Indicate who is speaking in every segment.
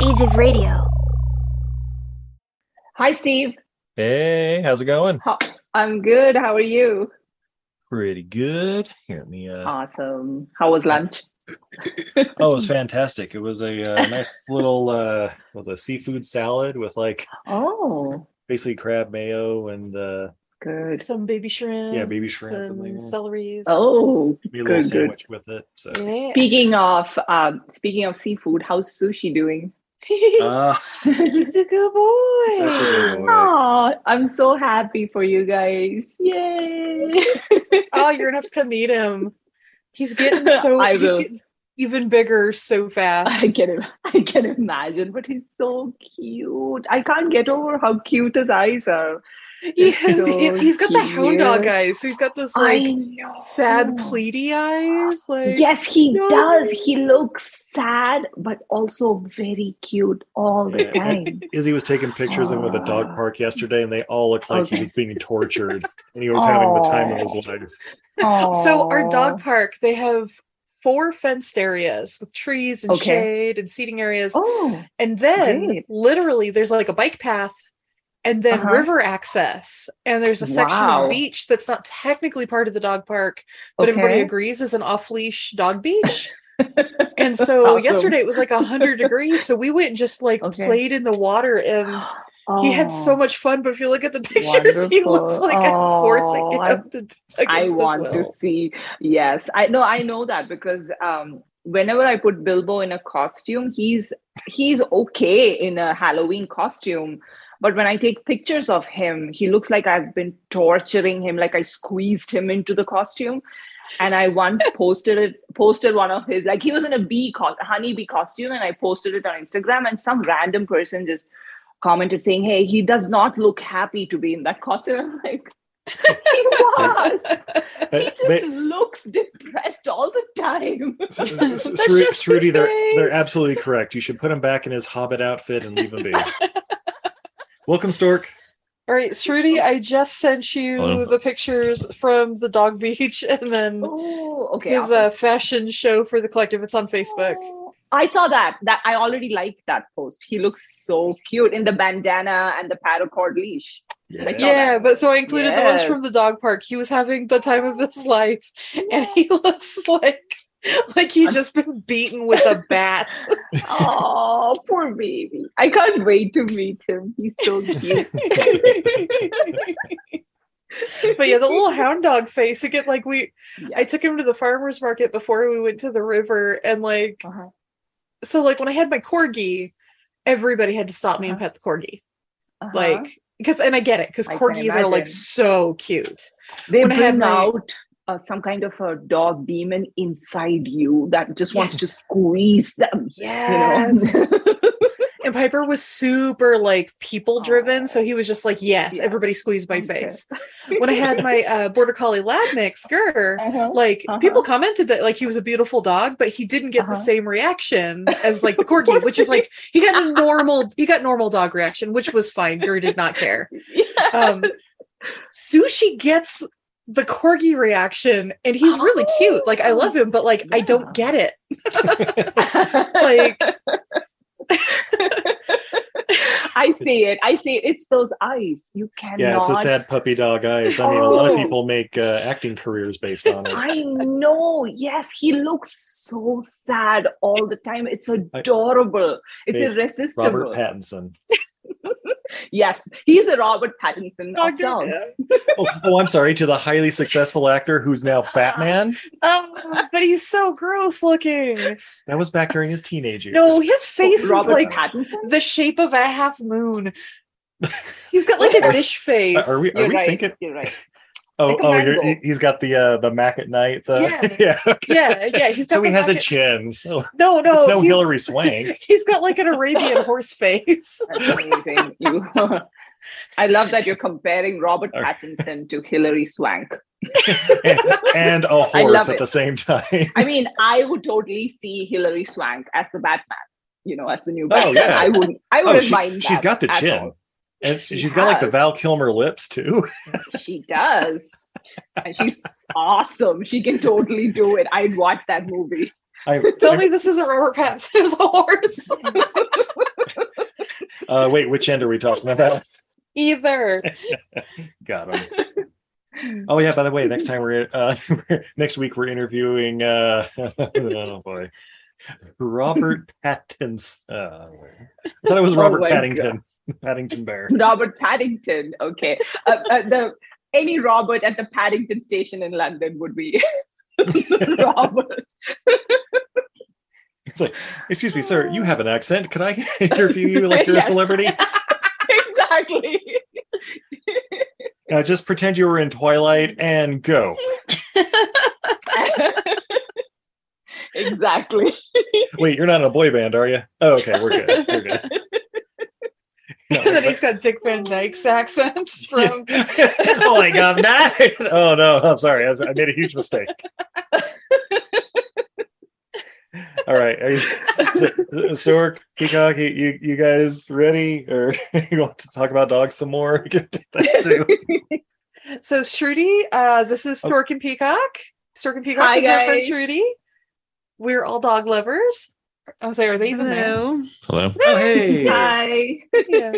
Speaker 1: Age of Radio.
Speaker 2: Hi, Steve.
Speaker 3: Hey, how's it going?
Speaker 2: How- I'm good. How are you?
Speaker 3: Pretty good. Here, let me. Uh,
Speaker 2: Awesome. How was lunch?
Speaker 3: oh, it was fantastic. It was a uh, nice little uh, with a seafood salad with like
Speaker 2: Oh,
Speaker 3: basically crab mayo and uh,
Speaker 2: good.
Speaker 4: Some baby shrimp.
Speaker 3: Yeah, baby shrimp and
Speaker 4: Some
Speaker 3: like that.
Speaker 4: celeries.
Speaker 2: Oh,
Speaker 3: maybe a little
Speaker 2: Good, good.
Speaker 3: sandwich with it. So,
Speaker 4: Yeah.
Speaker 2: speaking of um, speaking of seafood, how's sushi doing?
Speaker 3: uh,
Speaker 4: He's a good boy.
Speaker 3: such a good boy.
Speaker 2: Oh, I'm so happy for you guys! Yay!
Speaker 4: oh, you're gonna have to come meet him. He's getting so
Speaker 2: I
Speaker 4: he's
Speaker 2: will.
Speaker 4: getting even bigger so fast.
Speaker 2: I can im- I can imagine, but he's so cute. I can't get over how cute his eyes are.
Speaker 4: he
Speaker 2: It's
Speaker 4: has
Speaker 2: so
Speaker 4: he, has got the hound dog
Speaker 2: cute.
Speaker 4: eyes, so he's got those
Speaker 2: I
Speaker 4: like
Speaker 2: know.
Speaker 4: sad
Speaker 2: oh.
Speaker 4: pleaty eyes. Like
Speaker 2: Yes, he
Speaker 4: No.
Speaker 2: does. He looks sad, but also very cute all the
Speaker 3: Yeah.
Speaker 2: time.
Speaker 3: Izzy was taking pictures in with a dog
Speaker 2: Ah.
Speaker 3: park yesterday, and they all looked like he
Speaker 2: Okay.
Speaker 3: was being tortured, and he was having the time of his life.
Speaker 4: so our dog
Speaker 2: Aw.
Speaker 4: park, they have four fenced areas with trees and
Speaker 2: Okay.
Speaker 4: shade and seating areas.
Speaker 2: Oh,
Speaker 4: And then
Speaker 2: Great.
Speaker 4: literally there's like a bike path and then
Speaker 2: Uh-huh.
Speaker 4: river access. And there's a section
Speaker 2: Wow.
Speaker 4: of beach that's not technically part of the dog park, but everybody
Speaker 2: Okay.
Speaker 4: agrees is an off-leash dog beach. and so
Speaker 2: Awesome.
Speaker 4: yesterday it was like 100 degrees, so we went and just like
Speaker 2: Okay.
Speaker 4: played in the water and he had so
Speaker 2: Oh,
Speaker 4: much fun, but if you look at the pictures, he looks
Speaker 2: Wonderful.
Speaker 4: like I'm forcing
Speaker 2: Oh, I-
Speaker 4: him to against
Speaker 2: I
Speaker 4: his
Speaker 2: want
Speaker 4: will.
Speaker 2: to see. Yes, I know. I know that because um, whenever I put Bilbo in a costume, he's he's okay in a Halloween costume. But when I take pictures of him, he looks like I've been torturing him, like I squeezed him into the costume. And I once posted it, posted one of his, like he was in a bee, co- honeybee costume, and I posted it on Instagram. And some random person just commented saying, "Hey, he does not look happy to be in that costume." I'm like, he was. He
Speaker 3: Uh,
Speaker 2: just
Speaker 3: they-
Speaker 2: looks depressed all the time.
Speaker 4: Mm.
Speaker 3: S- s-
Speaker 2: That's
Speaker 3: Sru-
Speaker 2: just his
Speaker 3: Sruti, they're they're
Speaker 2: face.
Speaker 3: absolutely correct. You should put him back in his hobbit outfit and leave him be. Welcome, Stork.
Speaker 4: All right, Shruti, I just sent you
Speaker 5: Hello.
Speaker 4: the pictures from the dog beach and then
Speaker 2: Oh, okay.
Speaker 4: his
Speaker 2: awesome.
Speaker 4: uh, fashion show for the collective. It's on Facebook.
Speaker 2: Oh, I saw that. That I already liked that post. He looks so cute in the bandana and the paracord leash. I saw
Speaker 4: yeah,
Speaker 2: that.
Speaker 4: but so I included the ones from
Speaker 2: Yes. Oh.
Speaker 4: the dog park. He was having the time of his life, and he looks like like he's just been beaten with a bat.
Speaker 2: oh, poor baby. I can't wait to meet him. He's so cute.
Speaker 4: but yeah, the little hound dog face again. Like we, I
Speaker 2: Yeah.
Speaker 4: took him to the farmers market before we went to the river, and like
Speaker 2: Uh-huh.
Speaker 4: so, like when I had my corgi, everybody had to stop me and pet the corgi,
Speaker 2: Uh-huh.
Speaker 4: like because and I get it because
Speaker 2: I can
Speaker 4: corgis are
Speaker 2: imagine.
Speaker 4: like so cute.
Speaker 2: Uh-huh. they
Speaker 4: when I had
Speaker 2: bring
Speaker 4: my-
Speaker 2: out uh, some kind of a dog demon inside you that just wants to
Speaker 4: Yes.
Speaker 2: squeeze them.
Speaker 4: Yes. and Piper was super like people driven, so he was just like, "Yes,
Speaker 2: Yeah.
Speaker 4: everybody squeeze my
Speaker 2: Okay.
Speaker 4: face." When I had my uh, border collie lab mix, Gur,
Speaker 2: Uh-huh.
Speaker 4: like
Speaker 2: Uh-huh.
Speaker 4: people commented that like he was a beautiful dog, but he didn't get the
Speaker 2: Uh-huh.
Speaker 4: same reaction as like the corgi, which is like he got a normal he got normal dog reaction, which was fine. Gur did not care.
Speaker 2: Yes.
Speaker 4: Um, Sushi gets the corgi reaction, and he's really cute. Like I love him, but like I
Speaker 2: Oh, Yeah.
Speaker 4: don't get it. like
Speaker 2: I see it. I see it. It's those eyes. You cannot.
Speaker 3: Yeah, it's the sad puppy dog eyes. I mean, a lot of
Speaker 2: Oh.
Speaker 3: people make uh, acting careers based on it.
Speaker 2: I know. Yes, he looks so sad all the time. It's adorable. it's
Speaker 3: Hey,
Speaker 2: irresistible.
Speaker 3: Robert Pattinson.
Speaker 2: yes, he's a Robert Pattinson
Speaker 3: Oh,
Speaker 2: of dogs.
Speaker 3: oh, oh, I'm sorry. To the highly successful actor who's now Batman.
Speaker 4: Oh, but he's so gross looking.
Speaker 3: That was back during his teenage years.
Speaker 4: No, his face is
Speaker 2: Robert
Speaker 4: like
Speaker 2: Pattinson.
Speaker 4: the shape of a half moon. He's got like a
Speaker 3: Are-
Speaker 4: fish face.
Speaker 3: are we-
Speaker 2: You're right.
Speaker 3: thinking-
Speaker 2: You're right.
Speaker 3: Oh,
Speaker 2: like a
Speaker 3: oh,
Speaker 2: mango.
Speaker 3: you're, he- he's got the uh, the Mac at night. The, yeah.
Speaker 4: Yeah, yeah. He's got
Speaker 3: So he
Speaker 4: the
Speaker 3: has a
Speaker 4: pocket-
Speaker 3: chin. So
Speaker 4: No, no.
Speaker 3: it's no
Speaker 4: he's-
Speaker 3: Hillary Swank.
Speaker 4: He's got like an Arabian horse face.
Speaker 2: That's amazing. you. I love that you're comparing Robert
Speaker 3: Okay.
Speaker 2: Pattinson to Hilary Swank.
Speaker 3: and, and a horse
Speaker 2: love
Speaker 3: at
Speaker 2: it.
Speaker 3: the same time.
Speaker 2: I mean, I would totally see Hilary Swank as the Batman. You know, as the new
Speaker 3: Oh,
Speaker 2: Batman.
Speaker 3: yeah.
Speaker 2: I wouldn't. I
Speaker 3: Oh,
Speaker 2: wouldn't
Speaker 3: she,
Speaker 2: mind.
Speaker 3: she's
Speaker 2: that
Speaker 3: got the
Speaker 2: at
Speaker 3: chin.
Speaker 2: all.
Speaker 3: And
Speaker 2: She
Speaker 3: she's got like the
Speaker 2: has.
Speaker 3: Val Kilmer lips too.
Speaker 2: She does. and she's awesome. She can totally do it. I'd watch that movie.
Speaker 3: I,
Speaker 4: Tell
Speaker 3: I-
Speaker 4: me this isn't Robert Pattinson as a horse.
Speaker 3: uh, wait, which end are we talking about?
Speaker 4: Either.
Speaker 3: Got him. Oh yeah. By the way, next time we're uh, next week we're interviewing. Uh, oh boy, Robert Pattinson. Oh, I thought it was
Speaker 2: Oh
Speaker 3: Robert
Speaker 2: my God.
Speaker 3: Paddington. Paddington Bear.
Speaker 2: Robert Paddington. Okay. Uh, uh, the any Robert at the Paddington station in London would be Robert.
Speaker 3: It's like, excuse me, sir, you have an accent. Can I interview you like you're
Speaker 2: Yes.
Speaker 3: a celebrity?
Speaker 2: exactly.
Speaker 3: Now Uh, just pretend you were in Twilight and go.
Speaker 2: exactly.
Speaker 3: Wait, you're not in a boy band, are you? Oh, okay, we're good. We're good. No,
Speaker 4: and then
Speaker 3: but-
Speaker 4: he's got Dick Van Dyke's accent from
Speaker 3: Yeah. oh my god, not. Oh no, I'm sorry. I, was- I made a huge mistake. All right. are you- So, so we're- Peacock, you, you you guys ready? Or you want to talk about dogs some more? We can do that too.
Speaker 4: So Shruti, uh, this is
Speaker 3: Oh.
Speaker 4: Stork and Peacock. Stork and Peacock
Speaker 2: Hi,
Speaker 4: is my friend
Speaker 2: guys.
Speaker 4: Shruti. We're all dog lovers. I was like, are they even there?
Speaker 6: Hello.
Speaker 3: Oh, hey.
Speaker 2: Hi.
Speaker 4: Yeah.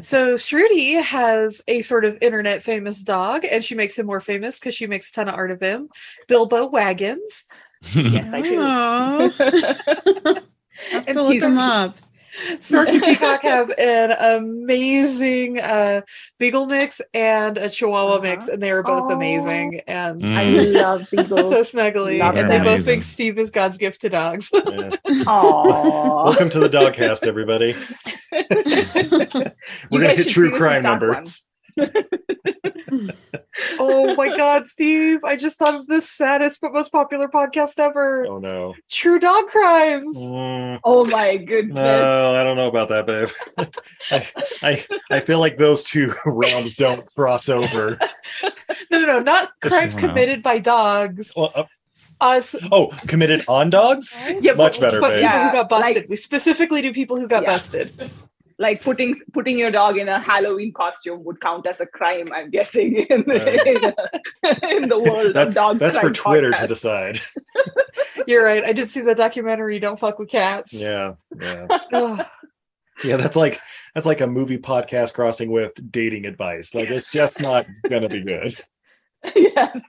Speaker 4: so Shruti has a sort of internet famous dog, and she makes him more famous because she makes a ton of art of him. Bilbo Wagons.
Speaker 2: Yes, I do.
Speaker 4: And look them up. Stork and Peacock have an amazing uh, beagle mix and a chihuahua mix, and they are both
Speaker 2: Uh-huh. Aw.
Speaker 4: amazing. And
Speaker 2: I
Speaker 6: Mm.
Speaker 2: love
Speaker 4: so
Speaker 2: people.
Speaker 4: snuggly.
Speaker 2: Love
Speaker 4: and
Speaker 6: it.
Speaker 4: they both
Speaker 6: Amazing.
Speaker 4: think Steve is God's gift to dogs.
Speaker 3: Yeah.
Speaker 2: Aww.
Speaker 3: Welcome to the Dogcast, everybody. We're
Speaker 2: guys
Speaker 3: gonna
Speaker 2: should
Speaker 3: hit
Speaker 2: see
Speaker 3: true
Speaker 2: this in
Speaker 3: crime
Speaker 2: Stockholm.
Speaker 3: numbers.
Speaker 4: oh my God, Steve! I just thought of the saddest but most popular podcast ever:
Speaker 3: Oh no.
Speaker 4: True Dog Crimes.
Speaker 3: Mm,
Speaker 2: Oh my goodness.
Speaker 3: no, I don't know about that, babe. I, I I feel like those two realms don't cross over.
Speaker 4: No, no, no, not
Speaker 6: This
Speaker 4: crimes
Speaker 6: one out.
Speaker 4: committed by dogs.
Speaker 3: Well, uh,
Speaker 4: Us.
Speaker 3: oh, committed on dogs?
Speaker 4: Yeah,
Speaker 3: Much
Speaker 4: but,
Speaker 3: better,
Speaker 4: but
Speaker 3: babe.
Speaker 4: people who
Speaker 2: Yeah,
Speaker 4: got busted.
Speaker 2: like-
Speaker 4: we specifically do people who got
Speaker 2: Yeah.
Speaker 4: busted.
Speaker 2: like putting putting your dog in a Halloween costume would count as a crime. I'm guessing in,
Speaker 3: Right.
Speaker 2: in, the- in the world
Speaker 3: That's
Speaker 2: of dog.
Speaker 3: that's for
Speaker 2: crime
Speaker 3: Twitter to
Speaker 2: podcasts.
Speaker 3: decide.
Speaker 4: You're right. I did see the documentary "Don't Fuck with Cats."
Speaker 3: Yeah, yeah,
Speaker 4: Ugh.
Speaker 3: yeah. That's like that's like a movie podcast crossing with dating advice. Like it's just not gonna be good.
Speaker 2: yes,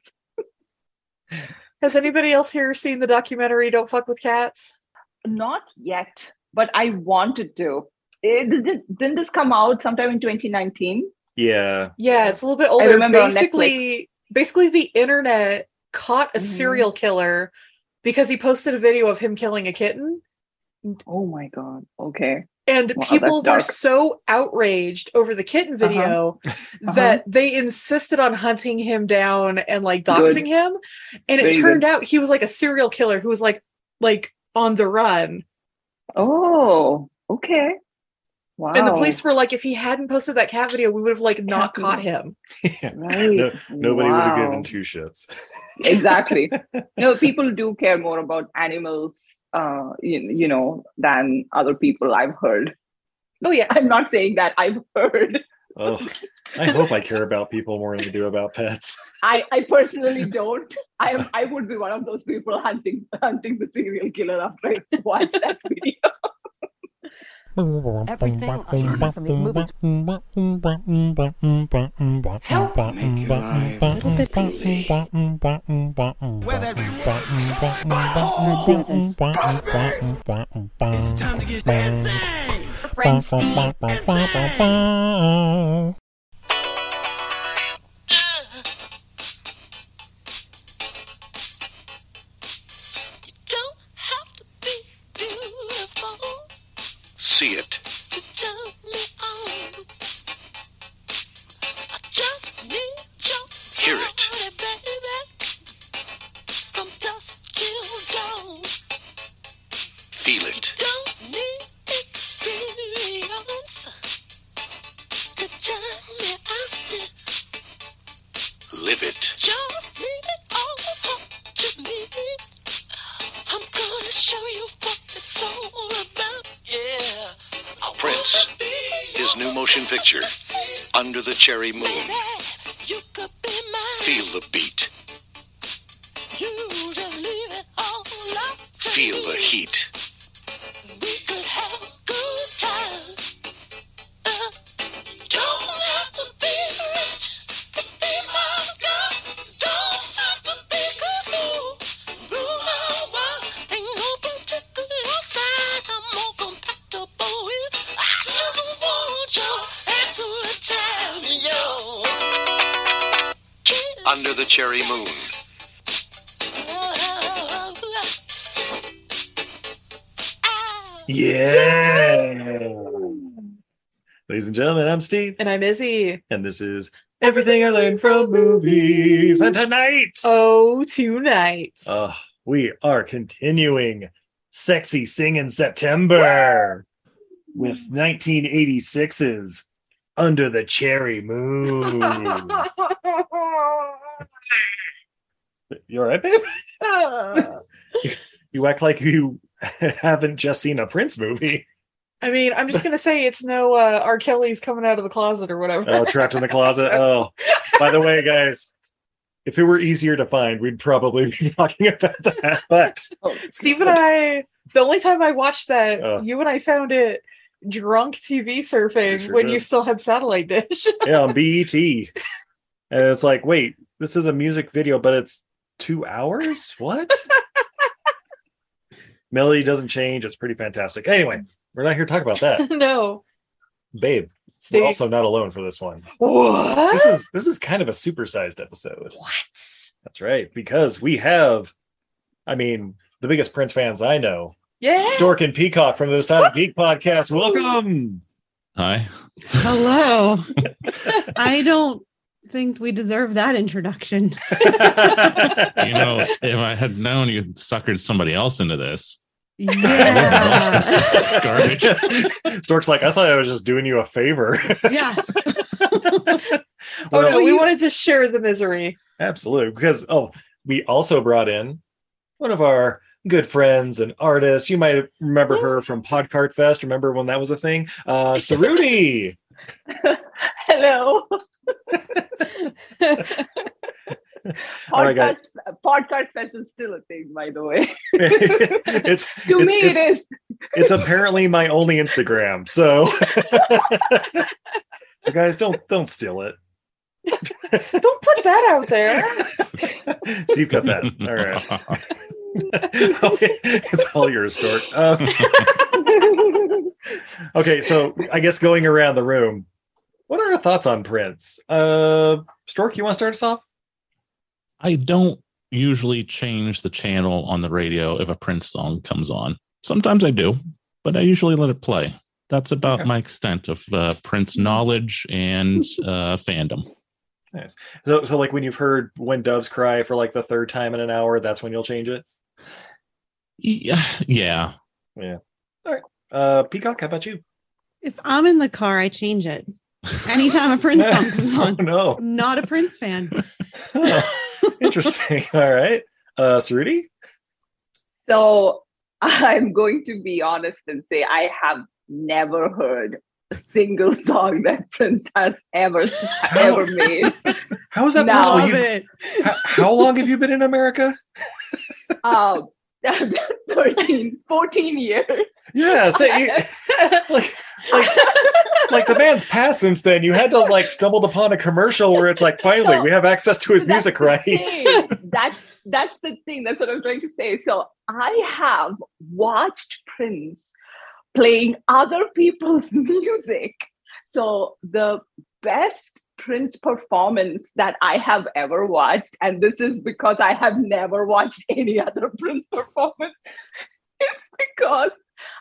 Speaker 4: Has anybody else here seen the documentary "Don't Fuck with Cats"?
Speaker 2: not yet, but I wanted to. It, did- did, didn't this come out sometime in 2019?
Speaker 3: Yeah,
Speaker 4: Yeah, it's a little bit older.
Speaker 2: remember on
Speaker 4: basically, basically the internet caught a
Speaker 2: Mhm.
Speaker 4: serial killer because he posted a video of him killing a kitten.
Speaker 2: Oh my god! Okay,
Speaker 4: And
Speaker 2: Wow,
Speaker 4: people
Speaker 2: that's
Speaker 4: were
Speaker 2: dark.
Speaker 4: so outraged over the kitten
Speaker 2: Uh-huh.
Speaker 4: video
Speaker 2: Uh-huh.
Speaker 4: that they insisted on hunting him down and like doxing
Speaker 2: Good.
Speaker 4: him. And it
Speaker 2: Very good.
Speaker 4: turned out he was like a serial killer who was like like on the run.
Speaker 2: oh okay, wow.
Speaker 4: And the police were like, if he hadn't posted that cat video, we would have like not
Speaker 2: Cat
Speaker 4: caught
Speaker 2: video.
Speaker 4: him.
Speaker 2: Right.
Speaker 3: No- nobody would have
Speaker 2: Wow.
Speaker 3: given two shits.
Speaker 2: exactly no people do care more about animals uh you, you know than other people i've heard
Speaker 4: Oh yeah.
Speaker 2: i'm not saying that i've heard
Speaker 3: Oh, I hope I care about people more than I do about pets.
Speaker 2: i i personally don't i am i would be one of those people hunting hunting the serial killer after i watch that video
Speaker 6: Everything I from these movies. Help make life little bit easy. Where that It's time to get dancing.
Speaker 7: Friends, Steve.
Speaker 6: Don't have to be beautiful
Speaker 8: See it.
Speaker 6: to turn me on. I just need your
Speaker 8: Hear it.
Speaker 6: body, baby, from dusk till dawn.
Speaker 8: Feel it.
Speaker 6: Don't need experience to turn me on.
Speaker 8: Live it.
Speaker 6: Just leave it all up to me. I'm gonna show you what it's all about. Yeah. I wanna
Speaker 8: Prince.
Speaker 6: be
Speaker 8: His new motion picture, Under the Cherry Moon.
Speaker 6: Baby, you could be mine.
Speaker 8: Feel the beat.
Speaker 6: You just leave it all up to
Speaker 8: Feel
Speaker 6: me.
Speaker 8: the heat.
Speaker 6: We could have a good time. Uh, don't have to be rich to be my girl. Don't have to be good blue. Blue my world. Ain't no particular sign I'm more compatible with. I just want your hand to return your kiss. Uh,
Speaker 8: Under the Cherry Moon.
Speaker 6: Ah.
Speaker 3: Yeah. Ladies and gentlemen, I'm Steve,
Speaker 4: And I'm Izzy.
Speaker 3: and this is Everything I Learned from Movies. And tonight,
Speaker 4: Oh, tonight.
Speaker 3: uh, we are continuing Sexy Sing in September with 1986's Under the Cherry Moon. you all right, babe?
Speaker 4: Ah.
Speaker 3: you act like you haven't just seen a Prince movie.
Speaker 4: I mean, I'm just gonna say it's no uh, R. Kelly's coming out of the closet or whatever.
Speaker 3: Oh, trapped in the closet. Oh, by the way, guys, if it were easier to find, we'd probably be talking about that. But
Speaker 2: Oh,
Speaker 4: Steve and I, the only time I watched that,
Speaker 3: Uh.
Speaker 4: you and I found it drunk TV surfing
Speaker 3: We sure
Speaker 4: when you
Speaker 3: did.
Speaker 4: still had satellite dish.
Speaker 3: yeah, on BET, and it's like, wait, this is a music video, but it's two hours. What? Melody doesn't change. It's pretty fantastic. Anyway, we're not here to talk about that,
Speaker 4: no,
Speaker 3: babe.
Speaker 4: Steve.
Speaker 3: We're also not alone for this one.
Speaker 4: what?
Speaker 3: This is this is kind of a supersized episode.
Speaker 4: what?
Speaker 3: That's right, because we have, I mean, the biggest Prince fans I know
Speaker 4: Yeah.
Speaker 3: Stork and Peacock from the Silent Geek Podcast. Welcome.
Speaker 9: Hi.
Speaker 10: Hello. I don't think we deserve that introduction.
Speaker 9: You know, if I had known you'd suckered somebody else into this,
Speaker 10: Yeah.
Speaker 9: garbage.
Speaker 3: Stork's like, I thought I was just doing you a favor.
Speaker 10: yeah.
Speaker 4: Oh
Speaker 3: well,
Speaker 4: no, we
Speaker 3: you-
Speaker 4: wanted to share the misery.
Speaker 3: absolutely. Because, oh, we also brought in one of our good friends and artists. You might remember her from Podcart Fest. Remember when that was a thing? Uh, Sarudi.
Speaker 2: Hello.
Speaker 3: All right,
Speaker 2: podcast, uh,
Speaker 3: guys.
Speaker 2: podcast fest is still a thing, by the way.
Speaker 3: it's,
Speaker 2: to
Speaker 3: it's-
Speaker 2: me,
Speaker 3: it's-
Speaker 2: it is.
Speaker 3: it's apparently my only Instagram. So, so guys, don't don't steal it.
Speaker 4: Don't put that out there.
Speaker 3: Steve cut that. All right. okay, it's all yours, Stork. Uh, okay, so I guess going around the room, what are our thoughts on Prince? Uh, Stork, you want to start us off?
Speaker 9: I don't usually change the channel on the radio if a Prince song comes on. Sometimes I do, but I usually let it play. That's about
Speaker 3: Okay.
Speaker 9: my extent of uh, Prince knowledge and uh, fandom.
Speaker 3: Nice. So, so like when you've heard "When Doves Cry" for like the third time in an hour, that's when you'll change it.
Speaker 9: Yeah, yeah.
Speaker 3: Uh, Peacock, how about you?
Speaker 10: If I'm in the car, I change it. Anytime a Prince song comes on.
Speaker 3: Oh, no,
Speaker 10: I'm not a Prince fan.
Speaker 3: Huh. interesting. All right, uh, Saruti.
Speaker 2: So I'm going to be honest and say I have never heard a single song that Prince has ever ever made.
Speaker 3: How is that
Speaker 2: No.
Speaker 3: possible?
Speaker 10: Love
Speaker 3: You,
Speaker 10: it.
Speaker 3: how, how long have you been in America?
Speaker 2: Um, 13, 14 years.
Speaker 3: Yeah, so you, like, like, like the band's passed since then. You had to like stumbled upon a commercial where it's like, finally, we have access to his music rights.
Speaker 2: Hey, that that's the thing. That's what I'm trying to say. So I have watched Prince playing other people's music. So the best Prince performance that I have ever watched, and this is because I have never watched any other Prince performance, is because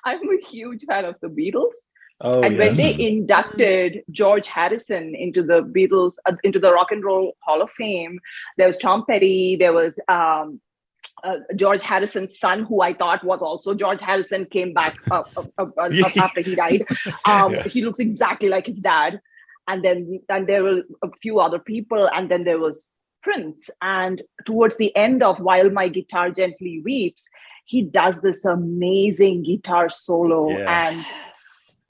Speaker 2: I'm a huge fan of the Beatles
Speaker 6: Oh,
Speaker 2: and when
Speaker 6: yes.
Speaker 2: they inducted George Harrison into the Beatles, uh, into the Rock and Roll Hall of Fame, there was Tom Petty, there was um, uh, George Harrison's son, who I thought was also George Harrison, came back uh, up, up, up, up after he died. Um,
Speaker 6: Yeah.
Speaker 2: He looks exactly like his dad. And then and there were a few other people, and then there was Prince. And towards the end of While My Guitar Gently Weeps, he does this amazing guitar solo
Speaker 6: Yeah.
Speaker 2: and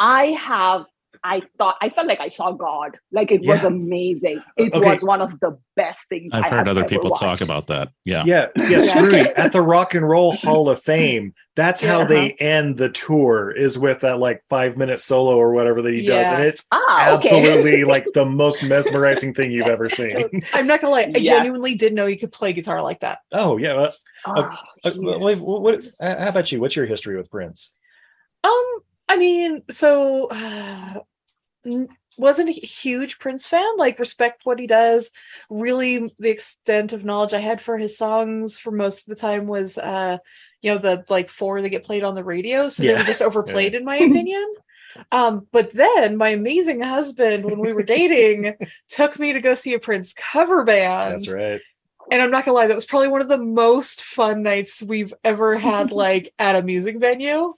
Speaker 2: I have I thought I felt like I saw God. Like it was
Speaker 3: Yeah.
Speaker 2: amazing. It
Speaker 3: okay.
Speaker 2: was one of the best things
Speaker 9: I've
Speaker 2: I
Speaker 9: heard
Speaker 2: have
Speaker 9: other
Speaker 2: ever
Speaker 9: people
Speaker 2: watched.
Speaker 9: talk about that. Yeah.
Speaker 3: Yeah,
Speaker 2: Yeah.
Speaker 3: yes, Rudy, at the Rock and Roll Hall of Fame. That's how
Speaker 2: Yeah.
Speaker 3: they end the tour is with that like five minute solo or whatever that he does,
Speaker 4: Yeah.
Speaker 3: and it's
Speaker 2: Oh,
Speaker 4: Ah, okay.
Speaker 3: absolutely like the most mesmerizing thing you've ever seen.
Speaker 4: I'm not gonna lie, I
Speaker 3: Yes.
Speaker 4: genuinely did know you could play guitar like that.
Speaker 3: Oh yeah. well, uh, uh,
Speaker 4: geez.
Speaker 3: wait, what, what- uh, How about you? What's your history with Prince?
Speaker 4: Um, I mean, so uh, n- wasn't a huge Prince fan. Like, respect what he does. Really, the extent of knowledge I had for his songs for most of the time was, uh, you know, the like four that get played on the radio, so they
Speaker 6: Yeah.
Speaker 4: were just overplayed
Speaker 6: Yeah.
Speaker 4: in my opinion. Um, but then my amazing husband, when we were dating, took me to go see a Prince cover band.
Speaker 3: That's right.
Speaker 4: And I'm not gonna lie, that was probably one of the most fun nights we've ever had, like at a music venue.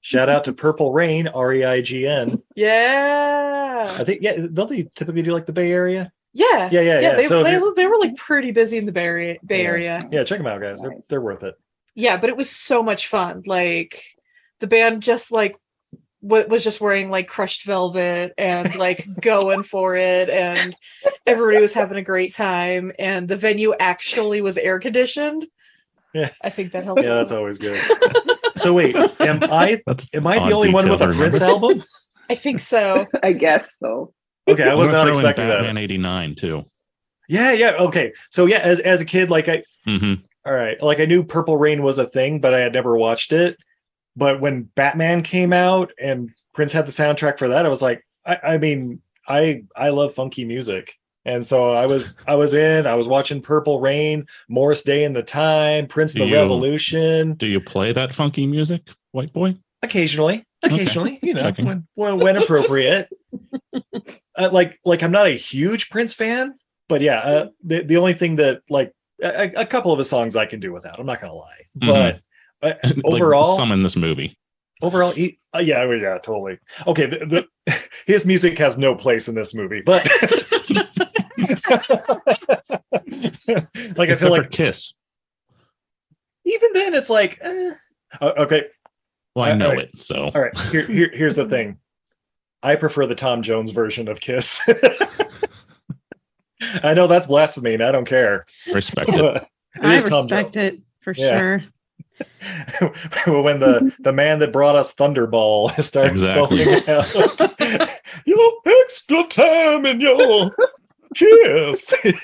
Speaker 3: Shout out to Purple Rain, R E I G N.
Speaker 4: Yeah.
Speaker 3: I think yeah, don't they typically do like the Bay Area?
Speaker 4: Yeah.
Speaker 3: Uh, Yeah, yeah, yeah.
Speaker 4: They,
Speaker 3: So if
Speaker 4: they,
Speaker 3: you're-
Speaker 4: they were like pretty busy in the Bay Area. Bay Area.
Speaker 3: Yeah, check them out, guys. They're they're worth it.
Speaker 4: Yeah, but it was so much fun. Like the band just like wa- was just wearing like crushed velvet and like going for it and everybody was having a great time and the venue actually was air conditioned.
Speaker 3: Yeah.
Speaker 4: I think that helped.
Speaker 3: Yeah, that's always good. So wait, am I am I
Speaker 9: odd
Speaker 3: the only one with a
Speaker 9: detail to
Speaker 3: Prince
Speaker 9: remember.
Speaker 3: album?
Speaker 4: I think so.
Speaker 2: I guess so.
Speaker 3: Okay, I
Speaker 9: I'm
Speaker 3: was
Speaker 9: gonna
Speaker 3: not
Speaker 9: throw in
Speaker 3: expecting that.
Speaker 9: Batman 89 too.
Speaker 3: Yeah, yeah. Okay. So yeah, as as a kid, like I
Speaker 9: Mhm.
Speaker 3: all right, like I knew Purple Rain was a thing, but I had never watched it. But when Batman came out and Prince had the soundtrack for that, I was like, I, I mean, I I love funky music. And so I was I was in, I was watching Purple Rain, Morris Day and the Time, Prince
Speaker 9: Do
Speaker 3: the
Speaker 9: you-
Speaker 3: Revolution.
Speaker 9: Do you play that funky music, white boy?
Speaker 3: Occasionally. Occasionally, you know,
Speaker 9: Checking.
Speaker 3: when, when when appropriate. uh, like like I'm not a huge Prince fan, but yeah, uh,
Speaker 9: Mm-hmm.
Speaker 3: the the only thing that like a, a couple of his songs I can do without. I'm not gonna lie, but uh,
Speaker 9: Mm-hmm. Like,
Speaker 3: overall,
Speaker 9: some in this movie.
Speaker 3: overall, he, uh, yeah, well, yeah, totally. Okay, the, the, his music has no place in this movie, but like I
Speaker 9: Except
Speaker 3: feel
Speaker 9: for
Speaker 3: like
Speaker 9: Kiss.
Speaker 3: even then it's like eh. Uh, okay.
Speaker 9: Well, I
Speaker 3: Uh,
Speaker 9: know
Speaker 3: all right.
Speaker 9: it, so
Speaker 3: All right, here, here here's the thing. I prefer the Tom Jones version of Kiss. I know that's blasphemy, and I don't care.
Speaker 9: Respect
Speaker 3: it.
Speaker 10: I
Speaker 3: is Tom
Speaker 10: respect it for
Speaker 3: Yeah.
Speaker 10: sure.
Speaker 3: when the the man that brought us Thunderball starts
Speaker 9: Exactly.
Speaker 3: spelling out your extra time in your kiss.
Speaker 10: See, even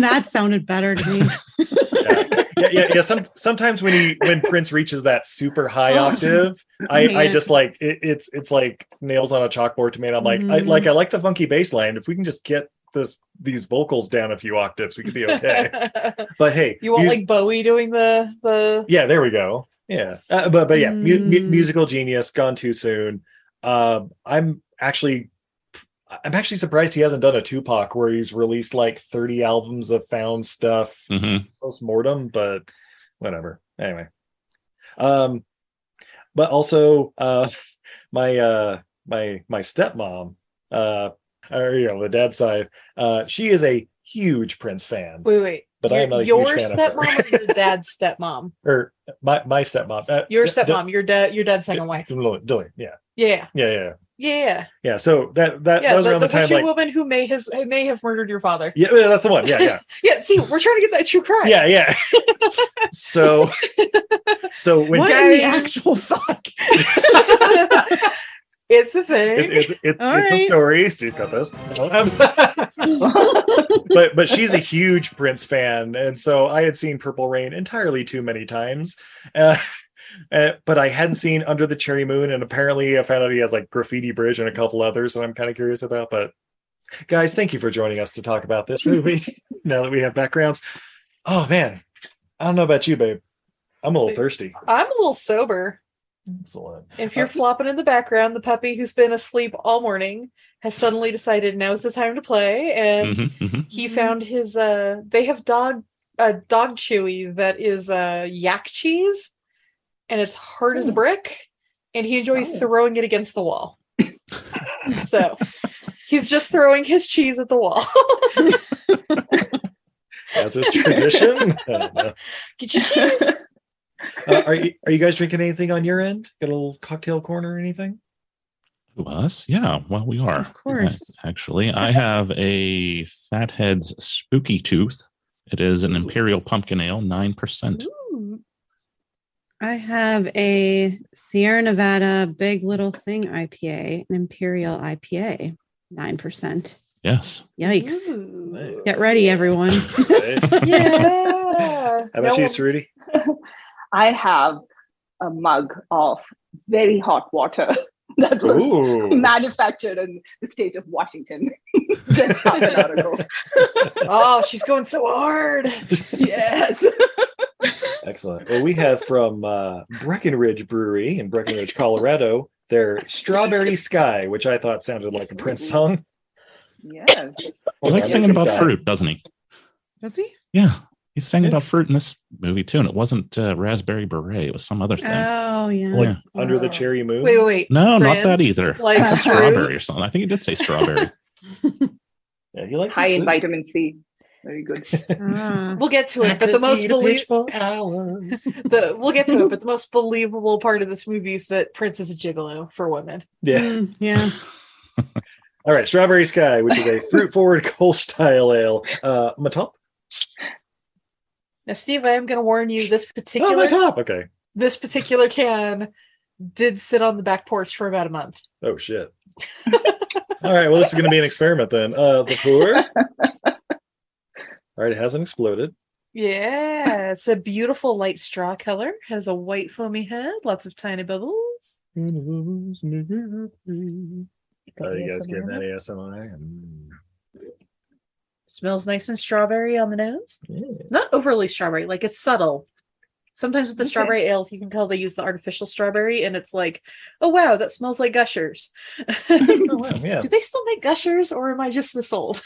Speaker 10: that sounded better to me.
Speaker 3: yeah, yeah, yeah. Some sometimes when he when Prince reaches that super high octave, I I
Speaker 10: Oh, man.
Speaker 3: just like it, it's it's like nails on a chalkboard to me, and I'm like I
Speaker 10: Mhm.
Speaker 3: like I like the funky bass line. If we can just get this these vocals down a few octaves, we could be okay. but hey,
Speaker 4: you want
Speaker 3: mu-
Speaker 4: like Bowie doing the the
Speaker 3: yeah, there we go. Yeah, uh, but but yeah, mu- mu-
Speaker 4: Mm.
Speaker 3: musical genius gone too soon. Um, I'm actually. I'm actually surprised he hasn't done a Tupac where he's released like 30 albums of found stuff post mortem, but whatever. Anyway, um, but also uh, my uh, my my stepmom, uh, or you know the dad's side, uh, she is a huge Prince fan.
Speaker 4: wait wait.
Speaker 3: But I
Speaker 4: your,
Speaker 3: am not a
Speaker 4: your
Speaker 3: huge fan of her.
Speaker 4: stepmom or your dad's stepmom.
Speaker 3: Or my my stepmom, uh,
Speaker 4: Your
Speaker 3: d- d-
Speaker 4: stepmom, your dad, your dad's second wife.
Speaker 3: d- Dillian, yeah,
Speaker 4: Yeah.
Speaker 3: yeah, yeah.
Speaker 4: Yeah, yeah.
Speaker 3: Yeah, so that that,
Speaker 4: yeah,
Speaker 3: that was
Speaker 4: the,
Speaker 3: around
Speaker 4: the
Speaker 3: the, time
Speaker 4: witchy
Speaker 3: like
Speaker 4: woman who may has who may have murdered your father.
Speaker 3: yeah, yeah, that's the one. Yeah, yeah.
Speaker 4: yeah. See, we're trying to get that true crime.
Speaker 3: yeah, yeah. so so when
Speaker 4: What in the
Speaker 10: actual fuck?
Speaker 4: it's a
Speaker 3: it,
Speaker 4: thing.
Speaker 3: it, it, it's
Speaker 4: All
Speaker 3: a
Speaker 4: right.
Speaker 3: story. Steve got this. Um, but but she's a huge Prince fan, and so I had seen Purple Rain entirely too many times. Uh, uh, but I hadn't seen Under the Cherry Moon, and apparently I found out he has like Graffiti Bridge and a couple others that I'm kind of curious about. But guys, thank you for joining us to talk about this movie. now that we have backgrounds, oh man, I don't know about you, babe. I'm a little thirsty.
Speaker 4: I'm a little sober.
Speaker 3: Excellent.
Speaker 4: If
Speaker 9: Uh,
Speaker 4: you're flopping in the background, the puppy who's been asleep all morning has suddenly decided now's the time to play, and
Speaker 9: Mm-hmm,
Speaker 4: he found his. uh They have dog a dog chewy that is uh yak cheese, and it's hard as a brick, and he enjoys throwing it against the wall. so he's just throwing his cheese at the wall.
Speaker 3: As is tradition. I don't know.
Speaker 4: Get your cheese.
Speaker 3: Uh, are you are you guys drinking anything on your end? Got a little cocktail corner or anything?
Speaker 9: To us? Yeah, well, we are. Of
Speaker 10: course.
Speaker 9: Actually, I have a Fathead's Spooky Tooth. It is an Imperial Pumpkin Ale, 9%.
Speaker 10: Ooh. I have a Sierra Nevada Big Little Thing IPA, an Imperial IPA, 9%.
Speaker 9: Yes.
Speaker 10: Yikes. Get ready, everyone.
Speaker 2: Yeah.
Speaker 3: How about you, Saruti?
Speaker 2: I have a mug of very hot water that was
Speaker 3: Ooh.
Speaker 2: manufactured in the state of Washington just half an hour ago.
Speaker 4: oh, she's going so hard.
Speaker 2: Yes.
Speaker 3: Excellent. Well, we have from uh, Breckenridge Brewery in Breckenridge, Colorado, their Strawberry Sky, which I thought sounded like a Prince song.
Speaker 2: Yes.
Speaker 9: He likes singing about fruit, doesn't he?
Speaker 10: Does he?
Speaker 9: Yeah. He sang about fruit in this movie too, and it wasn't uh, Raspberry Beret. It was some other thing.
Speaker 10: Oh, yeah.
Speaker 9: Like
Speaker 3: Under the Cherry Moon.
Speaker 4: Wait, wait, wait.
Speaker 9: no, not that
Speaker 4: Prince
Speaker 9: either.
Speaker 4: likes fruit?
Speaker 9: strawberry or something. I think he did say strawberry.
Speaker 3: yeah, he likes
Speaker 2: high
Speaker 3: his
Speaker 2: in
Speaker 3: food.
Speaker 2: vitamin C. Very good.
Speaker 4: We'll get to it, but the most Mm, belie- the we'll get to it, but the most believable part of this movie is that Prince is a gigolo for women.
Speaker 3: Yeah.
Speaker 10: yeah.
Speaker 3: All right, Strawberry Sky, which is a fruit forward coal style ale. Uh, my top?
Speaker 4: Now, Steve, I am going to warn you. This
Speaker 3: Oh,
Speaker 4: particular
Speaker 3: my top. Okay.
Speaker 4: this particular can did sit on the back porch for about a month.
Speaker 3: Oh, shit. All right, well, this is going to be an experiment then. Uh, the four. All right, it hasn't exploded.
Speaker 4: Yeah, it's a beautiful light straw color. Has a white foamy head, lots of tiny bubbles.
Speaker 3: Oh, you guys getting that
Speaker 4: ASMR?
Speaker 3: ASMR? Mm.
Speaker 4: Smells nice and strawberry on the nose.
Speaker 3: Yeah.
Speaker 4: Not overly strawberry, like it's subtle. Sometimes with the strawberry ales, you can tell they use the artificial strawberry, and it's like, oh wow, that smells like gushers.
Speaker 3: Oh, wow, yeah.
Speaker 4: Do they still make gushers, or am I just this old?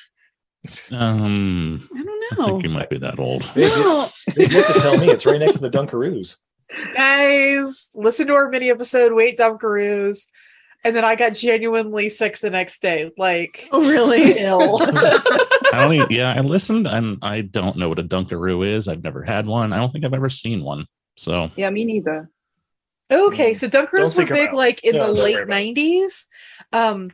Speaker 9: Um,
Speaker 10: I don't
Speaker 9: I
Speaker 10: know.
Speaker 9: think you might be that old.
Speaker 3: Babe, you- babe, you have to tell me it's right next to the Dunkaroos.
Speaker 4: Guys, listen to our mini episode, Wait Dunkaroos. And then I got genuinely sick the next day. Like,
Speaker 10: Oh, really?
Speaker 4: ill.
Speaker 9: I don't. e- yeah, I listened, and I don't know what a Dunkaroo is. I've never had one. I don't think I've ever seen one. So
Speaker 2: Yeah, me neither.
Speaker 4: Okay, so Dunkaroos were
Speaker 9: Mm. stick
Speaker 4: big
Speaker 9: around.
Speaker 4: like in
Speaker 9: Yeah,
Speaker 4: the
Speaker 9: don't worry
Speaker 4: late
Speaker 9: about
Speaker 4: nineties. Um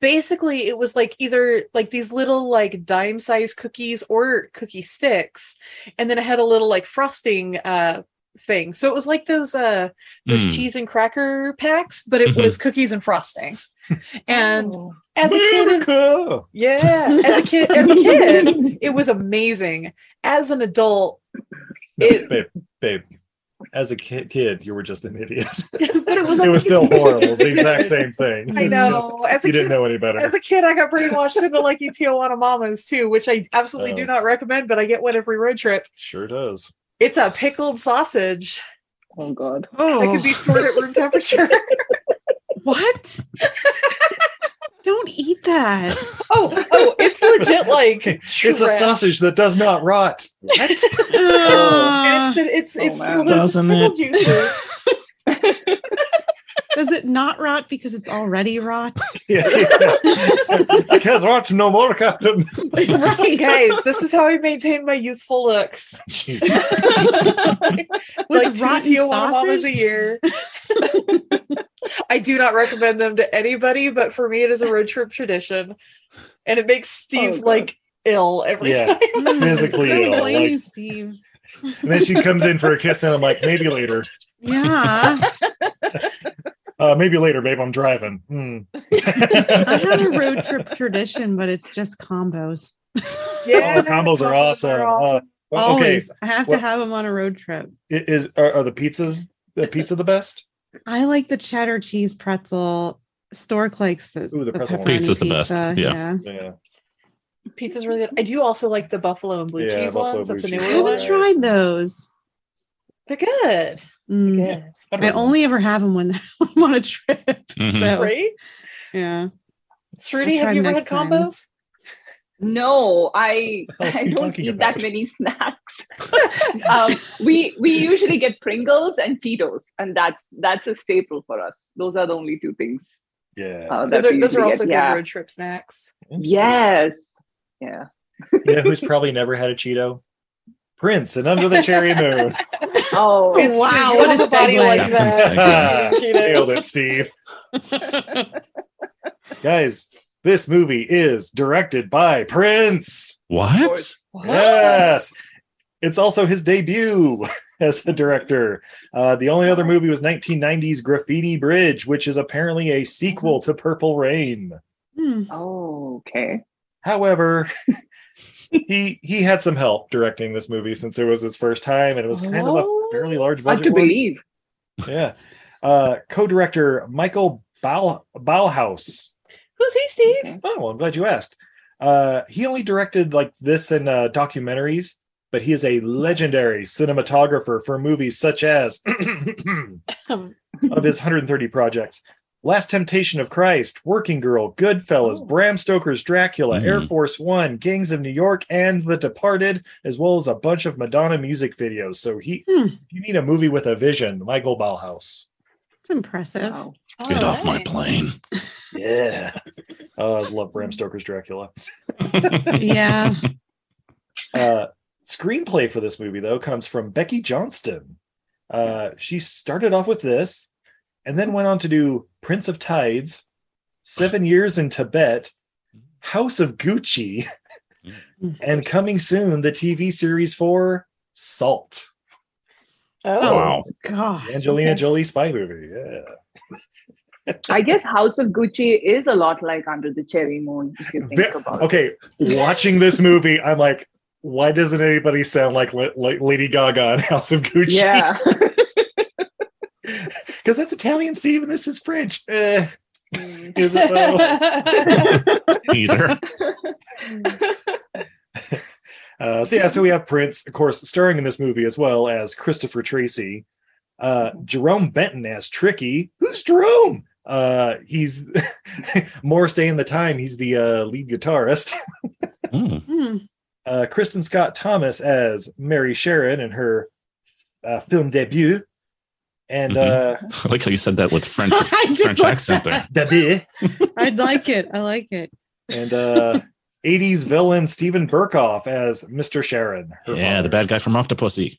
Speaker 4: basically it was like either like these little like dime size cookies or cookie sticks, and then it had a little like frosting uh thing. So it was like those uh those
Speaker 9: Hmm.
Speaker 6: Mm.
Speaker 4: cheese and cracker packs, but
Speaker 9: Mm-hmm.
Speaker 4: it was
Speaker 6: Mhm.
Speaker 4: cookies and frosting. And as a kid
Speaker 3: Cool.
Speaker 4: yeah, as a kid as a kid, it was amazing. As an adult,
Speaker 3: No, babe, babe. As a ki- kid, you were just an idiot.
Speaker 4: but it was
Speaker 3: it
Speaker 4: like
Speaker 3: was still horrible. It's the exact same thing.
Speaker 4: I
Speaker 3: It's
Speaker 4: know.
Speaker 3: just-
Speaker 4: As a
Speaker 3: you didn't
Speaker 4: kid-
Speaker 3: know any better.
Speaker 4: As a kid, I got brainwashed into liking Tijuana Mamas too, which I absolutely do
Speaker 3: Oh.
Speaker 4: not recommend, but I get one every road trip.
Speaker 3: sure does.
Speaker 4: It's a pickled sausage.
Speaker 2: Oh god.
Speaker 4: That could be stored at room temperature.
Speaker 10: what? Don't eat that.
Speaker 4: Oh, oh, it's legit like
Speaker 3: It's a sausage that does not rot. What?
Speaker 4: Oh. And
Speaker 10: Oh,
Speaker 4: it's it's, it's
Speaker 10: man.
Speaker 4: swimming in
Speaker 9: Doesn't
Speaker 4: pickle
Speaker 9: it?
Speaker 4: juices.
Speaker 10: Does it not rot because it's already rot?
Speaker 3: Yeah, yeah. I can't rot no more, Captain.
Speaker 4: Guys, this is how I maintain my youthful looks.
Speaker 10: With
Speaker 4: like two
Speaker 10: rotten
Speaker 4: Tijuana Mamas a
Speaker 10: sausage?
Speaker 4: year. I do not recommend them to anybody, but for me, it is a road trip tradition, and it makes Steve like ill every
Speaker 3: Yeah.
Speaker 4: time.
Speaker 3: Physically ill, like-
Speaker 10: Steve.
Speaker 3: And then she comes in for a kiss, and I'm like, maybe later.
Speaker 10: Yeah.
Speaker 3: Uh, maybe later, babe. I'm driving. Hmm.
Speaker 10: I have a road trip tradition, but but it's just combos.
Speaker 3: oh, the combos are awesome. Uh, okay.
Speaker 10: Always. I have
Speaker 3: Well,
Speaker 10: to have them on a road trip.
Speaker 3: i- Is are, are the pizzas the pizza the best?
Speaker 10: I like the cheddar cheese pretzel. Stork likes the,
Speaker 3: Ooh, the pretzel
Speaker 10: pepperoni
Speaker 3: one.
Speaker 9: Pizza's the best.
Speaker 10: pizza,
Speaker 9: Yeah.
Speaker 3: yeah.
Speaker 4: Pizza's really good. I do also like the buffalo and blue
Speaker 9: Yeah,
Speaker 4: cheese
Speaker 9: buffalo
Speaker 4: ones.
Speaker 9: blue
Speaker 4: That's a
Speaker 9: cheese.
Speaker 10: I
Speaker 4: newer one.
Speaker 10: haven't tried those.
Speaker 4: They're good.
Speaker 10: Mm. I only ever have them when I'm on a trip.
Speaker 4: Mhm.
Speaker 10: So
Speaker 4: Right?
Speaker 10: yeah.
Speaker 4: Sruti, have
Speaker 10: try
Speaker 4: you ever had
Speaker 10: next time.
Speaker 4: combos?
Speaker 2: No, I
Speaker 4: hell are
Speaker 2: I
Speaker 4: you
Speaker 2: don't
Speaker 4: talking
Speaker 2: eat that many snacks. um, we we usually get Pringles and Cheetos, and that's that's a staple for us. Those are the only two things.
Speaker 3: Yeah.
Speaker 2: uh, that
Speaker 4: Those are
Speaker 2: we
Speaker 4: those are
Speaker 2: usually
Speaker 4: also
Speaker 2: get.
Speaker 4: good
Speaker 2: Yeah.
Speaker 4: road trip snacks.
Speaker 2: Yes. Yeah.
Speaker 3: You know who's probably never had a Cheeto? Prince and Under the Cherry Moon.
Speaker 2: Oh
Speaker 4: It's true.
Speaker 10: wow,
Speaker 4: You
Speaker 10: what
Speaker 4: have
Speaker 10: a
Speaker 4: a body
Speaker 10: segue.
Speaker 4: like that. you need
Speaker 3: Nailed
Speaker 4: Cheetos.
Speaker 3: it, Steve. Guys, this movie is directed by Prince.
Speaker 9: What?
Speaker 3: Yes. It's also his debut as a director. Uh, the only other movie was 1990's Graffiti Bridge, which is apparently a sequel to Purple Rain.
Speaker 2: Oh, okay.
Speaker 3: However, he he had some help directing this movie since it was his first time and it was kind of a fairly large
Speaker 2: Oh, Hard
Speaker 3: budget.
Speaker 2: to
Speaker 3: one.
Speaker 2: believe.
Speaker 3: Yeah. Uh, co-director Michael Bau- Bauhaus.
Speaker 4: Who's he, Steve?
Speaker 3: Oh, well, I'm glad you asked. Uh, he only directed like this and uh, documentaries, but he is a legendary cinematographer for movies such as
Speaker 4: Um,
Speaker 3: of his 130 projects. Last Temptation of Christ, Working Girl, Goodfellas, Bram Stoker's Dracula, Air Force One, Gangs of New York, and The Departed, as well as a bunch of Madonna music videos. So he, if you need a movie with a vision, Michael Bauhaus.
Speaker 10: It's impressive.
Speaker 9: Get
Speaker 10: Oh,
Speaker 9: off my plane.
Speaker 3: Yeah. Uh, I love Bram Stoker's Dracula.
Speaker 10: yeah.
Speaker 3: Uh, screenplay for this movie, though, comes from Becky Johnston. Uh, she started off with this and then went on to do Prince of Tides, Seven Years in Tibet, House of Gucci, and coming soon, the TV series for Salt.
Speaker 4: Oh,
Speaker 3: Wow.
Speaker 10: God.
Speaker 3: Angelina
Speaker 2: Okay.
Speaker 3: Jolie spy movie. Yeah.
Speaker 2: I guess House of Gucci is a lot like Under the Cherry Moon, if you think
Speaker 3: Ve-
Speaker 2: about
Speaker 3: okay, watching this movie, I'm like, why doesn't anybody sound like, La- like Lady Gaga in House of
Speaker 2: it.
Speaker 3: Gucci?
Speaker 2: Yeah.
Speaker 3: because that's Italian, Steve, and this is French. Eh. Is it though?
Speaker 9: Either.
Speaker 3: Uh, so yeah, so we have Prince, of course, starring in this movie as well as Christopher Tracy, uh, Jerome Benton as Tricky. Who's Jerome? Uh, he's more stay in the time. He's the uh, lead guitarist.
Speaker 9: Hmm.
Speaker 10: Hmm.
Speaker 3: Uh, Kristen Scott Thomas as Mary Sharon in her uh, film debut, and uh,
Speaker 9: Mm-hmm. I like how you said that with French
Speaker 10: I did
Speaker 9: French
Speaker 10: like
Speaker 9: accent there.
Speaker 3: debut.
Speaker 10: I like it. I like it.
Speaker 3: and uh 80s villain Stephen Burkoff as Mr. Sharon. her
Speaker 9: Yeah, the bad guy from Octopussy.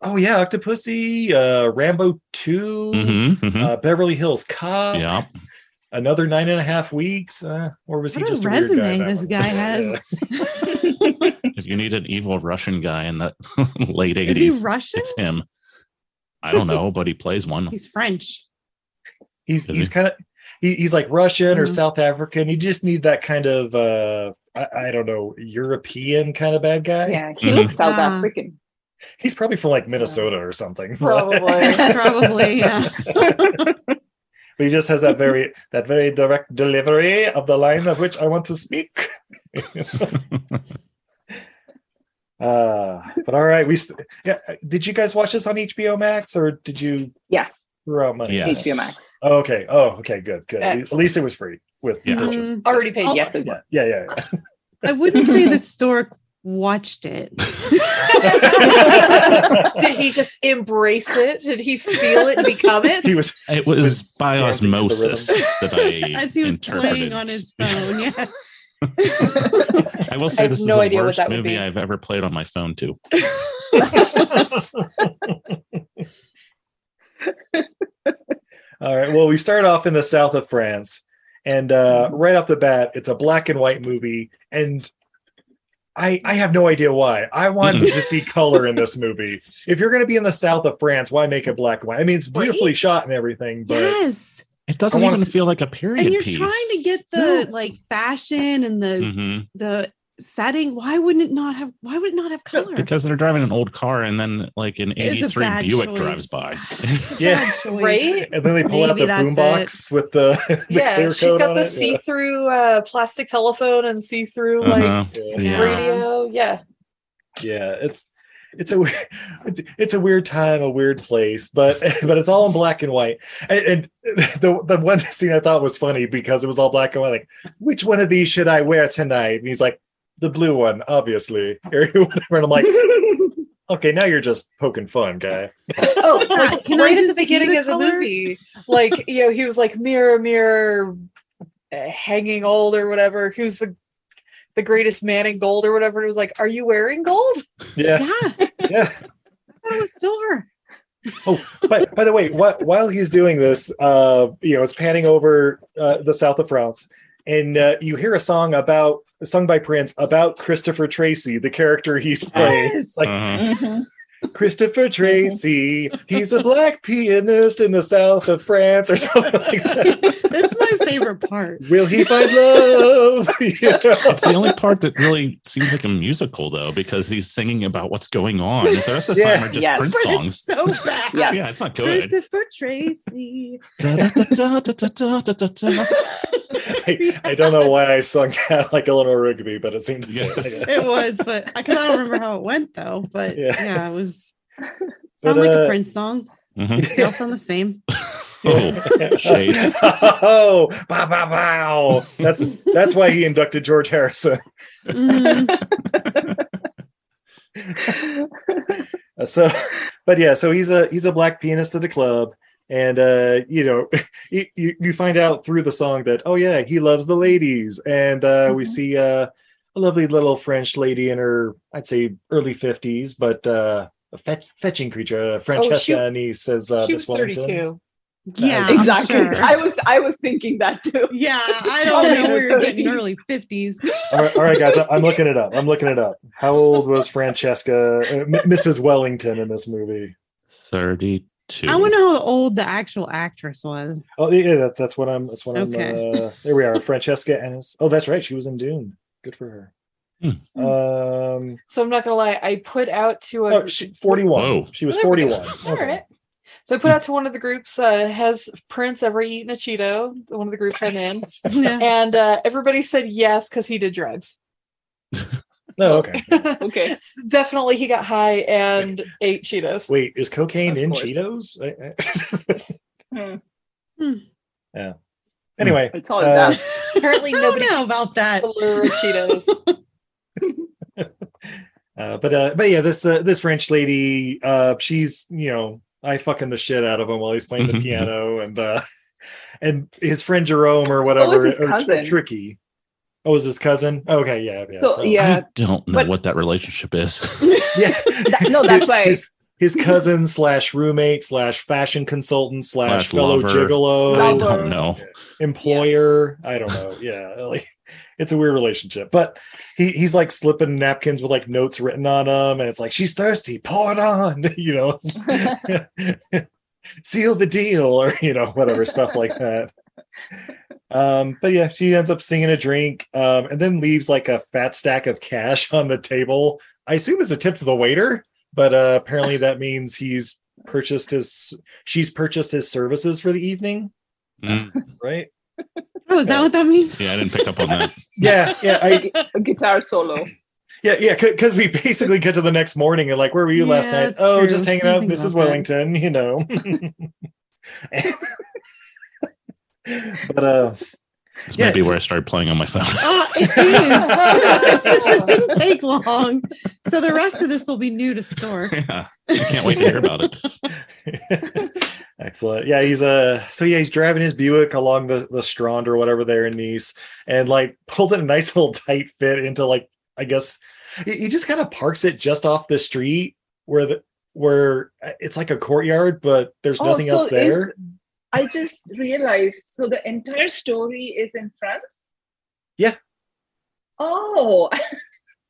Speaker 3: Oh yeah, Octopussy, uh Rambo 2,
Speaker 9: Mhm, mhm.
Speaker 3: Uh, Beverly Hills Cop.
Speaker 9: Yeah.
Speaker 3: Another nine and a half weeks. Uh, or was he
Speaker 10: What a
Speaker 3: just a weird guy
Speaker 10: resume
Speaker 3: in that
Speaker 10: this
Speaker 3: one?
Speaker 10: guy has.
Speaker 3: Yeah.
Speaker 9: If you need an evil Russian guy in the late
Speaker 10: Is
Speaker 9: 80s,
Speaker 10: he Russian?
Speaker 9: it's him. I don't know, but he plays one.
Speaker 10: He's French.
Speaker 3: He's he's kind of he, he's like Russian or
Speaker 10: Mhm.
Speaker 3: South African. You just need that kind of uh I, I don't know, European kind of bad guy.
Speaker 2: Yeah, he looks Mhm. South Ah. African.
Speaker 3: He's probably from like Minnesota or something.
Speaker 2: Probably.
Speaker 10: Probably, yeah.
Speaker 3: But he just has that very that very direct delivery of the line of which I want to speak. uh, but all right, we st- yeah. Did you guys watch this on HBO Max or did you?
Speaker 2: Yes.
Speaker 3: Throw money.
Speaker 9: Yes. HBO Max.
Speaker 3: Oh, okay. Oh, okay. Good. Good. At least- At
Speaker 9: Excellent.
Speaker 3: least it was free with
Speaker 9: Yeah.
Speaker 3: purchase.
Speaker 10: Mm.
Speaker 4: Already paid.
Speaker 10: I'll-
Speaker 2: yes, it was.
Speaker 3: Yeah. Yeah. yeah.
Speaker 10: I wouldn't say that Stork watched it.
Speaker 4: Did he just embrace it? Did he feel it and become it?
Speaker 3: He was.
Speaker 9: It was by
Speaker 3: dancing to the rhythm.
Speaker 9: osmosis that I
Speaker 10: As he was playing
Speaker 9: interpreted.
Speaker 10: on his phone. Yeah.
Speaker 9: I will say
Speaker 10: have
Speaker 9: this is
Speaker 10: no
Speaker 9: the
Speaker 10: idea what
Speaker 9: worst
Speaker 10: that would
Speaker 9: movie
Speaker 10: be.
Speaker 9: I've ever played on my phone too.
Speaker 3: All right. well, we start off in the south of France, and uh,
Speaker 9: Mm-hmm.
Speaker 3: right off the bat, it's a black and white movie, and I I have no idea why. I
Speaker 9: Mm-hmm.
Speaker 3: wanted to see color in this movie. If you're going to be in the south of France, why make it black and white? I mean, it's beautifully shot and everything, but
Speaker 10: yes.
Speaker 9: It doesn't
Speaker 3: I wanna
Speaker 9: even
Speaker 3: see-
Speaker 9: feel like a period
Speaker 10: and you're
Speaker 9: piece.
Speaker 10: trying to get the like fashion and the
Speaker 9: Mhm.
Speaker 10: the setting. Why wouldn't it not have? Why would it not have color?
Speaker 9: Because they're driving an old car, and then like an
Speaker 10: It's a
Speaker 9: '83
Speaker 10: bad
Speaker 9: Buick
Speaker 10: choice.
Speaker 9: drives by.
Speaker 3: yeah,
Speaker 4: Right?
Speaker 3: And then they pull out
Speaker 10: Maybe
Speaker 3: the
Speaker 10: that's
Speaker 3: boombox with the, the
Speaker 4: yeah,
Speaker 3: clear
Speaker 4: she's
Speaker 3: coat
Speaker 4: got
Speaker 3: on
Speaker 4: the
Speaker 3: it. Yeah.
Speaker 4: see-through uh, plastic telephone and see-through
Speaker 3: Uh-huh.
Speaker 4: like
Speaker 3: Yeah.
Speaker 4: radio. Yeah,
Speaker 3: yeah it's it's a weird it's, it's a weird time a weird place but but it's all in black and white and, and the the one scene i thought was funny because it was all black and white like which one of these should i wear tonight and he's like the blue one obviously or whatever and i'm like okay now you're just poking fun guy
Speaker 4: oh, like
Speaker 10: Can I
Speaker 4: right at the
Speaker 10: just see
Speaker 4: beginning
Speaker 10: the
Speaker 4: of the
Speaker 10: color?
Speaker 4: movie, like you know, he was like mirror, mirror, uh, hanging old or whatever. Who's the the greatest man in gold or whatever? And it was like, are you wearing gold?
Speaker 3: yeah
Speaker 10: That was silver.
Speaker 3: oh but by the way wh- while he's doing this uh you know it's panning over uh, the south of france and uh, you hear a song about sung by prince about christopher tracy the character he's playing like
Speaker 9: Uh-huh.
Speaker 2: Mm-hmm.
Speaker 3: Christopher Tracy, he's a black pianist in the south of France or something like that.
Speaker 10: That's my favorite part.
Speaker 3: Will he find love? You know?
Speaker 9: It's the only part that really seems like a musical, though, because he's singing about what's going on. The rest of the
Speaker 3: Yeah.
Speaker 9: time are just
Speaker 3: Yes.
Speaker 9: Prince
Speaker 10: But
Speaker 9: songs.
Speaker 10: it's so bad.
Speaker 9: Yes. Yeah, it's not good.
Speaker 10: Christopher Tracy.
Speaker 3: I, I don't know why I sung out like Eleanor Rigby, but it seemed to fit.
Speaker 10: it was, but I cannot remember how it went though. But yeah,
Speaker 3: Yeah.
Speaker 10: it was
Speaker 3: But,
Speaker 10: sound like
Speaker 3: uh,
Speaker 10: a Prince song.
Speaker 9: Mhm.
Speaker 10: They all sound the same.
Speaker 9: Oh, shade.
Speaker 3: Oh, bow, bow, bow. That's that's why he inducted George Harrison.
Speaker 2: Mm-hmm.
Speaker 3: Uh, so but yeah so he's a he's a black pianist at a club and uh you know you, you you find out through the song that oh yeah he loves the ladies and uh we
Speaker 2: Mm-hmm.
Speaker 3: see uh a lovely little french lady in her i'd say early 50s but uh a fet- fetching creature uh, francesca Anise says uh
Speaker 2: Oh, she
Speaker 3: Miss
Speaker 2: was
Speaker 3: Wellington.
Speaker 2: 32.
Speaker 10: Yeah, I'm
Speaker 2: exactly.
Speaker 10: sure.
Speaker 2: I was I was thinking that too.
Speaker 10: Yeah, I don't know. We were getting early fifties.
Speaker 3: all right, all right guys I- i'm looking it up i'm looking it up how old was francesca uh, M- mrs wellington in this movie
Speaker 9: Thirty-two.
Speaker 10: I want to know how old the actual actress was.
Speaker 3: Oh yeah, that's that's what I'm. That's what I'm.
Speaker 10: Okay.
Speaker 3: Uh, there we are, Francesca Ennis. Oh, that's right. She was in Dune. Good for her. Um,
Speaker 4: So I'm not gonna lie, I put out to a
Speaker 3: oh, she, forty-one.
Speaker 9: Whoa.
Speaker 3: She was
Speaker 4: Hmm. Whatever.
Speaker 3: forty-one.
Speaker 4: All right. So I put out to one of the groups uh, has Prince ever eaten a Cheeto? One of the groups I'm in,
Speaker 10: Yeah.
Speaker 4: and uh, everybody said yes because he did drugs.
Speaker 3: No, okay.
Speaker 4: okay, definitely he got high and ate Cheetos.
Speaker 3: Wait, is cocaine in Cheetos? I- I-
Speaker 4: Hmm.
Speaker 3: yeah. Anyway,
Speaker 2: It's all that.
Speaker 4: Apparently nobody
Speaker 10: know about that.
Speaker 4: Allure Cheetos.
Speaker 3: Uh, but uh, but yeah, this uh, this French lady, uh, she's you know I fucking the shit out of him while he's playing the piano and uh, and his friend Jerome or whatever
Speaker 2: his
Speaker 3: or,
Speaker 2: cousin.
Speaker 3: Tricky. Oh, was his cousin? Okay, yeah, yeah.
Speaker 2: So,
Speaker 3: Oh.
Speaker 2: yeah.
Speaker 9: I don't know
Speaker 2: But-
Speaker 9: what that relationship is.
Speaker 3: yeah.
Speaker 2: That- no, that's why.
Speaker 3: his, his cousin slash roommate slash fashion consultant
Speaker 9: Slash
Speaker 3: slash fellow
Speaker 9: lover.
Speaker 3: gigolo
Speaker 9: I
Speaker 2: Lover.
Speaker 9: don't know.
Speaker 3: employer. I don't know. Yeah, like it's a weird relationship. But he he's like slipping napkins with like notes written on them, and it's like she's thirsty, pour it on, you know, seal the deal, or you know, whatever stuff like that. Um, but yeah, she ends up singing a drink, um, and then leaves like a fat stack of cash on the table. I assume it's a tip to the waiter, but uh, apparently that means he's purchased his she's purchased his services for the evening,
Speaker 9: Mm.
Speaker 3: right?
Speaker 10: Oh, is that what that means?
Speaker 9: Yeah, I didn't pick up on that.
Speaker 3: yeah, yeah, I,
Speaker 2: a guitar solo.
Speaker 3: yeah, yeah. Because we basically get to the next morning and like, where were you last
Speaker 10: Yeah,
Speaker 3: night?
Speaker 10: that's
Speaker 3: Oh,
Speaker 10: true.
Speaker 3: just hanging
Speaker 10: I
Speaker 3: out,
Speaker 10: didn't
Speaker 3: with
Speaker 10: think
Speaker 3: Mrs.
Speaker 10: about that.
Speaker 3: Wellington. You know. but uh,
Speaker 9: This
Speaker 3: Yeah,
Speaker 9: might be
Speaker 3: so-
Speaker 9: where I started playing on my phone.
Speaker 10: Oh, it is. it didn't take long. So the rest of this will be new to store.
Speaker 9: yeah. I can't wait to hear about it.
Speaker 3: excellent. Yeah, he's uh, so yeah, he's driving his Buick along the the Strand or whatever there in Nice, and like pulls in a nice little tight fit into like I guess he he just kind of parks it just off the uh, street where the where it's like a courtyard, but there's nothing else there.
Speaker 2: Oh, Is, I just realized. So the entire story is in France.
Speaker 3: Yeah.
Speaker 2: Oh,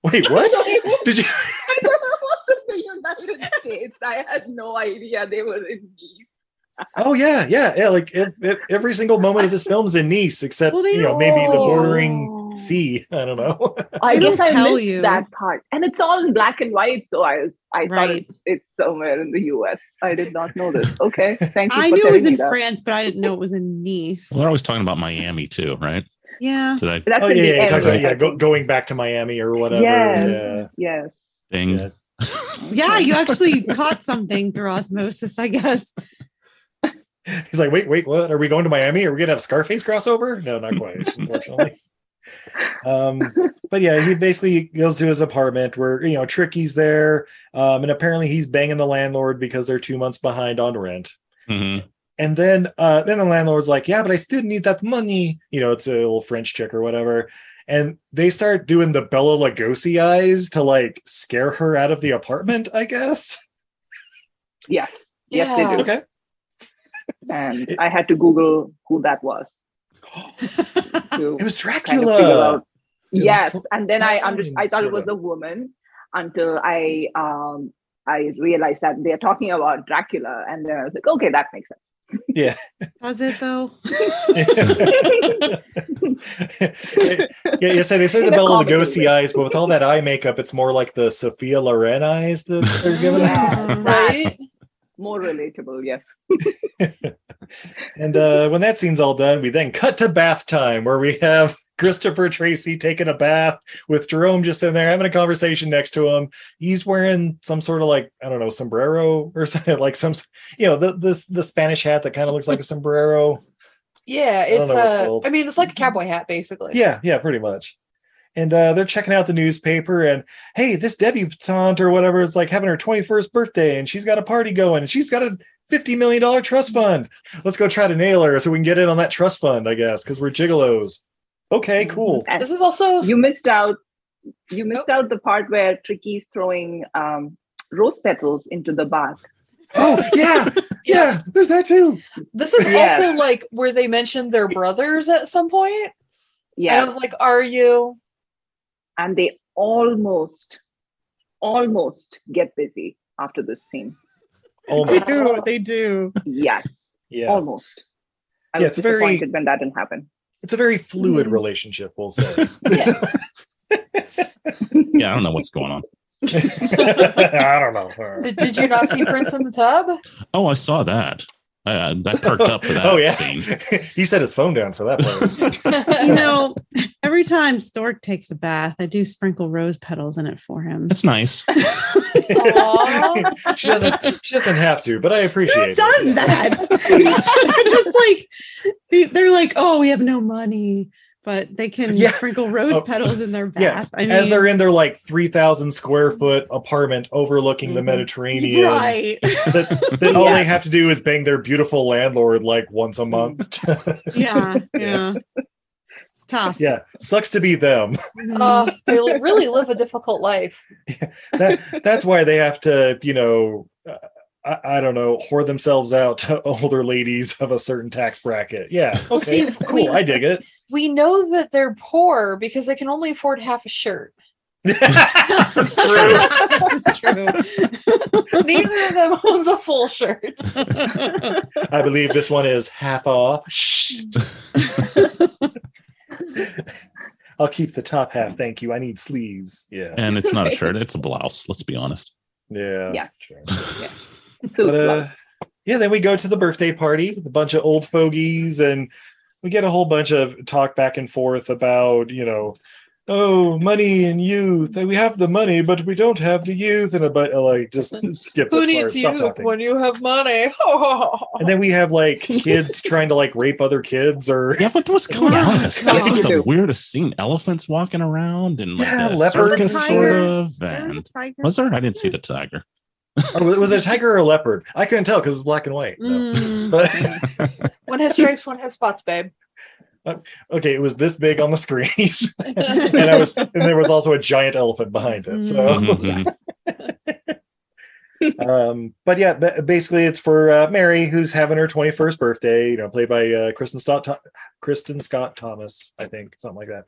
Speaker 3: Wait, what? Did you?
Speaker 2: I thought it was in the United States. I had no idea they were in Nice.
Speaker 3: Oh yeah, yeah, yeah. Like ev- ev- every single moment of this film is in Nice, except
Speaker 2: Well, they
Speaker 3: you know
Speaker 2: don't-
Speaker 3: maybe the bordering
Speaker 2: Oh.
Speaker 3: sea. I don't know.
Speaker 2: I
Speaker 3: They
Speaker 2: guess
Speaker 3: don't
Speaker 2: I
Speaker 3: tell
Speaker 2: missed
Speaker 3: you.
Speaker 2: that part, and it's all in black and white. So I, was, I thought it, it's somewhere in the U.S. I did not know this. Okay, thank you.
Speaker 10: I
Speaker 2: for
Speaker 10: knew it was
Speaker 2: telling me
Speaker 10: in
Speaker 2: that.
Speaker 10: France, but I didn't know it was in Nice.
Speaker 9: Well, they're always talking about Miami too, right?
Speaker 10: Yeah.
Speaker 9: Did I?
Speaker 10: That's
Speaker 3: oh
Speaker 10: in
Speaker 3: yeah,
Speaker 10: the
Speaker 3: yeah,
Speaker 10: end,
Speaker 3: talking about,
Speaker 10: I
Speaker 3: yeah. Go, going back to Miami or whatever.
Speaker 10: Yes.
Speaker 3: Yeah.
Speaker 2: Yes.
Speaker 9: Ding.
Speaker 10: Yeah, you actually taught something through osmosis, I guess.
Speaker 3: He's like, wait, wait, what? Are we going to Miami? Are we gonna have Scarface crossover? No, not quite, unfortunately. um, but yeah, he basically goes to his apartment where you know Tricky's there, um, and apparently he's banging the landlord because they're two months behind on rent.
Speaker 2: Mm-hmm.
Speaker 9: Mhm.
Speaker 3: And then uh then the landlord's like, Yeah, but I still need that money. You know, it's a little French chick or whatever. And they start doing the Bella Lugosi eyes to like scare her out of the apartment, I guess.
Speaker 2: Yes. Yes, they
Speaker 3: Yeah.
Speaker 2: do.
Speaker 3: Okay.
Speaker 2: And I had to Google who that was. Kind
Speaker 3: It was
Speaker 2: of figure out.
Speaker 3: Dracula. Yeah.
Speaker 2: Yes, and then I under- I thought it
Speaker 3: sort
Speaker 2: was a woman until I um I realized that they're talking about Dracula, and then I was like, okay, that makes sense.
Speaker 3: Yeah.
Speaker 10: Was it though?
Speaker 3: Yeah, yeah. So they say
Speaker 2: In
Speaker 3: the
Speaker 2: a
Speaker 3: Bella
Speaker 2: comedy
Speaker 3: Lugosi eyes, but with all that eye makeup, it's more like the Sophia Loren eyes that they're giving her.
Speaker 2: right? More relatable, yes.
Speaker 3: And uh, when that scene's all done, we then cut to bath time where we have Christopher Tracy taking a bath with Jerome just in there having a conversation next to him. He's wearing some sort of like, I don't know, sombrero or something like some, you know, the this the Spanish hat that kind of looks like a sombrero.
Speaker 4: Yeah,
Speaker 3: I don't
Speaker 4: it's
Speaker 3: know what it's
Speaker 4: uh,
Speaker 3: called.
Speaker 4: I mean, it's like a cowboy hat, basically.
Speaker 3: Yeah, yeah, pretty much. And uh, they're checking out the newspaper, and hey, this debutante or whatever is like having her 21st birthday, and she's got a party going, and she's got a $50 million trust fund. Let's go try to nail her so we can get in on that trust fund, I guess, because we're gigolos. Okay, cool.
Speaker 2: And
Speaker 4: This is also
Speaker 2: you missed out.
Speaker 4: Oh.
Speaker 2: You missed out the part where Tricky's throwing um, rose petals into the bath.
Speaker 3: Oh yeah, yeah. There's that too.
Speaker 4: This is
Speaker 2: Yeah.
Speaker 4: also like where they mentioned their brothers at some point.
Speaker 2: Yeah.
Speaker 4: And I was like, are you?
Speaker 2: And they almost, almost get busy after this scene. Oh
Speaker 3: Almost. They
Speaker 10: do, they do.
Speaker 2: Yes.
Speaker 3: Yeah.
Speaker 2: Almost. I
Speaker 3: Yeah,
Speaker 2: was
Speaker 3: it's very-
Speaker 2: disappointed when that didn't happen.
Speaker 3: It's a very fluid relationship, we'll say.
Speaker 9: Yeah, I don't know what's going on.
Speaker 3: I don't know.
Speaker 4: Did, did you not see Prince in the tub?
Speaker 9: Oh, I saw that. Uh, I perked up for that
Speaker 3: Oh, yeah.
Speaker 9: scene.
Speaker 3: he set his phone down for that part.
Speaker 10: you know, every time Stork takes a bath, I do sprinkle rose petals in it for him.
Speaker 9: That's nice.
Speaker 3: she doesn't. She doesn't have to, but I appreciate it.
Speaker 10: does that? Just like they- they're like, oh, we have no money, but they can
Speaker 3: Yeah.
Speaker 10: sprinkle rose
Speaker 3: Oh.
Speaker 10: petals in their
Speaker 3: Yeah,
Speaker 10: bath. I mean,
Speaker 3: as they're in their like three thousand square foot apartment overlooking the Mediterranean,
Speaker 10: right?
Speaker 3: that, that all they have to do is bang their beautiful landlord like once a month.
Speaker 10: Yeah, yeah. It's tough. Mm-hmm.
Speaker 3: yeah, sucks to be them.
Speaker 4: Uh, they li- really live a difficult life.
Speaker 3: That that's why they have to, you know, uh, I, I don't know, whore themselves out to older ladies of a certain tax bracket. Yeah,
Speaker 4: Well,
Speaker 3: okay,
Speaker 4: see,
Speaker 3: cool.
Speaker 4: we-
Speaker 3: I dig it.
Speaker 4: We know that they're poor because they can only afford half a shirt.
Speaker 10: That's true.
Speaker 4: Neither of them owns a full shirt.
Speaker 3: I believe this one is half off. Shh. I'll keep the top half, thank you. I need sleeves. Yeah.
Speaker 9: And it's not a shirt; it's a blouse. Let's be honest.
Speaker 3: Yeah.
Speaker 9: Yes.
Speaker 3: But, uh, yeah, then we go to the birthday party, with a bunch of old fogies, and we get a whole bunch of talk back and forth about, you know, oh, money and youth. and We have the money, but we don't have the youth. And about like just skip this part.
Speaker 4: Who needs
Speaker 3: Stop
Speaker 4: you
Speaker 3: talking.
Speaker 4: when you have money?
Speaker 3: And then we have like kids trying to like rape other kids or
Speaker 9: Yeah, what was going on? This
Speaker 3: Yes,
Speaker 9: was
Speaker 3: you
Speaker 9: the
Speaker 3: do.
Speaker 9: weirdest scene. Elephants walking around and like
Speaker 3: Yeah,
Speaker 9: a circus
Speaker 3: leopards. There was a
Speaker 9: sort
Speaker 3: tiger.
Speaker 9: of.
Speaker 3: There was a
Speaker 9: And
Speaker 3: tiger.
Speaker 9: was there? I didn't see the tiger.
Speaker 3: Or Oh, was it a tiger or a leopard? I couldn't tell because it's black and white. No.
Speaker 10: Mm-hmm.
Speaker 3: But
Speaker 4: one has stripes, one has spots, babe.
Speaker 3: okay, it was this big on the screen, and I was, and there was also a giant elephant behind it. So, um, but yeah, ba- basically it's for uh, Mary who's having her 21st birthday. You know, played by uh, Kristen Scott, Tho- Kristen Scott Thomas, I think, something like that.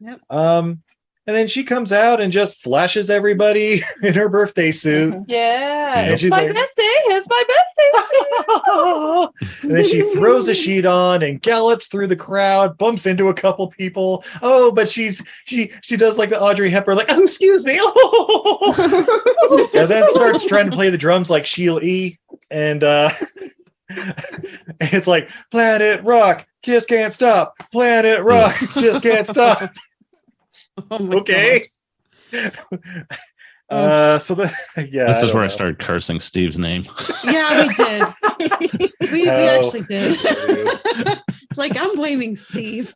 Speaker 10: Yep.
Speaker 3: Um, and then she comes out and just flashes everybody in her birthday suit.
Speaker 4: Yeah,
Speaker 3: And
Speaker 4: it's
Speaker 3: she's
Speaker 4: my
Speaker 3: like-
Speaker 4: birthday. It's my birthday.
Speaker 3: And then she throws a sheet on and gallops through the crowd, bumps into a couple people. Oh, but she's she she does like the Audrey Hepburn, like, oh, excuse me. and then starts trying to play the drums like Sheila E. And uh it's like Planet Rock just can't stop. Planet Rock just can't stop. okay. Uh so the yeah.
Speaker 9: this
Speaker 3: I
Speaker 9: is
Speaker 3: don't
Speaker 9: where I
Speaker 3: know.
Speaker 9: started cursing Steve's name.
Speaker 10: Yeah, we did. We, we
Speaker 9: Oh.
Speaker 10: actually did. it's like I'm blaming Steve.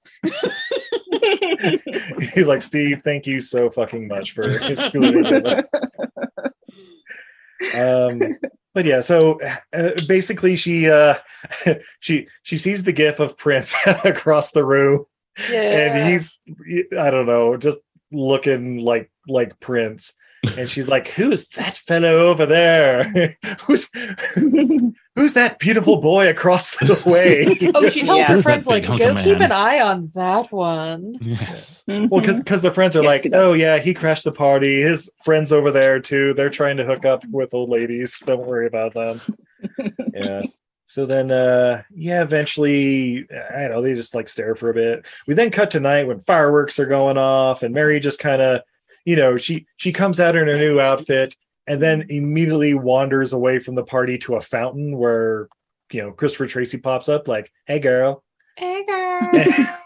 Speaker 3: He's like, Steve, thank you so fucking much for excluding us." um but yeah so uh, basically she uh she she sees the gif of prince across the room and he's i don't know just looking like like prince and she's like who's that fellow over there who's who's that beautiful boy across the way
Speaker 4: oh, she tells her
Speaker 3: Who's that
Speaker 4: friends
Speaker 3: big
Speaker 4: like,
Speaker 3: hunk
Speaker 4: "Go
Speaker 3: of
Speaker 4: keep
Speaker 3: man?"
Speaker 4: an eye on that one."
Speaker 9: Yes.
Speaker 2: Mm-hmm.
Speaker 3: Well, because the friends are like, oh yeah, he crashed the party. His friends over there too. They're trying to hook up with old ladies. Don't worry about them. yeah. So then, uh, yeah, eventually, I don't know. They just like stare for a bit. We then cut tonight when fireworks are going off, and Mary just kind of, you know, she she comes out in her new outfit, and then immediately wanders away from the party to a fountain where, you know, Christopher Tracy pops up like, "Hey, girl."
Speaker 4: Hey, girl.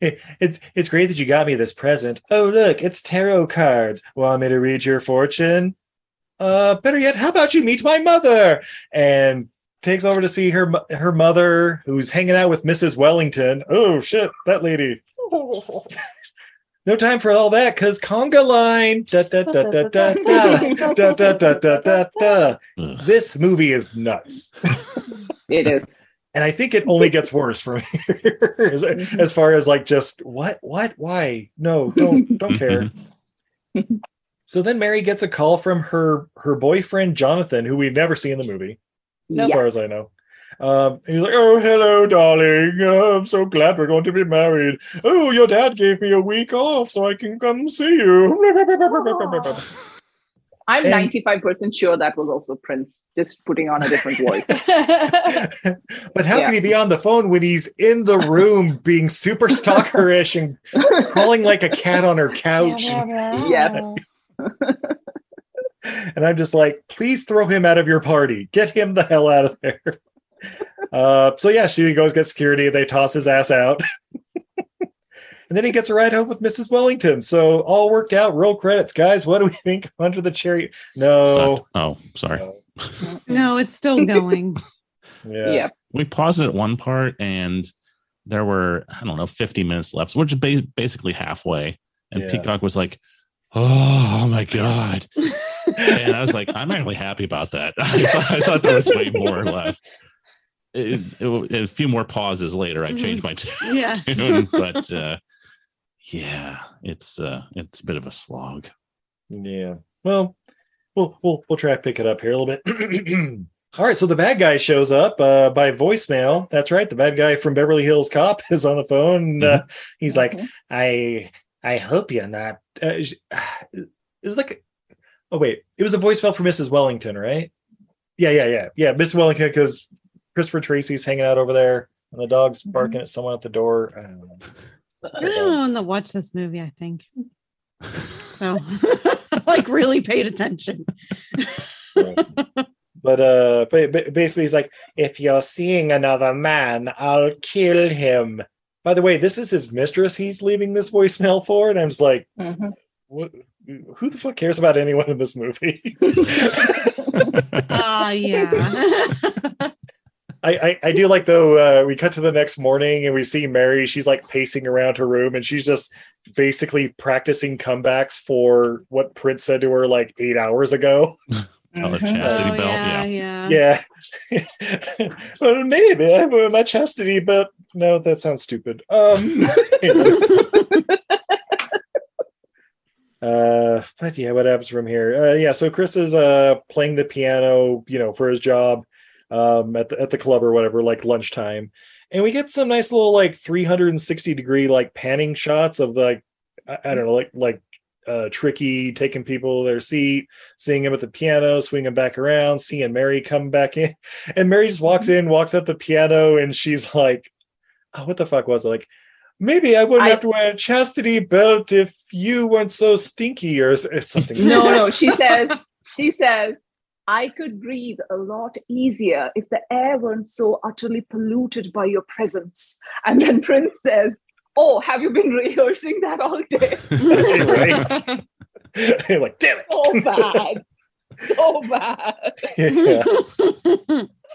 Speaker 3: it's it's great that you got me this present. Oh look, it's tarot cards. Want me to read your fortune? Uh, better yet, how about you meet my mother? And takes over to see her mo- her mother, who's hanging out with Mrs. Wellington. Oh shit, that lady. No time for all that, cause conga line. Da, da, da, da, da, da, da, da, da, da, da, da. This movie is nuts.
Speaker 2: Mm-hmm. It is.
Speaker 3: And I think it only gets worse from here, as, as far as like just what, what, why? No, don't, don't care. so then Mary gets a call from her her boyfriend Jonathan, who we never see in the movie, as
Speaker 2: Nope.
Speaker 3: far as I know. Um, he's like, "Oh, hello, darling. Uh, I'm so glad we're going to be married. Oh, your dad gave me a week off so I can come see you."
Speaker 2: I'm
Speaker 3: And-
Speaker 2: 95% sure that was also Prince, just putting on a different voice.
Speaker 3: But how can
Speaker 2: Yeah.
Speaker 3: he be on the phone when he's in the room being super stalkerish and crawling like a cat on her couch?
Speaker 2: yes.
Speaker 3: And I'm just like, please throw him out of your party. Get him the hell out of there. Uh, so yeah, she goes get security. They toss his ass out. and then he gets a ride home with Mrs. Wellington. So all worked out. Roll credits, guys. What do we think? Under the cherry. No.
Speaker 9: Oh, sorry.
Speaker 10: No, it's still going.
Speaker 3: Yeah.
Speaker 9: We paused it at one part and there were, I don't know, 50 minutes left, which is ba- basically halfway. And
Speaker 3: Yeah.
Speaker 9: Peacock was like, Oh my God. and I was like, I'm actually happy about that. I thought, I thought there was way more left. It- it- a few more pauses later, I changed my tune.
Speaker 10: Mm-hmm. Yes.
Speaker 9: tune, but uh, yeah, it's uh, it's a bit of a slog.
Speaker 3: Yeah. Well, we'll we'll we'll try to pick it up here a little bit. All right, so the bad guy shows up uh, by voicemail. That's right, the bad guy from Beverly Hills Cop is on the phone. And, uh, he's like,
Speaker 2: Mm-hmm.
Speaker 3: "I I hope you're not." Uh, sh- it's like, oh wait, it was a voicemail for Mrs. Wellington, right? Yeah, yeah, yeah, yeah. Miss Wellington, because Christopher Tracy's hanging out over there, and the dog's barking at someone at the door. I don't know.
Speaker 10: You're the only one that watched this movie, I think. So, like, really paid attention.
Speaker 3: but uh ba- ba- basically he's like if you're seeing another man i'll kill him by the way this is his mistress he's leaving this voicemail for and i'm just like
Speaker 2: Mm-hmm.
Speaker 3: what who the fuck cares about anyone in this movie
Speaker 10: Oh, yeah.
Speaker 3: I, I i do like though uh we cut to the next morning and we see mary she's like pacing around her room and she's just basically practicing comebacks for what prince said to her like eight hours ago
Speaker 2: Mm-hmm.
Speaker 9: Oh, the chastity
Speaker 10: Oh,
Speaker 9: belt.
Speaker 10: yeah,
Speaker 9: Yeah.
Speaker 4: Uh-huh.
Speaker 10: yeah.
Speaker 3: yeah. well, maybe I have uh, my chastity, but no, that sounds stupid. Um, anyway. Uh, but yeah, what happens from here? Uh, yeah, so Chris is uh playing the piano, you know, for his job, um, at the at the club or whatever, like lunchtime, and we get some nice little like 360 degree like panning shots of like I, I don't know, like like uh Tricky taking people to their seat, seeing him at the piano, swinging back around, seeing Mary come back in, and Mary just walks in, walks at the piano, and she's like, oh, "What the fuck was it like?" Maybe I wouldn't
Speaker 2: I-
Speaker 3: have to wear a chastity belt if you weren't so stinky or, s- or something.
Speaker 2: No, no, she says, she says, I could breathe a lot easier if the air weren't so utterly polluted by your presence. And then Prince says, Oh, have you been rehearsing that all day?
Speaker 3: right? like, damn it.
Speaker 2: so bad. So bad.
Speaker 3: Yeah.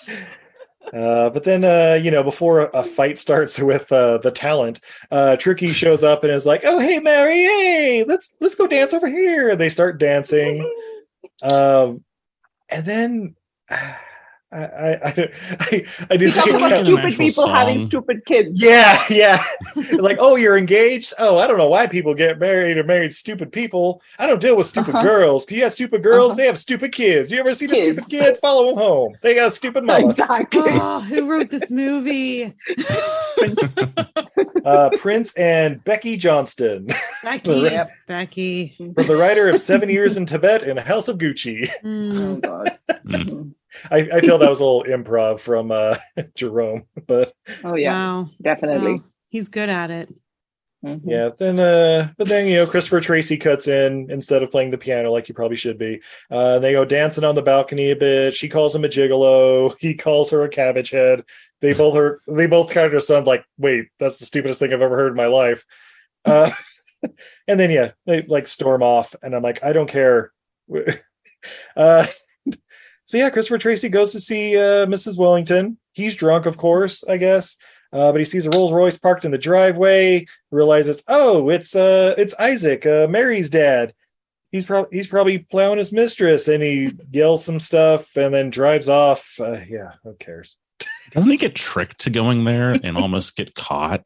Speaker 3: Uh, but then, uh, you know, before a, a fight starts with uh, the talent, uh, Tricky shows up and is like, "Oh, hey, Mary, hey, let's let's go dance over here." They start dancing, um, and then I I I, don't- I, I do
Speaker 2: He talks
Speaker 3: think it
Speaker 2: about
Speaker 3: kinda-
Speaker 2: stupid people having stupid kids.
Speaker 3: yeah, yeah. It's like, oh, you're engaged. Oh, I don't know why people get married or married stupid people. I don't deal with stupid
Speaker 2: Uh-huh.
Speaker 3: girls. Do you have stupid girls?
Speaker 2: Uh-huh.
Speaker 3: They have stupid kids. You ever seen a stupid
Speaker 2: Kids.
Speaker 3: kid? Follow them home. They got a stupid mama.
Speaker 2: Exactly.
Speaker 10: Oh, who wrote this movie?
Speaker 3: Uh, Prince and Becky Johnston,
Speaker 10: Becky.
Speaker 3: Yep.
Speaker 10: Becky.
Speaker 2: Oh,
Speaker 3: from the writer of Seven Years in Tibet and House of Gucci.
Speaker 2: oh,
Speaker 10: Mm.
Speaker 9: Mm-hmm.
Speaker 2: Mm-hmm.
Speaker 3: I, I feel that was a little improv from uh, Jerome, but
Speaker 2: Oh, yeah.
Speaker 10: Wow.
Speaker 2: Definitely. Mm-hmm.
Speaker 10: Wow. He's good at it.
Speaker 3: Yeah, then uh but then you know Christopher Tracy cuts in instead of playing the piano like he probably should be. Uh they go dancing on the balcony a bit. She calls him a gigolo, he calls her a cabbage head. They both are they both kind of sound like, wait, that's the stupidest thing I've ever heard in my life. Uh and then yeah, they like storm off and I'm like, I don't care. uh so yeah, Christopher Tracy goes to see uh Mrs. Wellington. He's drunk, of course, I guess. Uh, but he sees a Rolls Royce parked in the driveway realizes, oh, it's uh, it's Isaac, uh, Mary's dad. He's probably he's probably plowing his mistress, and he yells some stuff, and then drives off. Uh, yeah, who cares?
Speaker 9: Doesn't he get tricked to going there and almost get caught?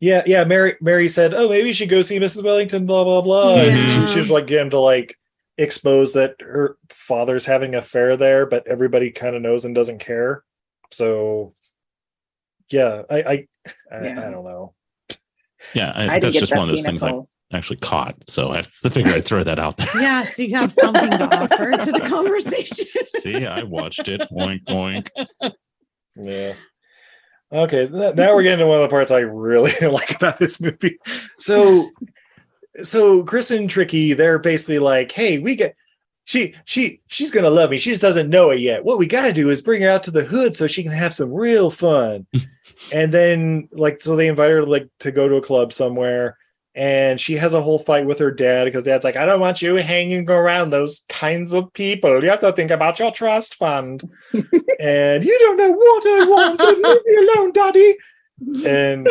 Speaker 3: Yeah, yeah. Mary Mary said, oh, maybe you should go see Mrs. Wellington. Blah blah blah.
Speaker 10: Yeah.
Speaker 3: And she, she was like, get him to like expose that her father's having an affair there, but everybody kind of knows and doesn't care. So, yeah, I I I,
Speaker 2: Yeah.
Speaker 3: I don't know.
Speaker 9: Yeah, I,
Speaker 2: I didn't
Speaker 9: that's
Speaker 2: get
Speaker 9: just
Speaker 2: that
Speaker 9: one of those
Speaker 2: scene at
Speaker 9: things I
Speaker 2: all.
Speaker 9: actually caught. So I have to figure I'd throw that out there.
Speaker 10: Yes, you have something to offer to the conversation.
Speaker 9: See, I watched it. Boink, boink.
Speaker 3: Yeah. Okay, th- now we're getting to one of the parts I really don't like about this movie. So, so Chris and Tricky, they're basically like, "Hey, we get she she she's gonna love me. She just doesn't know it yet. What we got to do is bring her out to the hood so she can have some real fun." and then, like, so they invite her like to go to a club somewhere, and she has a whole fight with her dad because dad's like, "I don't want you hanging around those kinds of people. You have to think about your trust fund." and you don't know what I want. so leave me alone, Daddy. And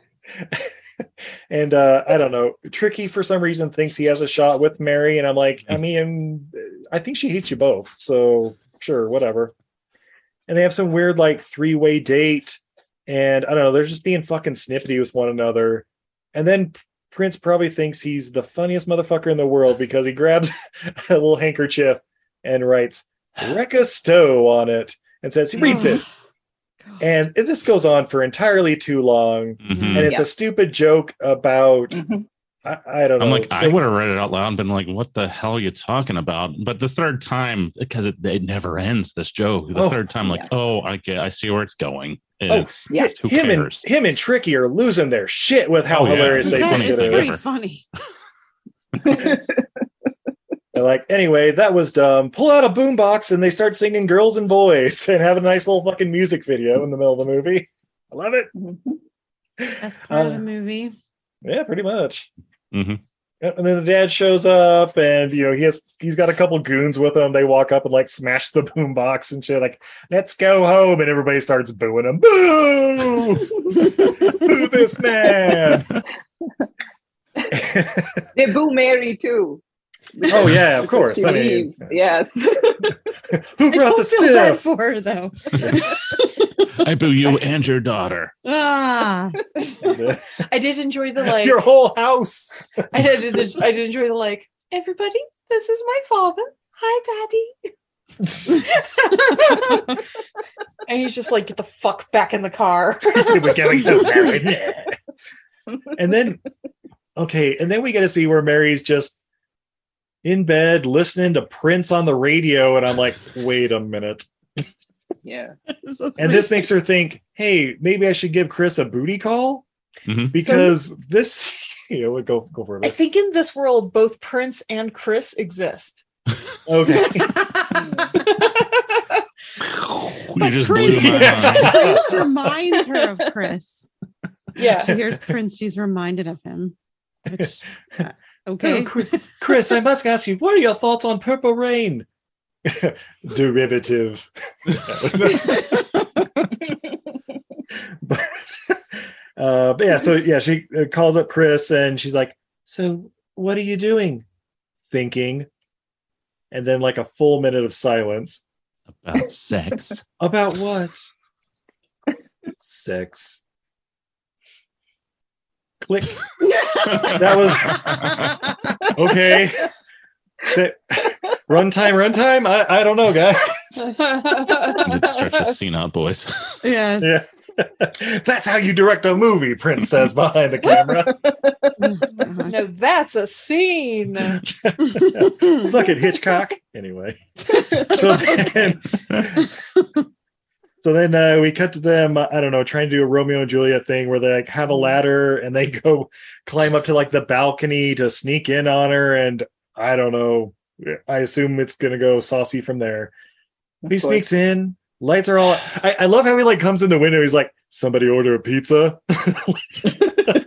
Speaker 3: and uh, I don't know. Tricky for some reason thinks he has a shot with Mary, and I'm like, I mean, I think she hates you both. So sure, whatever. And they have some weird like three way date, and I don't know. They're just being fucking snippety with one another, and then. Prince probably thinks he's the funniest motherfucker in the world because he grabs a little handkerchief and writes Rekka Stowe on it and says, read
Speaker 10: Oh,
Speaker 3: this. And this goes on for entirely too long.
Speaker 9: Mm-hmm.
Speaker 3: And it's
Speaker 2: Yeah.
Speaker 3: a stupid joke about,
Speaker 2: Mhm.
Speaker 3: I, I don't know.
Speaker 9: I'm like,
Speaker 3: It's
Speaker 9: I would have read it out loud and been like, what the hell are you talking about? But the third time, because it, it never ends, this joke, the
Speaker 3: Oh.
Speaker 9: third time, like, oh, I get, I see where it's going. And
Speaker 3: Oh,
Speaker 9: it's,
Speaker 2: yeah.
Speaker 9: who
Speaker 3: him and,
Speaker 9: cares?
Speaker 3: him and Tricky are losing their shit with how
Speaker 9: Oh, yeah.
Speaker 3: hilarious
Speaker 9: It's
Speaker 3: they
Speaker 9: the
Speaker 3: think
Speaker 9: funniest
Speaker 3: it
Speaker 9: thing
Speaker 3: is.
Speaker 10: Pretty funny.
Speaker 9: ever. oh.
Speaker 3: They're like, anyway, that was dumb. Pull out a boombox and they start singing Girls and Boys and have a nice little fucking music video in the middle of the movie. I love it.
Speaker 2: Mm-hmm.
Speaker 10: Best part of
Speaker 3: Uh,
Speaker 10: the movie.
Speaker 3: Yeah, pretty much.
Speaker 9: Mhm.
Speaker 3: And then the dad shows up, and you know he has he's got a couple goons with him. They walk up and like smash the boom box and shit. Like, let's go home, and everybody starts booing him. Boo! Boo this man!
Speaker 2: They boo Mary too.
Speaker 3: Oh yeah, of course.
Speaker 2: She
Speaker 3: I mean,
Speaker 2: leaves. Yes.
Speaker 3: who
Speaker 10: I
Speaker 3: brought
Speaker 10: don't
Speaker 3: the
Speaker 10: feel bad
Speaker 3: stuff?
Speaker 10: for her though.
Speaker 9: I boo you and your daughter.
Speaker 4: Ah. I did enjoy the like
Speaker 3: Your whole house.
Speaker 4: I did I did enjoy the like everybody, this is my father. Hi daddy. and he's just like get the fuck back in the car.
Speaker 3: We're going to married. and then okay and then we get to see where mary's just in bed listening to prince on the radio and i'm like wait a minute
Speaker 2: yeah
Speaker 3: and this makes her think hey maybe i should give chris a booty call
Speaker 9: Mm-hmm.
Speaker 3: because this you know go go for
Speaker 4: I
Speaker 3: it
Speaker 4: think in this world both Prince and Chris exist.
Speaker 3: okay
Speaker 9: You just blew my mind.
Speaker 10: Prince reminds her of Chris.
Speaker 4: Yeah.
Speaker 10: She hears Prince, she's reminded of him. Which, uh, okay.
Speaker 3: Oh, Chris, Chris, I must ask you, what are your thoughts on Purple Rain? Derivative. but, uh, but yeah, so yeah, she uh, calls up Chris and she's like, So what are you doing? Thinking. And then like a full minute of silence.
Speaker 9: About sex.
Speaker 3: About what? Sex. Click. that was okay. That, runtime, runtime. I, I don't know, guys.
Speaker 9: We need to stretch this scene out, boys.
Speaker 10: Yes.
Speaker 3: Yeah. That's how you direct a movie, Prince says behind the camera.
Speaker 4: No, that's a scene.
Speaker 3: Suck it, Hitchcock. Anyway. So then, so then uh, we cut to them, uh, I don't know, trying to do a Romeo and Juliet thing where they like have a ladder and they go climb up to like the balcony to sneak in on her. And I don't know. I assume it's going to go saucy from there. he
Speaker 2: course.
Speaker 3: sneaks in. Lights are all. I, I love how he like comes in the window. He's like, "Somebody order a pizza."
Speaker 4: I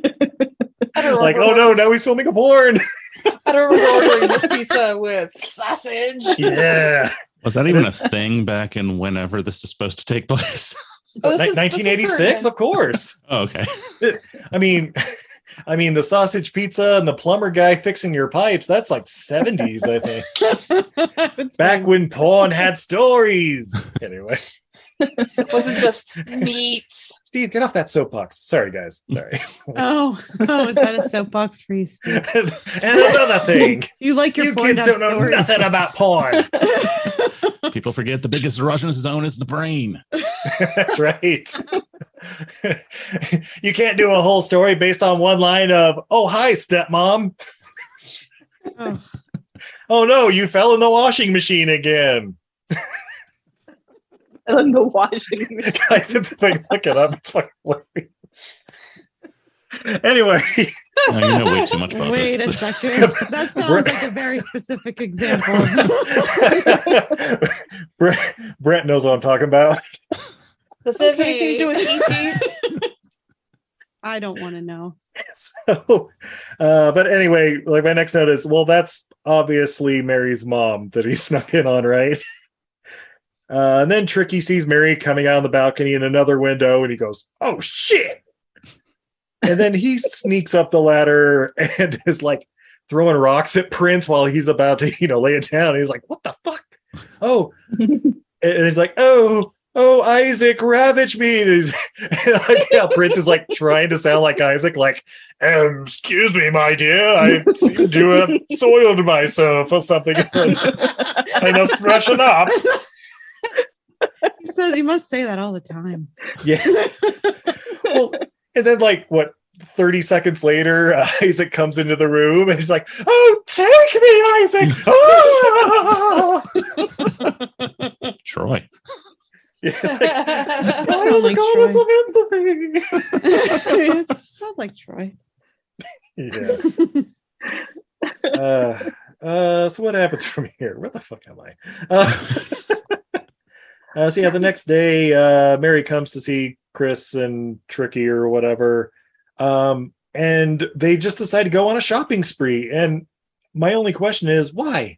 Speaker 4: don't
Speaker 3: like, oh
Speaker 4: remember-
Speaker 3: no, now he's filming a porn.
Speaker 4: I don't remember ordering this pizza with sausage.
Speaker 3: yeah.
Speaker 9: Was that even a thing back in whenever this is supposed to take place?
Speaker 4: Oh, this
Speaker 3: Like
Speaker 4: is- this
Speaker 3: 1986,
Speaker 4: is Bergen.
Speaker 3: of course.
Speaker 9: Oh, okay.
Speaker 3: I mean, I mean the sausage pizza and the plumber guy fixing your pipes. That's like 70s, I think. Back when porn had stories. Anyway,
Speaker 4: It wasn't just meat.
Speaker 3: Steve, get off that soapbox. Sorry, guys. Sorry.
Speaker 10: Oh, oh, is that a soapbox for you, Steve?
Speaker 3: and another thing,
Speaker 10: You like your
Speaker 3: you
Speaker 10: porn
Speaker 3: kids
Speaker 10: up
Speaker 3: don't know
Speaker 10: stories.
Speaker 3: nothing about porn.
Speaker 9: People forget the biggest erogenous zone is the brain.
Speaker 3: That's right. you can't do a whole story based on one line of, oh, hi, stepmom.
Speaker 10: Oh.
Speaker 3: Oh, no, you fell in the washing machine again.
Speaker 2: and the washing machine.
Speaker 3: Guys, it's like, look it up. It's fucking hilarious. Anyway,
Speaker 9: Now you know way too much about
Speaker 10: Wait a
Speaker 9: this.
Speaker 10: second. That sounds
Speaker 3: Right.
Speaker 10: like a very specific example. of-
Speaker 3: Brett, Brett knows what I'm talking about.
Speaker 4: Does it have anything to do
Speaker 10: Okay.
Speaker 4: with E ET?
Speaker 10: I don't want to know.
Speaker 3: So, uh, but anyway, like my next note is, well, that's obviously Mary's mom that he snuck in on, right? Uh, and then Tricky sees Mary coming out on the balcony in another window, and he goes, "Oh shit!" And then he sneaks up the ladder and is like throwing rocks at Prince while he's about to, you know, lay it down. he's like, "What the fuck? Oh!" and and he's like, "Oh." Oh, Isaac, ravage me! And he's- and I like how Prince is like trying to sound like Isaac, like, um, excuse me, my dear, I seem to have soiled myself or something. I must freshen up.
Speaker 10: He says he must say that all the time.
Speaker 3: Yeah. Well, and then like what 30 seconds later, uh, Isaac comes into the room and he's like, Oh, take me, Isaac. Ah!
Speaker 9: Troy.
Speaker 3: Yeah, like,
Speaker 10: That
Speaker 3: "I
Speaker 10: sound
Speaker 3: am
Speaker 10: like
Speaker 3: goddess
Speaker 10: Troy.
Speaker 3: of empathy.
Speaker 10: it sounds like Troy.
Speaker 3: Yeah. uh, uh, so what happens from here? Where the fuck am I? Uh, uh, so yeah, the next day, uh, Mary comes to see Chris and Tricky or whatever, um, and they just decide to go on a shopping spree. And my only question is, why?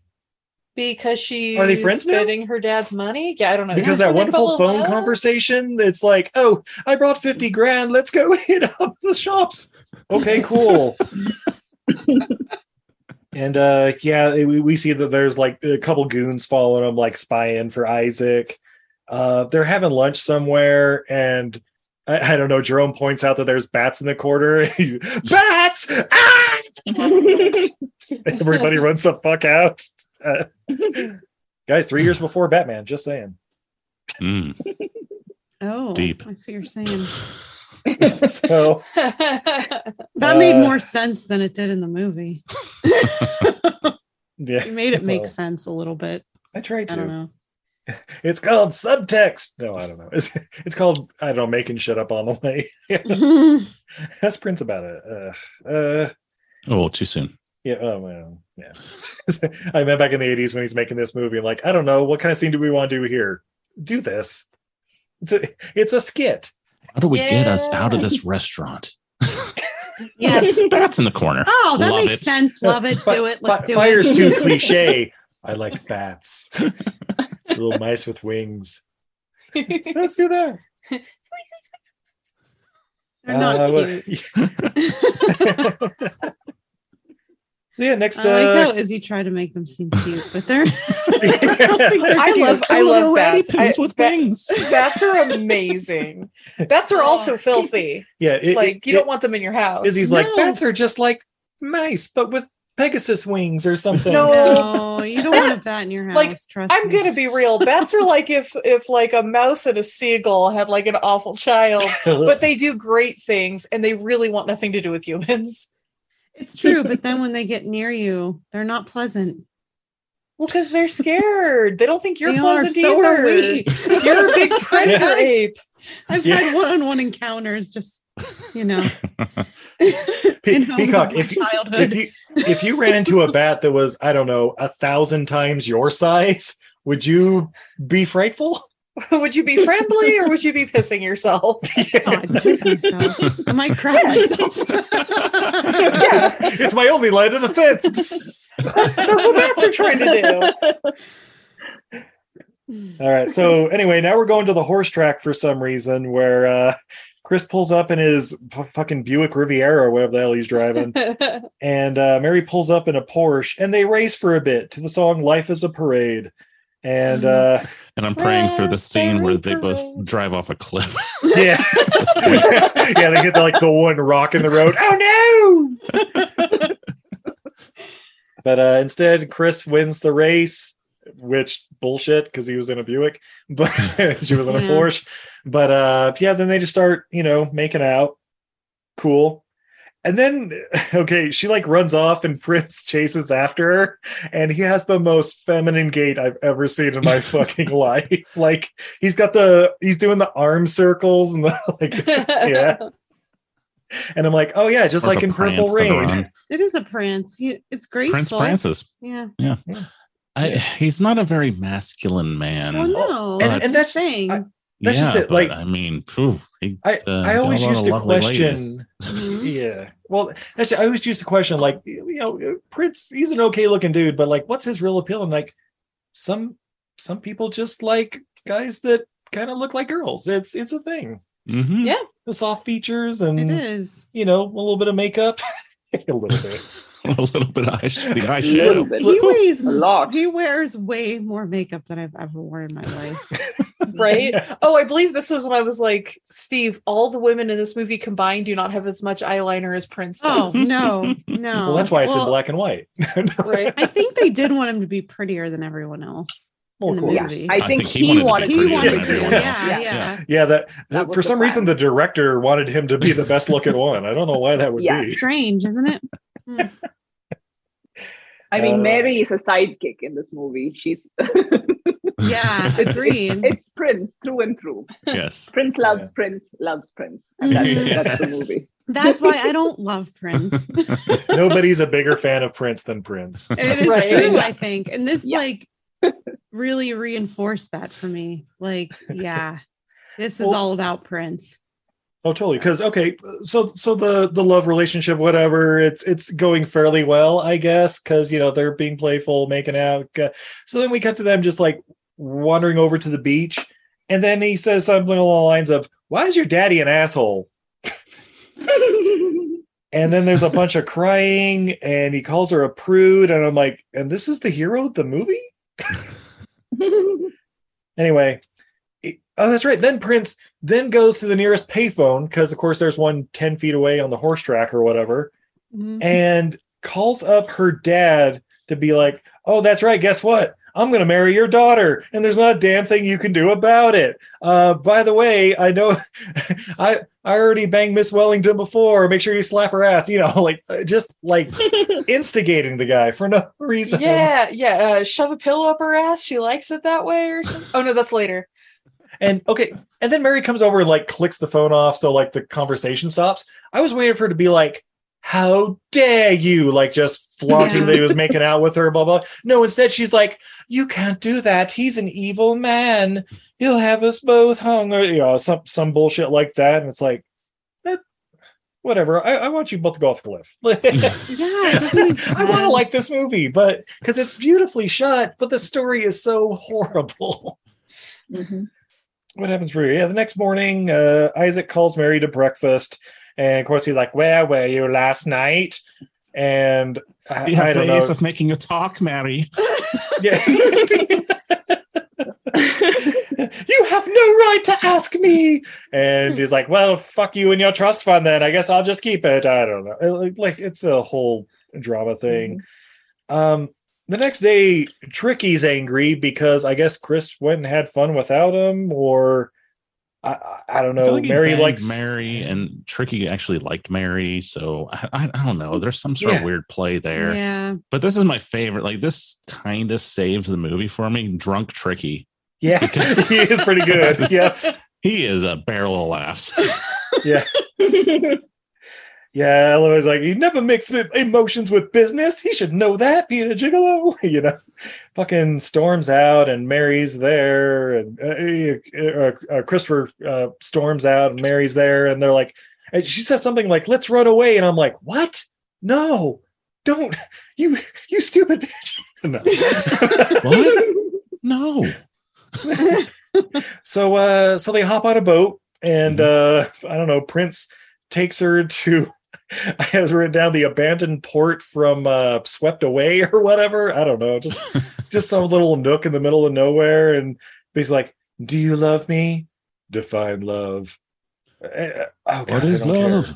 Speaker 4: Because she's
Speaker 3: Are they friends now?
Speaker 4: spending her dad's money? Yeah, I don't know.
Speaker 3: Because
Speaker 4: That's
Speaker 3: that
Speaker 4: what they
Speaker 3: wonderful
Speaker 4: call
Speaker 3: phone
Speaker 4: love?
Speaker 3: conversation, it's like, oh, I brought 50 grand. Let's go hit up the shops. Okay, cool. and uh yeah, we, we see that there's like a couple goons following him, like spying for Isaac. Uh, they're having lunch somewhere, and I, I don't know. Jerome points out that there's bats in the quarter. bats! Ah! Everybody runs the fuck out. Uh, guys, three years before Batman. Just saying.
Speaker 10: Oh,
Speaker 3: Deep.
Speaker 10: I see what you're saying.
Speaker 3: so
Speaker 10: that made
Speaker 3: Uh,
Speaker 10: more sense than it did in the movie.
Speaker 3: yeah,
Speaker 10: You made it make
Speaker 3: well,
Speaker 10: sense a little bit.
Speaker 3: I tried
Speaker 10: I don't
Speaker 3: to.
Speaker 10: know.
Speaker 3: It's called subtext. No, I don't know. It's, it's called I don't know making shit up on the way. Ask Prince about it. Uh, uh,
Speaker 9: Oh, too soon.
Speaker 3: Yeah. Oh, well, yeah. I meant back in the 80s when he's making this movie, like, I don't know, what kind of scene do we want to do here? Do this. It's a, it's a skit.
Speaker 9: How do we get us out of this restaurant?
Speaker 10: Yes.
Speaker 9: Bats in the corner.
Speaker 10: Oh, that
Speaker 9: Love
Speaker 10: makes
Speaker 9: it.
Speaker 10: sense. Love it. Do it. Let's do
Speaker 3: Fire's
Speaker 10: it.
Speaker 3: too cliche. I like bats. Little mice with wings. Let's do that.
Speaker 10: They're not
Speaker 3: well- yeah, next
Speaker 10: I like
Speaker 3: uh,
Speaker 10: how Izzy tried to make them seem cute, but they're.
Speaker 4: I love I love bats. I- ba- Bats are amazing. Bats are also filthy.
Speaker 3: Yeah, it-
Speaker 4: like
Speaker 3: it-
Speaker 4: you don't
Speaker 3: it-
Speaker 4: want them in your house.
Speaker 3: Izzy's like, bats are just like mice, but with Pegasus wings or something.
Speaker 4: No.
Speaker 10: no, you don't want a bat in your house.
Speaker 4: Like
Speaker 10: trust
Speaker 4: I'm
Speaker 10: me.
Speaker 4: gonna be real. Bats are like if if like a mouse and a seagull had like an awful child, but they do great things and they really want nothing to do with humans.
Speaker 10: It's true, but then when they get near you, they're not pleasant.
Speaker 4: Well, because they're scared. They don't think you're
Speaker 10: They are,
Speaker 4: pleasant
Speaker 10: so
Speaker 4: either.
Speaker 10: are we.
Speaker 4: You're a big predator
Speaker 10: Yeah.
Speaker 4: ape.
Speaker 10: I've
Speaker 3: Yeah.
Speaker 10: had one-on-one encounters, just you know.
Speaker 3: Pe-
Speaker 10: in homes of
Speaker 3: Peacock,
Speaker 10: my
Speaker 3: if you,
Speaker 10: childhood.
Speaker 3: if you if you ran into a bat that was I don't know a thousand times your size, would you be frightful?
Speaker 4: would you be friendly or would you be pissing yourself?
Speaker 10: God, piss myself. I might cry myself.
Speaker 3: It's my only line of defense.
Speaker 4: That's, that's what bats are trying to do.
Speaker 3: All right. So anyway, now we're going to the horse track for some reason where uh, Chris pulls up in his f- fucking Buick Riviera or whatever the hell he's driving, and uh, Mary pulls up in a Porsche, and they race for a bit to the song "Life Is a Parade," and
Speaker 10: Mm-hmm.
Speaker 3: uh,
Speaker 9: And I'm praying for the scene where they both drive off a cliff.
Speaker 3: yeah, yeah, they get like the one rock in the road. Oh no! But uh, instead, Chris wins the race, which bullshit because he was in a Buick, but she was in a
Speaker 11: Yeah.
Speaker 3: Porsche. But uh, yeah, then they just start, you know, making out. Cool. And then, okay, she like runs off and Prince chases after her, and he has the most feminine gait I've ever seen in my fucking life. Like he's got the he's doing the arm circles and the like, yeah. And I'm like, oh yeah, just
Speaker 9: Or
Speaker 3: like
Speaker 9: the
Speaker 3: in Purple
Speaker 9: prance that they're on.
Speaker 3: Rain.
Speaker 10: It is a prance. He, it's graceful.
Speaker 9: prances.
Speaker 10: Yeah.
Speaker 9: Yeah. I, he's not a very masculine man.
Speaker 10: Well, no.
Speaker 9: But-
Speaker 10: and, that's the thing.
Speaker 3: that's just it,
Speaker 9: but,
Speaker 3: like-
Speaker 9: I mean, phew, he,
Speaker 3: I,
Speaker 9: uh, got
Speaker 3: I
Speaker 9: a
Speaker 3: always
Speaker 9: lot
Speaker 3: used
Speaker 9: of
Speaker 3: to
Speaker 9: lovely ladies.
Speaker 3: question.
Speaker 10: Mm-hmm.
Speaker 3: yeah. Well, actually, I always used to question, like, you know, Prince, he's an okay looking dude, but like, what's his real appeal? And like, some some people just like guys that kind of look like girls. It's it's a thing.
Speaker 9: Mhm.
Speaker 4: Yeah.
Speaker 3: The soft features and
Speaker 10: It is.
Speaker 3: you know a little bit of makeup, a little bit.
Speaker 9: a little bit of eyes- the
Speaker 10: He,
Speaker 9: eyeshadow.
Speaker 10: he weighs
Speaker 4: A lot.
Speaker 10: He wears way more makeup than I've ever worn in my life.
Speaker 4: Right? Oh, I believe this was when I was like, Steve, all the women in this movie combined do not have as much eyeliner as Prince.
Speaker 10: Oh
Speaker 4: Does.
Speaker 10: no, no.
Speaker 3: Well, that's why it's
Speaker 10: Well,
Speaker 3: in black and white.
Speaker 4: Right.
Speaker 10: I think they did want him to be prettier than everyone else.
Speaker 3: Well,
Speaker 10: in
Speaker 3: of
Speaker 10: the
Speaker 3: course.
Speaker 10: movie.
Speaker 3: I I think think he he wanted to wanted be to- prettier than
Speaker 10: to.
Speaker 3: everyone else.
Speaker 10: Yeah, yeah.
Speaker 3: Yeah. Yeah, that, for some reason the director wanted him to be the best looking one. I don't know why that would
Speaker 10: Yeah,
Speaker 3: be.
Speaker 10: strange, isn't it?
Speaker 2: I mean,
Speaker 3: Uh,
Speaker 2: Mary is a sidekick in this movie. She's
Speaker 10: yeah, agreed.
Speaker 2: It's Prince through and through.
Speaker 9: Yes.
Speaker 2: Prince loves Prince loves Prince. And that's, that's the
Speaker 9: Yes.
Speaker 2: movie.
Speaker 10: That's why I don't love Prince.
Speaker 3: Nobody's a bigger fan of Prince than Prince.
Speaker 10: It is
Speaker 4: Right.
Speaker 10: true, I
Speaker 4: Yes.
Speaker 10: think. And this like really reinforced that for me. Like, yeah, this is
Speaker 3: Well-
Speaker 10: all about Prince.
Speaker 3: Oh, totally. Because okay, so so the the love relationship, whatever, it's it's going fairly well, I guess. Because you know they're being playful, making out. Uh, So then we cut to them just like wandering over to the beach, and then he says something along the lines of, "Why is your daddy an asshole?" and then there's a bunch of crying, and he calls her a prude, and I'm like, "And this is the hero of the movie?" anyway, Oh, that's right. Then Prince then goes to the nearest payphone because, of course, there's one 10 feet away on the horse track or whatever, and calls up her dad to be like, Oh, that's right. Guess what? I'm going to marry your daughter, and there's not a damn thing you can do about it. Uh, by the way, I know I I already banged Miss Wellington before. Make sure you slap her ass. You know, like uh, just like instigating the guy for no reason.
Speaker 4: Yeah, yeah. Uh, shove a pillow up her ass. She likes it that way, or something. Oh no, that's later.
Speaker 3: And okay, and then Mary comes over and like clicks the phone off, so like the conversation stops. I was waiting for her to be like, "How dare you!" Like just flaunting
Speaker 12: Yeah.
Speaker 3: that he was making out with her, blah blah. No, instead she's like, "You can't do that. He's an evil man. He'll have us both hung," or you know, some some bullshit like that. And it's like, eh, whatever. I, I want you both to go off a cliff.
Speaker 10: yeah,
Speaker 3: I want to like this movie, but because it's beautifully shot, but the story is so horrible. what happens for you? Yeah, the next morning, uh, Isaac calls Mary to breakfast, and of course he's like, "Where were you last night?" And I,
Speaker 9: You have
Speaker 3: I don't know.
Speaker 9: ways of making a talk, Mary.
Speaker 3: you have no right to ask me. And he's like, "Well, fuck you and your trust fund. Then I guess I'll just keep it. I don't know. Like- Like it's a whole drama thing." Um, the next day, Tricky's angry because I guess Chris went and had fun without him, or I, I- I don't
Speaker 9: I
Speaker 3: know.
Speaker 9: feel like he
Speaker 3: Mary
Speaker 9: banged
Speaker 3: likes
Speaker 9: Mary, and Tricky actually liked Mary. So I, I, I don't know. There's some sort
Speaker 3: Yeah.
Speaker 9: of weird play there.
Speaker 10: Yeah.
Speaker 9: But this is my favorite. Like this kind of saves the movie for me. Drunk Tricky.
Speaker 3: Yeah, he is pretty good. Yeah,
Speaker 9: he is a barrel of laughs.
Speaker 3: yeah. Yeah, Eloise's like, you never mix with emotions with business. He should know that, being a gigolo. you know, fucking storms out and Mary's there. And uh, uh, uh, Christopher uh, storms out and Mary's there. And they're like, and she says something like, let's run away. And I'm like, what? No, don't. You, you stupid bitch. No.
Speaker 9: what? No.
Speaker 3: so uh so they hop on a boat and
Speaker 9: Mm-hmm.
Speaker 3: uh I don't know, Prince takes her to I has written down the abandoned port from uh swept away or whatever. I don't know, just just some little nook in the middle of nowhere. And he's like, Do you love me? Define love. Eh, Oh, God,
Speaker 9: what
Speaker 3: I
Speaker 9: is
Speaker 3: don't care.
Speaker 9: love?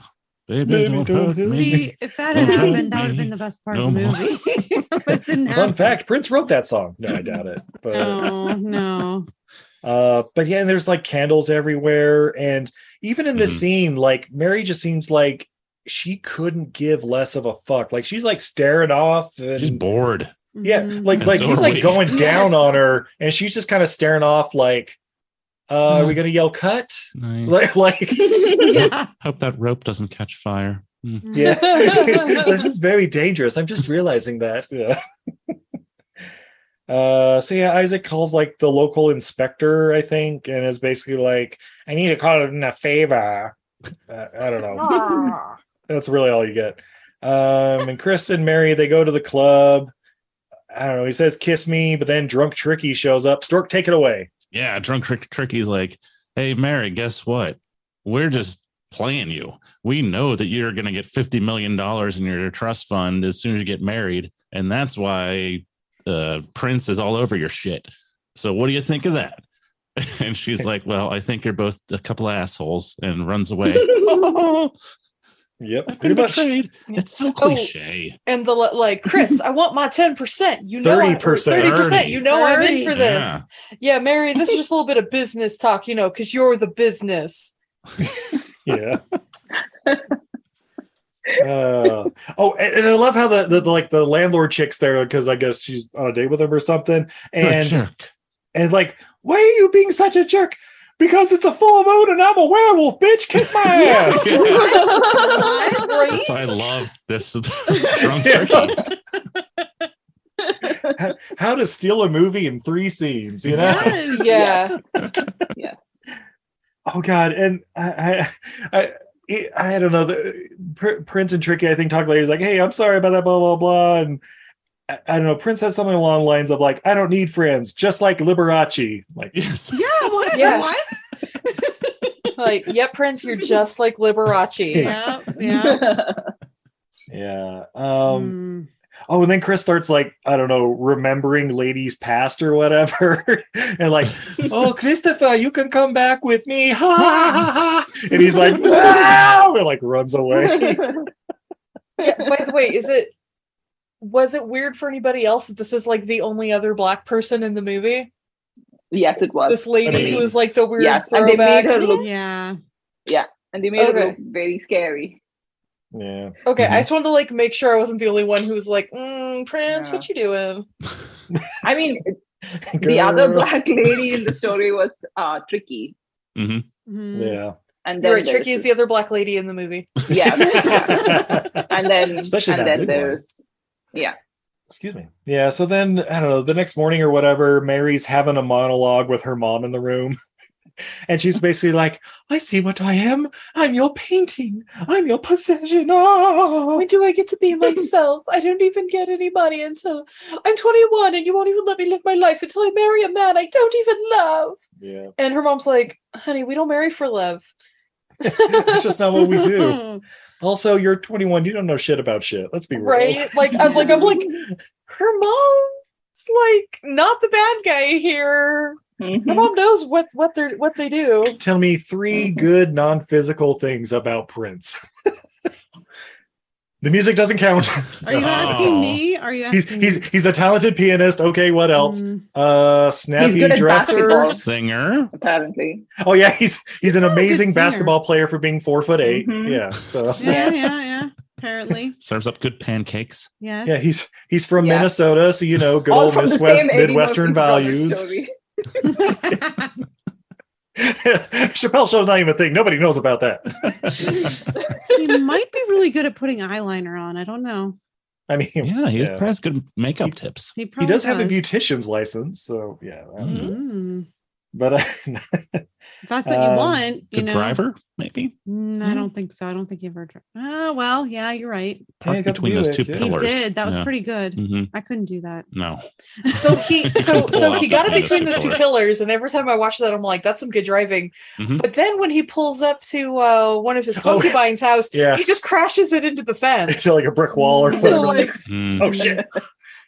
Speaker 9: Baby,
Speaker 3: Baby,
Speaker 9: don't,
Speaker 3: don't
Speaker 9: hurt
Speaker 3: hurt
Speaker 9: me.
Speaker 10: See, if that had
Speaker 9: Don't hurt
Speaker 10: happened, that would have
Speaker 9: me.
Speaker 10: been the best part
Speaker 9: No
Speaker 10: of the
Speaker 9: more.
Speaker 10: movie. but it didn't
Speaker 3: Fun
Speaker 10: happen.
Speaker 3: fact, Prince wrote that song. No, I doubt it. But
Speaker 10: No, no.
Speaker 3: Uh, but yeah, and there's like candles everywhere, and even in this
Speaker 9: Mm-hmm.
Speaker 3: scene, like Mary just seems like she couldn't give less of a fuck. Like she's like staring off, and
Speaker 9: She's bored.
Speaker 3: yeah,
Speaker 10: Mm-hmm.
Speaker 3: like
Speaker 9: And
Speaker 3: like
Speaker 9: so
Speaker 3: he's
Speaker 9: are
Speaker 3: like
Speaker 9: we.
Speaker 3: going down
Speaker 9: Yes.
Speaker 3: on her, and she's just kind of staring off, like, uh, are
Speaker 9: Mm.
Speaker 3: we gonna yell cut?
Speaker 9: Nice.
Speaker 3: Like, like
Speaker 9: Hope, hope that rope doesn't catch fire. Hmm.
Speaker 3: yeah, this is very dangerous. I'm just realizing that. Yeah. Uh, so yeah, Isaac calls like the local inspector, I think, and is basically like, "I need to call in a favor." Uh, I don't
Speaker 4: Oh.
Speaker 3: know. That's really all you get. Um, and Chris and Mary they go to the club. I don't know. He says, "Kiss me," but then drunk Tricky shows up. Stork, take it away.
Speaker 9: Yeah, drunk trick tricky's like, hey Mary, guess what? We're just playing you. We know that you're gonna get fifty million dollars in your trust fund as soon as you get married, and that's why uh, Prince is all over your shit. So what do you think of that? And she's like, well, I think you're both a couple assholes, and runs away.
Speaker 3: yep,
Speaker 9: pretty
Speaker 4: been
Speaker 9: much.
Speaker 4: betrayed.
Speaker 9: It's so
Speaker 4: Oh,
Speaker 9: cliche.
Speaker 4: And the li- like, Chris, I want my ten percent. You know, thirty
Speaker 9: 30%.
Speaker 4: thirty percent. You know, I'm in for
Speaker 9: 30.
Speaker 4: this.
Speaker 9: Yeah.
Speaker 4: Yeah. Mary, this is just a little bit of business talk, you know, because you're the business.
Speaker 3: yeah. Uh, oh, and, and I love how the, the, the, like the landlord chick's there because I guess she's on a date with him or something,
Speaker 9: You're a
Speaker 3: and
Speaker 9: jerk.
Speaker 3: and like, why are you being such a jerk? Because it's a full moon and I'm a werewolf, bitch. Kiss my ass.
Speaker 9: That's why I love this drunk turkey.
Speaker 3: how, how to steal a movie in three scenes, you know?
Speaker 4: Yes. Yeah.
Speaker 3: Oh God, and I, I, I, I don't know. The, Pr- Prince and Tricky, I think, talk later. He's like, "Hey, I'm sorry about that." Blah blah blah. And I, I don't know. Prince has something along the lines of like, "I don't need friends," just like Liberace. Like,
Speaker 9: yes,
Speaker 10: Yeah, what?
Speaker 4: Yeah.
Speaker 10: What?
Speaker 4: Like, yeah, Prince, you're just like Liberace.
Speaker 10: Yeah, yeah.
Speaker 2: Mm.
Speaker 3: yeah. Um, Oh, and then Chris starts like, I don't know, remembering ladies past or whatever. and like, oh, Christopher, you can come back with me. Ha, ha, ha, ha. And he's like, no! and like runs away.
Speaker 4: Yeah, by the way, is it was it weird for anybody else that this is like the only other black person in the movie?
Speaker 2: Yes, it was.
Speaker 4: This lady
Speaker 2: I mean,
Speaker 4: was like the weird
Speaker 2: Uh, yes, and they
Speaker 4: throwback.
Speaker 2: made her look-
Speaker 10: yeah.
Speaker 2: Yeah, and they made
Speaker 4: Okay.
Speaker 2: her look very scary.
Speaker 3: Yeah.
Speaker 4: Okay, I just wanted to like make sure I wasn't the only one who was like, mm, Prince, what you doing?
Speaker 2: I mean, the other black lady in the story was uh, Tricky,
Speaker 3: Yeah.
Speaker 2: and then
Speaker 4: You're right,
Speaker 2: there's-
Speaker 4: Tricky is the other black lady in the movie.
Speaker 2: Yes. and then
Speaker 3: Especially
Speaker 2: and
Speaker 3: that
Speaker 2: then
Speaker 3: big one.
Speaker 2: there's yeah.
Speaker 3: Excuse me. Yeah. So then, I don't know, the next morning or whatever, Mary's having a monologue with her mom in the room. and she's basically like, I see what I am. I'm your painting. I'm your possession. Oh.
Speaker 4: When do I get to be myself? I don't even get anybody until I'm 21 and you won't even let me live my life until I marry a man I don't even love.
Speaker 3: Yeah.
Speaker 4: And her mom's like, honey, we don't marry for love.
Speaker 3: It's just not what we do. Also, you're 21. You don't know shit about shit. Let's be real.
Speaker 4: right? Like I'm like I'm like her mom's like not the bad guy here.
Speaker 2: mm-hmm,
Speaker 4: Her mom knows what what they're what they do.
Speaker 3: Tell me three
Speaker 10: Mm-hmm.
Speaker 3: good non physical things about Prince. the music doesn't count.
Speaker 10: Are you asking me? Mm. Are you
Speaker 3: He's
Speaker 10: asking
Speaker 3: he's he's a talented pianist. Okay, what else? Uh
Speaker 2: He's
Speaker 3: snappy
Speaker 2: good at
Speaker 3: dresser.
Speaker 2: basketball.
Speaker 9: Singer.
Speaker 2: Apparently,
Speaker 3: Oh yeah, he's he's an amazing
Speaker 10: singer.
Speaker 3: basketball player for being four foot 8
Speaker 2: Mhm.
Speaker 3: Yeah. So
Speaker 10: Yeah, yeah, yeah. Apparently.
Speaker 9: Serves up good pancakes.
Speaker 10: Yes.
Speaker 3: yeah, he's he's from
Speaker 10: Yeah.
Speaker 3: Minnesota, so you know, good
Speaker 10: All
Speaker 3: old
Speaker 10: from the
Speaker 3: Miss West,
Speaker 10: same Eddie
Speaker 3: Midwestern
Speaker 10: Murphy's brother
Speaker 3: values. Chappelle show's not even a thing. Nobody knows about that.
Speaker 10: he might be really good at putting eyeliner on. I don't know.
Speaker 3: I mean,
Speaker 9: yeah, he
Speaker 3: yeah.
Speaker 9: has good makeup tips.
Speaker 10: He
Speaker 3: he
Speaker 10: probably
Speaker 3: does have a
Speaker 10: does.
Speaker 3: beautician's license, so yeah. I don't know.
Speaker 10: Mm.
Speaker 3: But uh,
Speaker 10: If that's what you
Speaker 3: Um,
Speaker 10: want, you
Speaker 9: Good
Speaker 10: know.
Speaker 9: driver, maybe.
Speaker 10: Mm, I don't think so. I don't think you ever. Dri- oh well, yeah, you're right.
Speaker 9: Parked between those two pillars.
Speaker 10: He did. That was
Speaker 9: Yeah.
Speaker 10: pretty good.
Speaker 9: Mhm.
Speaker 10: I couldn't do that.
Speaker 9: No.
Speaker 4: So he so
Speaker 9: Pull
Speaker 4: so
Speaker 9: out
Speaker 4: he got it
Speaker 9: between
Speaker 4: between
Speaker 9: those
Speaker 4: those
Speaker 9: two
Speaker 4: two
Speaker 9: pillars.
Speaker 4: pillars, and every time I watch that, I'm like, that's some good driving.
Speaker 9: Mhm.
Speaker 4: But then when he pulls up to uh, one of his concubines' house,
Speaker 3: Mm-hmm. Oh, yeah.
Speaker 4: he just crashes it into the fence.
Speaker 3: feel like a brick wall or
Speaker 4: So,
Speaker 3: something.
Speaker 4: like,
Speaker 3: oh shit.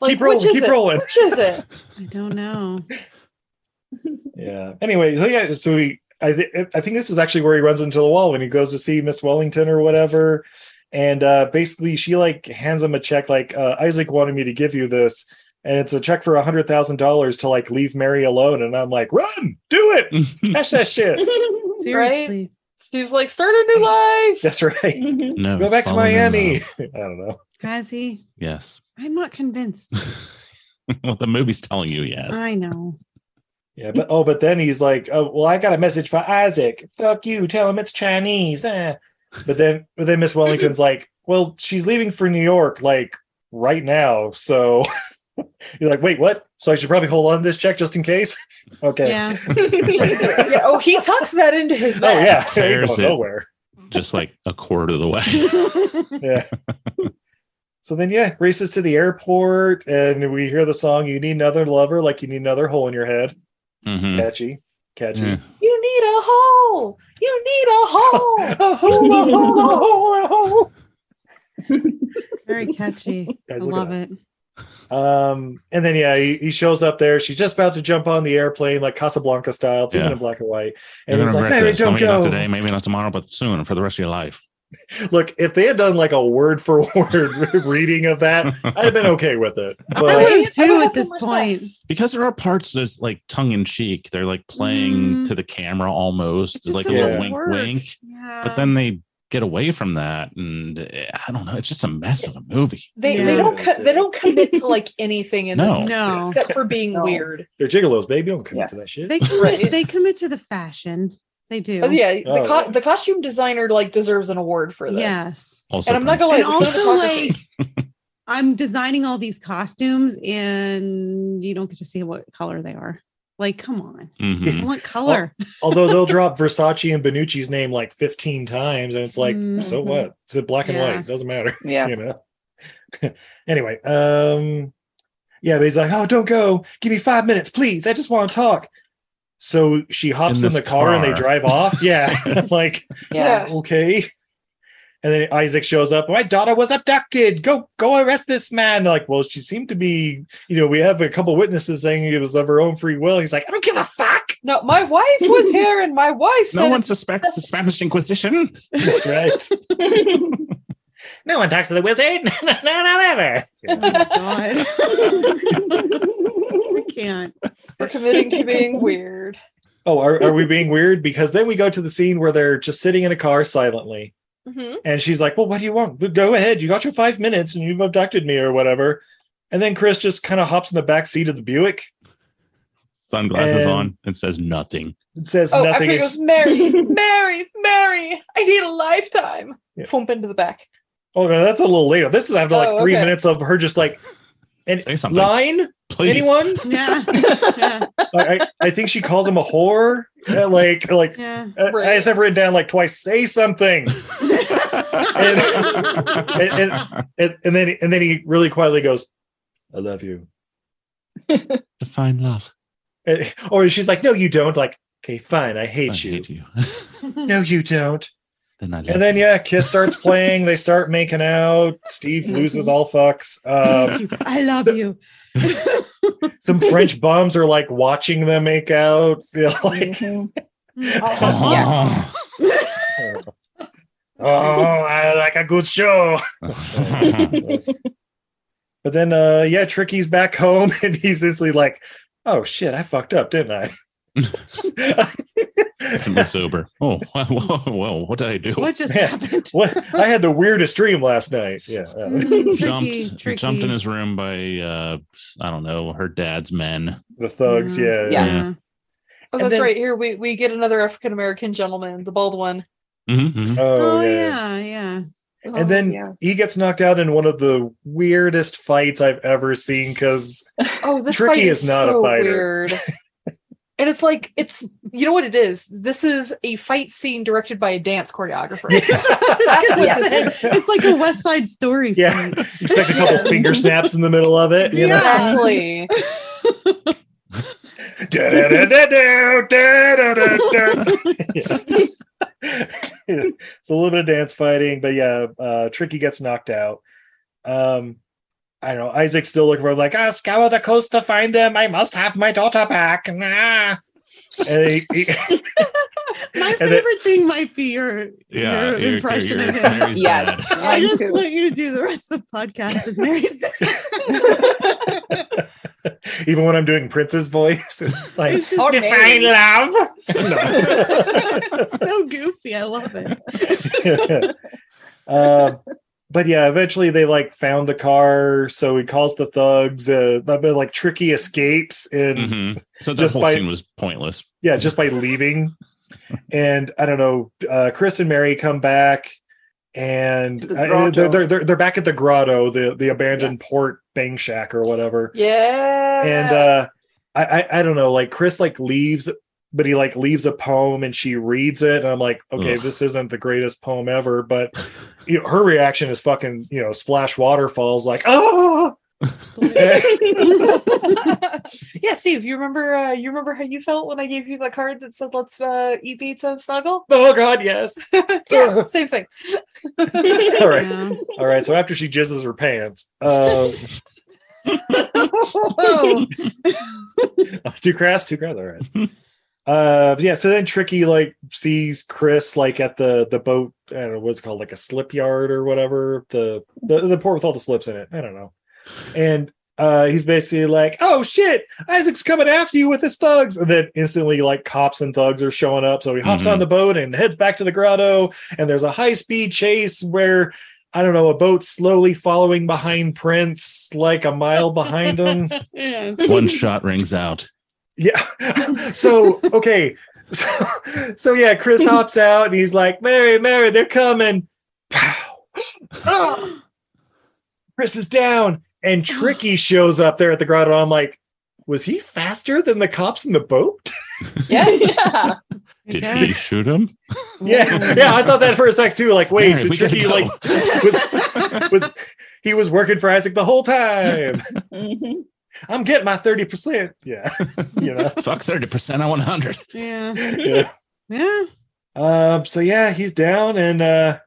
Speaker 4: like,
Speaker 3: Keep rolling,
Speaker 4: which is
Speaker 3: keep
Speaker 4: it?
Speaker 3: rolling.
Speaker 4: Which is it?
Speaker 10: I don't know.
Speaker 3: Yeah. Anyway, so yeah, so we, I th- I think this is actually where he runs into the wall when he goes to see Miss Wellington or whatever, and uh, basically she like hands him a check like uh, Isaac wanted me to give you this, and it's a check for a hundred thousand dollars to like leave Mary alone, and I'm like, run, do it, cash that shit.
Speaker 10: Seriously.
Speaker 4: Steve's like, start a new life.
Speaker 3: That's right.
Speaker 2: Mm-hmm.
Speaker 9: No,
Speaker 3: Go
Speaker 9: he's
Speaker 3: back to
Speaker 9: fallen in
Speaker 3: Miami.
Speaker 9: love.
Speaker 3: I don't know.
Speaker 10: Has he?
Speaker 9: Yes.
Speaker 10: I'm not convinced.
Speaker 9: what the movie's telling you, yes.
Speaker 10: I know.
Speaker 3: Yeah, but oh, but then he's like, oh, well, I got a message for Isaac. Fuck you. Tell him it's Chinese. eh." But then, but then Miss Wellington's like, well, she's leaving for New York like right now. So you're like, wait, what? So I should probably hold on to this check just in case. okay.
Speaker 10: Yeah.
Speaker 4: yeah, oh, he tucks that into his
Speaker 3: Oh yeah.
Speaker 4: vest.
Speaker 3: There you go
Speaker 9: Tears it.
Speaker 3: nowhere.
Speaker 9: Just like a quarter of the way.
Speaker 3: Yeah. so then, yeah, races to the airport, and we hear the song "You Need Another Lover," like you need another hole in your head.
Speaker 9: Mhm.
Speaker 3: Catchy, catchy.
Speaker 9: Yeah.
Speaker 4: You need a hole. You need a hole.
Speaker 3: A hole, a hole, a hole, a hole.
Speaker 10: Very catchy.
Speaker 3: Guys,
Speaker 10: I
Speaker 3: look at
Speaker 10: love it.
Speaker 3: Um, and then yeah, he, he shows up there. She's just about to jump on the airplane, like Casablanca style, it's even
Speaker 9: Yeah.
Speaker 3: in black and white.
Speaker 9: You're
Speaker 3: And he's
Speaker 9: gonna
Speaker 3: like,
Speaker 9: regret
Speaker 3: "Mary,
Speaker 9: this.
Speaker 3: don't
Speaker 9: maybe not
Speaker 3: go."
Speaker 9: today, maybe not tomorrow, but soon for the rest of your life.
Speaker 3: Look, if they had done like a word for word reading of that, I'd have been okay with it.
Speaker 10: I
Speaker 3: But
Speaker 10: would have too at this point.
Speaker 9: Because there are parts that's like tongue in cheek. They're like playing
Speaker 10: Mm.
Speaker 9: to the camera almost,
Speaker 10: just
Speaker 9: like a little
Speaker 3: doesn't
Speaker 9: wink
Speaker 10: work.
Speaker 9: wink.
Speaker 10: Yeah.
Speaker 9: But then they get away from that. And eh, I don't know. It's just a mess of a movie.
Speaker 4: They
Speaker 10: Yeah.
Speaker 4: they don't co- they don't commit to like anything in this
Speaker 9: No.
Speaker 4: movie
Speaker 10: No.
Speaker 4: except for being
Speaker 2: No.
Speaker 4: weird.
Speaker 3: they're gigolos, baby. Don't commit to that shit.
Speaker 10: They commit, they commit to the fashion. They do.
Speaker 4: But yeah, the
Speaker 3: Oh,
Speaker 4: co-
Speaker 3: yeah.
Speaker 4: the costume designer like deserves an award for this.
Speaker 10: Yes.
Speaker 9: Also,
Speaker 4: And I'm not
Speaker 9: Prince.
Speaker 4: gonna lie,
Speaker 10: and
Speaker 4: the
Speaker 10: also
Speaker 4: cinematography-
Speaker 10: like I'm designing all these costumes and you don't get to see what color they are. Like, come on. I
Speaker 9: Mhm.
Speaker 10: want color.
Speaker 3: Although they'll drop Versace and Benucci's name like 15 times, and it's like, so
Speaker 10: Mhm.
Speaker 3: what? Is it black and
Speaker 10: Yeah.
Speaker 3: white? Doesn't matter.
Speaker 2: Yeah.
Speaker 3: you know. anyway, um, yeah, but he's like, "Oh, don't go. Give me five minutes, please. I just want to talk." So she hops
Speaker 9: In this
Speaker 3: in, the car, and they
Speaker 9: car.
Speaker 3: drive off. Yeah, like
Speaker 2: yeah,
Speaker 3: okay. And then Isaac shows up. My daughter was abducted. Go, go arrest this man. They're like, well, she seemed to be, you know, we have a couple witnesses saying it was of her own free will. He's like, I don't give a fuck.
Speaker 4: No, my wife was here and my wife said
Speaker 9: No one suspects the Spanish Inquisition.
Speaker 3: That's right. no one talks to the wizard. no, no, ever.
Speaker 10: God. Oh, I can't.
Speaker 4: We're committing to being weird.
Speaker 3: Oh, are, are we being weird? Because then we go to the scene where they're just sitting in a car silently.
Speaker 10: Mm-hmm.
Speaker 3: And she's like, Well, what do you want? Go ahead. You got your five minutes and you've abducted me or whatever. And then Chris just kind of hops in the back seat of the Buick
Speaker 9: Sunglasses
Speaker 3: And-
Speaker 9: on and says nothing.
Speaker 3: and says
Speaker 4: Oh, after
Speaker 3: nothing.
Speaker 4: he goes, Mary, Mary, Mary, I need a lifetime.
Speaker 3: Yeah.
Speaker 4: Thump into the back.
Speaker 3: oh, no, that's a little later. This is after like
Speaker 4: Oh,
Speaker 3: three
Speaker 4: okay.
Speaker 3: minutes of her just like, and
Speaker 9: Say something.
Speaker 3: line,
Speaker 9: Please.
Speaker 3: anyone?
Speaker 10: Yeah.
Speaker 3: I, I, I think she calls him a whore. Uh, like, like
Speaker 10: Yeah.
Speaker 3: uh, I just have written down like twice, say something. and, and, and, and, and then and then he really quietly goes, I love you.
Speaker 9: Define love.
Speaker 3: And- or she's like, "No, you don't." Like, okay, fine, I hate
Speaker 9: I
Speaker 3: you.
Speaker 9: hate you.
Speaker 3: No, you don't.
Speaker 9: Then I
Speaker 3: And
Speaker 9: love
Speaker 3: then yeah, Kiss starts playing. they start making out. Steve loses all fucks. Um,
Speaker 10: I love you.
Speaker 3: some French bums are like watching them make out. You know, like,
Speaker 9: Oh,
Speaker 3: Uh-huh. oh, I like a good show. But then, uh, yeah, Tricky's back home, and he's instantly like, "Oh shit, I fucked up, didn't I?"
Speaker 9: it's me sober. Oh, whoa, whoa, whoa, what did I do?
Speaker 10: What just
Speaker 3: Yeah.
Speaker 10: happened?
Speaker 3: What I had the weirdest dream last night. Yeah. uh,
Speaker 10: Mm,
Speaker 9: jumped
Speaker 10: tricky, tricky.
Speaker 9: jumped in his room by uh I don't know, her dad's men.
Speaker 3: the thugs,
Speaker 10: Mm-hmm.
Speaker 3: yeah.
Speaker 4: Yeah.
Speaker 9: Yeah.
Speaker 4: Oh,
Speaker 3: And
Speaker 4: that's
Speaker 3: then-
Speaker 4: right. Here we, we get another African American gentleman, the bald one.
Speaker 9: Mhm, mhm.
Speaker 3: Oh,
Speaker 10: Oh,
Speaker 3: yeah.
Speaker 10: yeah. Yeah.
Speaker 4: Oh,
Speaker 3: And then
Speaker 4: yeah.
Speaker 3: he gets knocked out in one of the weirdest fights I've ever seen because
Speaker 4: oh, this
Speaker 3: Tricky
Speaker 4: fight
Speaker 3: is
Speaker 4: is,
Speaker 3: not a
Speaker 4: so
Speaker 3: fighter.
Speaker 4: weird. and it's like it's you know what it is. This is a fight scene directed by a dance choreographer.
Speaker 10: That's what
Speaker 4: Yeah.
Speaker 10: this is. It's like a West Side Story.
Speaker 3: yeah,
Speaker 10: fight.
Speaker 3: expect a couple finger snaps in the middle of it. You know? uh,
Speaker 4: Exactly.
Speaker 3: Da-da-da-da-do, da-da-da-da. Yeah. Yeah. It's a little bit of dance fighting, but yeah, uh, Tricky gets knocked out. Um, I don't know. Isaac's still looking for him, like, ah, scour the coast to find them. I must have my daughter back. Nah. And he- he-
Speaker 10: My
Speaker 3: And
Speaker 10: favorite
Speaker 3: it-
Speaker 10: thing might be your,
Speaker 9: Yeah,
Speaker 10: your
Speaker 9: you're-
Speaker 10: impression
Speaker 9: you're-
Speaker 10: of
Speaker 9: you're
Speaker 10: him.
Speaker 9: Mary's
Speaker 2: Yeah.
Speaker 9: dad.
Speaker 10: I
Speaker 2: Mine
Speaker 10: just
Speaker 2: too.
Speaker 10: want you to do the rest of the podcast as Mary's.
Speaker 3: even when I'm doing Prince's voice, it's like,
Speaker 10: It's just
Speaker 3: define love. No.
Speaker 10: so goofy. I love it.
Speaker 3: uh, but yeah, eventually they like found the car, so he calls the thugs. Uh, but but, like Tricky escapes, and
Speaker 9: Mhm. So the
Speaker 3: Just
Speaker 9: whole
Speaker 3: by-
Speaker 9: scene was pointless.
Speaker 3: yeah, just by leaving. and I don't know. Uh, Chris and Mary come back, and
Speaker 2: To the
Speaker 3: uh, they're,
Speaker 2: grotto.
Speaker 3: they're they're they're back at the grotto, the the abandoned port bang shack or whatever.
Speaker 4: yeah.
Speaker 3: and uh I, I i don't know like chris like leaves but he like leaves a poem and she reads it and i'm like okay
Speaker 9: Ugh.
Speaker 3: this isn't the greatest poem ever but you know, her reaction is fucking you know splash waterfalls like oh
Speaker 4: yeah, Steve, you remember uh, you remember how you felt when I gave you the card that said let's uh, eat pizza and snuggle?
Speaker 3: oh god yes
Speaker 4: yeah, same thing.
Speaker 3: all right
Speaker 10: Yeah.
Speaker 3: all right so after she jizzes her pants um
Speaker 10: Whoa.
Speaker 3: too crass too crass all right uh yeah so then tricky like sees chris like at the the boat i don't know what it's called like a slip yard or whatever the the, the port with all the slips in it i don't know and uh he's basically like oh shit isaac's coming after you with his thugs and then instantly like cops and thugs are showing up so he hops
Speaker 9: Mhm.
Speaker 3: on the boat and heads back to the grotto and there's a high speed chase where i don't know a boat slowly following behind prince like a mile behind him
Speaker 10: Yes.
Speaker 9: One shot rings out.
Speaker 3: yeah. So okay. So, so yeah, Chris hops out and he's like, "Mary, Mary, they're coming!" Pow. Ah! Chris is down, and Tricky shows up there at the grotto. I'm like, "Was he faster than the cops in the boat?"
Speaker 4: Yeah.
Speaker 2: yeah.
Speaker 9: Did
Speaker 10: Yeah.
Speaker 9: he shoot him?
Speaker 3: yeah, yeah. I thought that for a sec too. Like, wait,
Speaker 9: Mary,
Speaker 3: did
Speaker 9: we gotta
Speaker 3: Tricky
Speaker 9: go.
Speaker 3: like was, was he was working for Isaac the whole time?
Speaker 2: Mhm.
Speaker 3: I'm getting my thirty percent. Yeah, you know.
Speaker 9: Fuck 30%, I want 100.
Speaker 10: Yeah.
Speaker 3: Yeah.
Speaker 10: Yeah.
Speaker 3: Um, so yeah, he's down and uh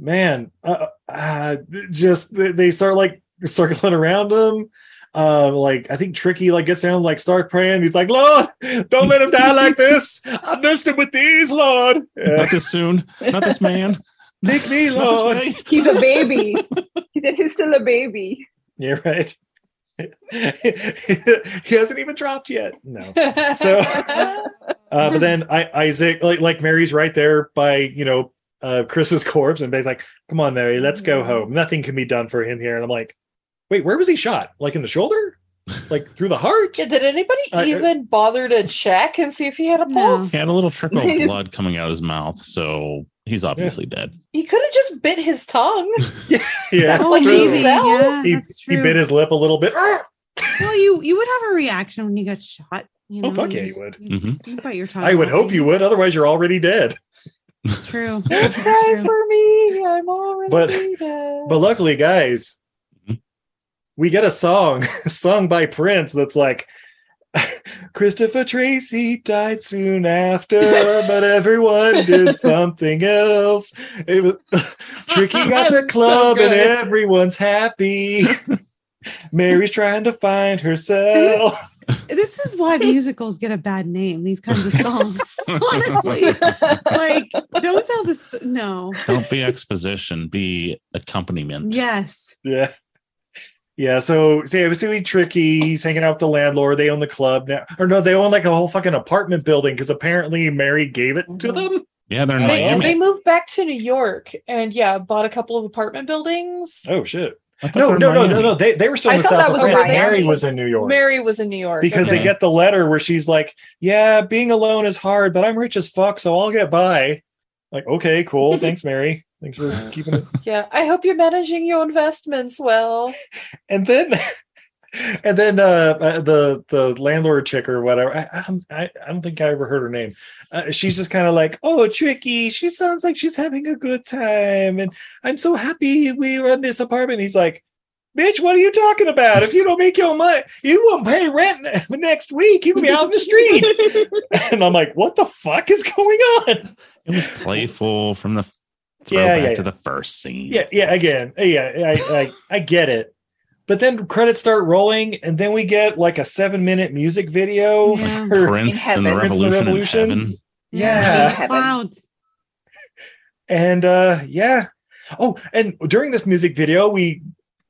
Speaker 3: man, uh, uh, just they- they start like circling around him. Uh, like I think Tricky like gets down, like start praying. He's like, Lord, don't let him die like this. I missed him with these, Lord.
Speaker 9: Not this soon. Not this man.
Speaker 3: Pick me,
Speaker 9: Not this
Speaker 3: Lord.
Speaker 9: way.
Speaker 2: He's a baby. he said he's still a baby.
Speaker 3: Yeah, right. he hasn't even dropped yet. No. So, uh, but then I, Isaac, like, like Mary's right there by, you know, uh, Chris's corpse, and they's like, come on, Mary, let's go home. Nothing can be done for him here. And I'm like, wait, where was he shot? Like in the shoulder? Like through the heart?
Speaker 4: Yeah, did anybody
Speaker 3: I- uh, I-
Speaker 4: even bother to check and see if he had a pulse?
Speaker 9: He had a little trickle
Speaker 4: He
Speaker 9: of
Speaker 4: just-
Speaker 9: blood coming out of his mouth, so Oh, he's obviously dead.
Speaker 4: He could have just bit his tongue.
Speaker 3: Yeah.
Speaker 4: Oh,
Speaker 3: it's true.
Speaker 4: maybe, yeah,
Speaker 3: he,
Speaker 10: that's
Speaker 3: he
Speaker 10: true.
Speaker 3: bit his lip a little bit. Oh,
Speaker 10: Well, you you would have a reaction when you got shot. You know,
Speaker 3: Oh, fuck yeah, you would.
Speaker 9: Mm-hmm.
Speaker 10: you'd bite your tongue.
Speaker 3: I would
Speaker 10: off.
Speaker 3: hope you would. Otherwise, you're already dead.
Speaker 10: True.
Speaker 4: Cry for me. I'm already
Speaker 3: But-
Speaker 4: dead.
Speaker 3: But luckily, guys, we get a song sung by Prince that's like Christopher Tracy died soon after, but everyone did something else. It was Tricky got the club and
Speaker 6: good.
Speaker 3: everyone's happy. Mary's trying to find herself.
Speaker 10: this is why musicals get a bad name. These kinds of songs, honestly. like, don't tell this. St- no.
Speaker 9: Don't be exposition, be accompaniment.
Speaker 10: Yes.
Speaker 3: Yeah. Yeah, so, so yeah, it was really tricky. He's hanging out with the landlord. They own the club now. Or no, they own like a whole fucking apartment building because apparently Mary gave it to them.
Speaker 9: Yeah, they're in
Speaker 4: They,
Speaker 9: Miami.
Speaker 4: they moved back to New York and yeah, bought a couple of apartment buildings.
Speaker 3: Oh shit.
Speaker 9: I thought they
Speaker 3: No,
Speaker 9: were in
Speaker 3: no, no, no,
Speaker 9: Miami.
Speaker 3: no. They they were still
Speaker 4: I
Speaker 3: in the
Speaker 4: thought
Speaker 3: South
Speaker 4: that
Speaker 3: of
Speaker 4: was
Speaker 3: France.
Speaker 4: Miami.
Speaker 3: Oh, Mary was in New York.
Speaker 4: Mary was in New York
Speaker 3: because they
Speaker 4: okay.
Speaker 3: get the letter where she's like, Yeah, being alone is hard, but I'm rich as fuck, so I'll get by. Like, okay, cool. Thanks, Mary. Thanks for keeping it.
Speaker 4: Yeah, I hope you're managing your investments well.
Speaker 3: And then and then uh uh, the the landlord chick or whatever i i don't, I, I don't think i ever heard her name uh, she's just kind of like oh tricky she sounds like she's having a good time and i'm so happy we run this apartment he's like bitch what are you talking about if you don't make your money you won't pay rent ne- next week you'll be out in the street and i'm like what the fuck is going on
Speaker 9: It was playful from the
Speaker 3: Yeah,
Speaker 9: throwback
Speaker 3: yeah,
Speaker 9: to the first scene.
Speaker 3: yeah yeah again yeah i i, I get it but then credits start rolling and then we get like a seven minute music video
Speaker 10: Yeah.
Speaker 3: for
Speaker 9: Prince and the
Speaker 3: heaven. Prince and the
Speaker 9: Revolution, in
Speaker 3: Revolution.
Speaker 9: Heaven.
Speaker 3: yeah
Speaker 10: Clouds.
Speaker 3: and uh yeah oh and during this music video we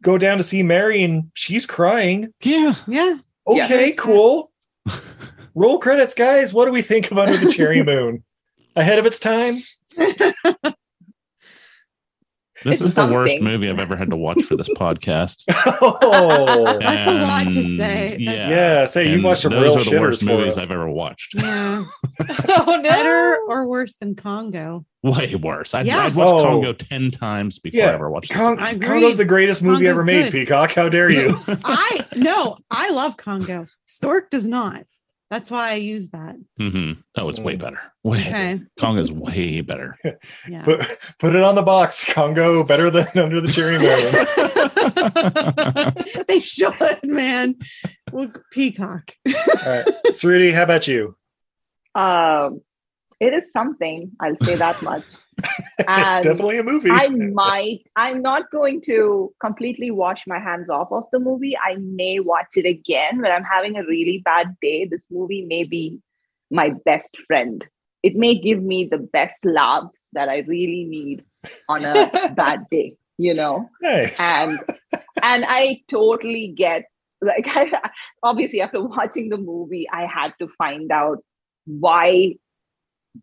Speaker 3: go down to see mary and she's crying
Speaker 9: Yeah.
Speaker 10: Yeah.
Speaker 4: Yeah.
Speaker 3: okay cool roll credits guys what do we think of under the cherry moon ahead of its time
Speaker 9: This
Speaker 3: It's
Speaker 9: is the worst
Speaker 3: something.
Speaker 9: movie I've ever had to watch for this podcast.
Speaker 3: oh
Speaker 10: That's a lot to say.
Speaker 9: And,
Speaker 10: That's-
Speaker 9: Yeah.
Speaker 3: Yeah, say you
Speaker 9: And
Speaker 3: watched some
Speaker 9: those
Speaker 3: real
Speaker 9: are the
Speaker 3: shitters
Speaker 9: worst
Speaker 3: for
Speaker 9: movies
Speaker 3: us.
Speaker 9: I've ever watched.
Speaker 10: Yeah.
Speaker 4: oh, no.
Speaker 10: Better or worse than Congo.
Speaker 9: Way worse. I'd,
Speaker 10: Yeah.
Speaker 9: I'd watched
Speaker 3: Oh.
Speaker 9: Congo ten times before
Speaker 3: Yeah.
Speaker 9: I ever watched this.
Speaker 3: Con-
Speaker 10: I agree.
Speaker 3: congo's the greatest movie
Speaker 10: Congo's
Speaker 3: ever made
Speaker 10: good.
Speaker 3: peacock how dare you
Speaker 10: I no, I love Congo. Stork does not. That's why I use that.
Speaker 9: hmm Oh, it's way better. Way
Speaker 10: Okay.
Speaker 9: Congo's way better.
Speaker 10: Yeah.
Speaker 3: put, put it on the box congo better than under the cherry moon
Speaker 10: they should, man. Well, Peacock.
Speaker 3: all right Sruti, how about you
Speaker 2: Um, it is something. I'll say that much.
Speaker 3: it's
Speaker 2: And
Speaker 3: definitely a movie
Speaker 2: Um, I might. I'm not going to completely wash my hands off of the movie. I may watch it again when I'm having a really bad day. This movie may be my best friend. It may give me the best laughs that I really need on a bad day. You know
Speaker 3: nice
Speaker 2: and and i totally get like I, obviously after watching the movie i had to find out why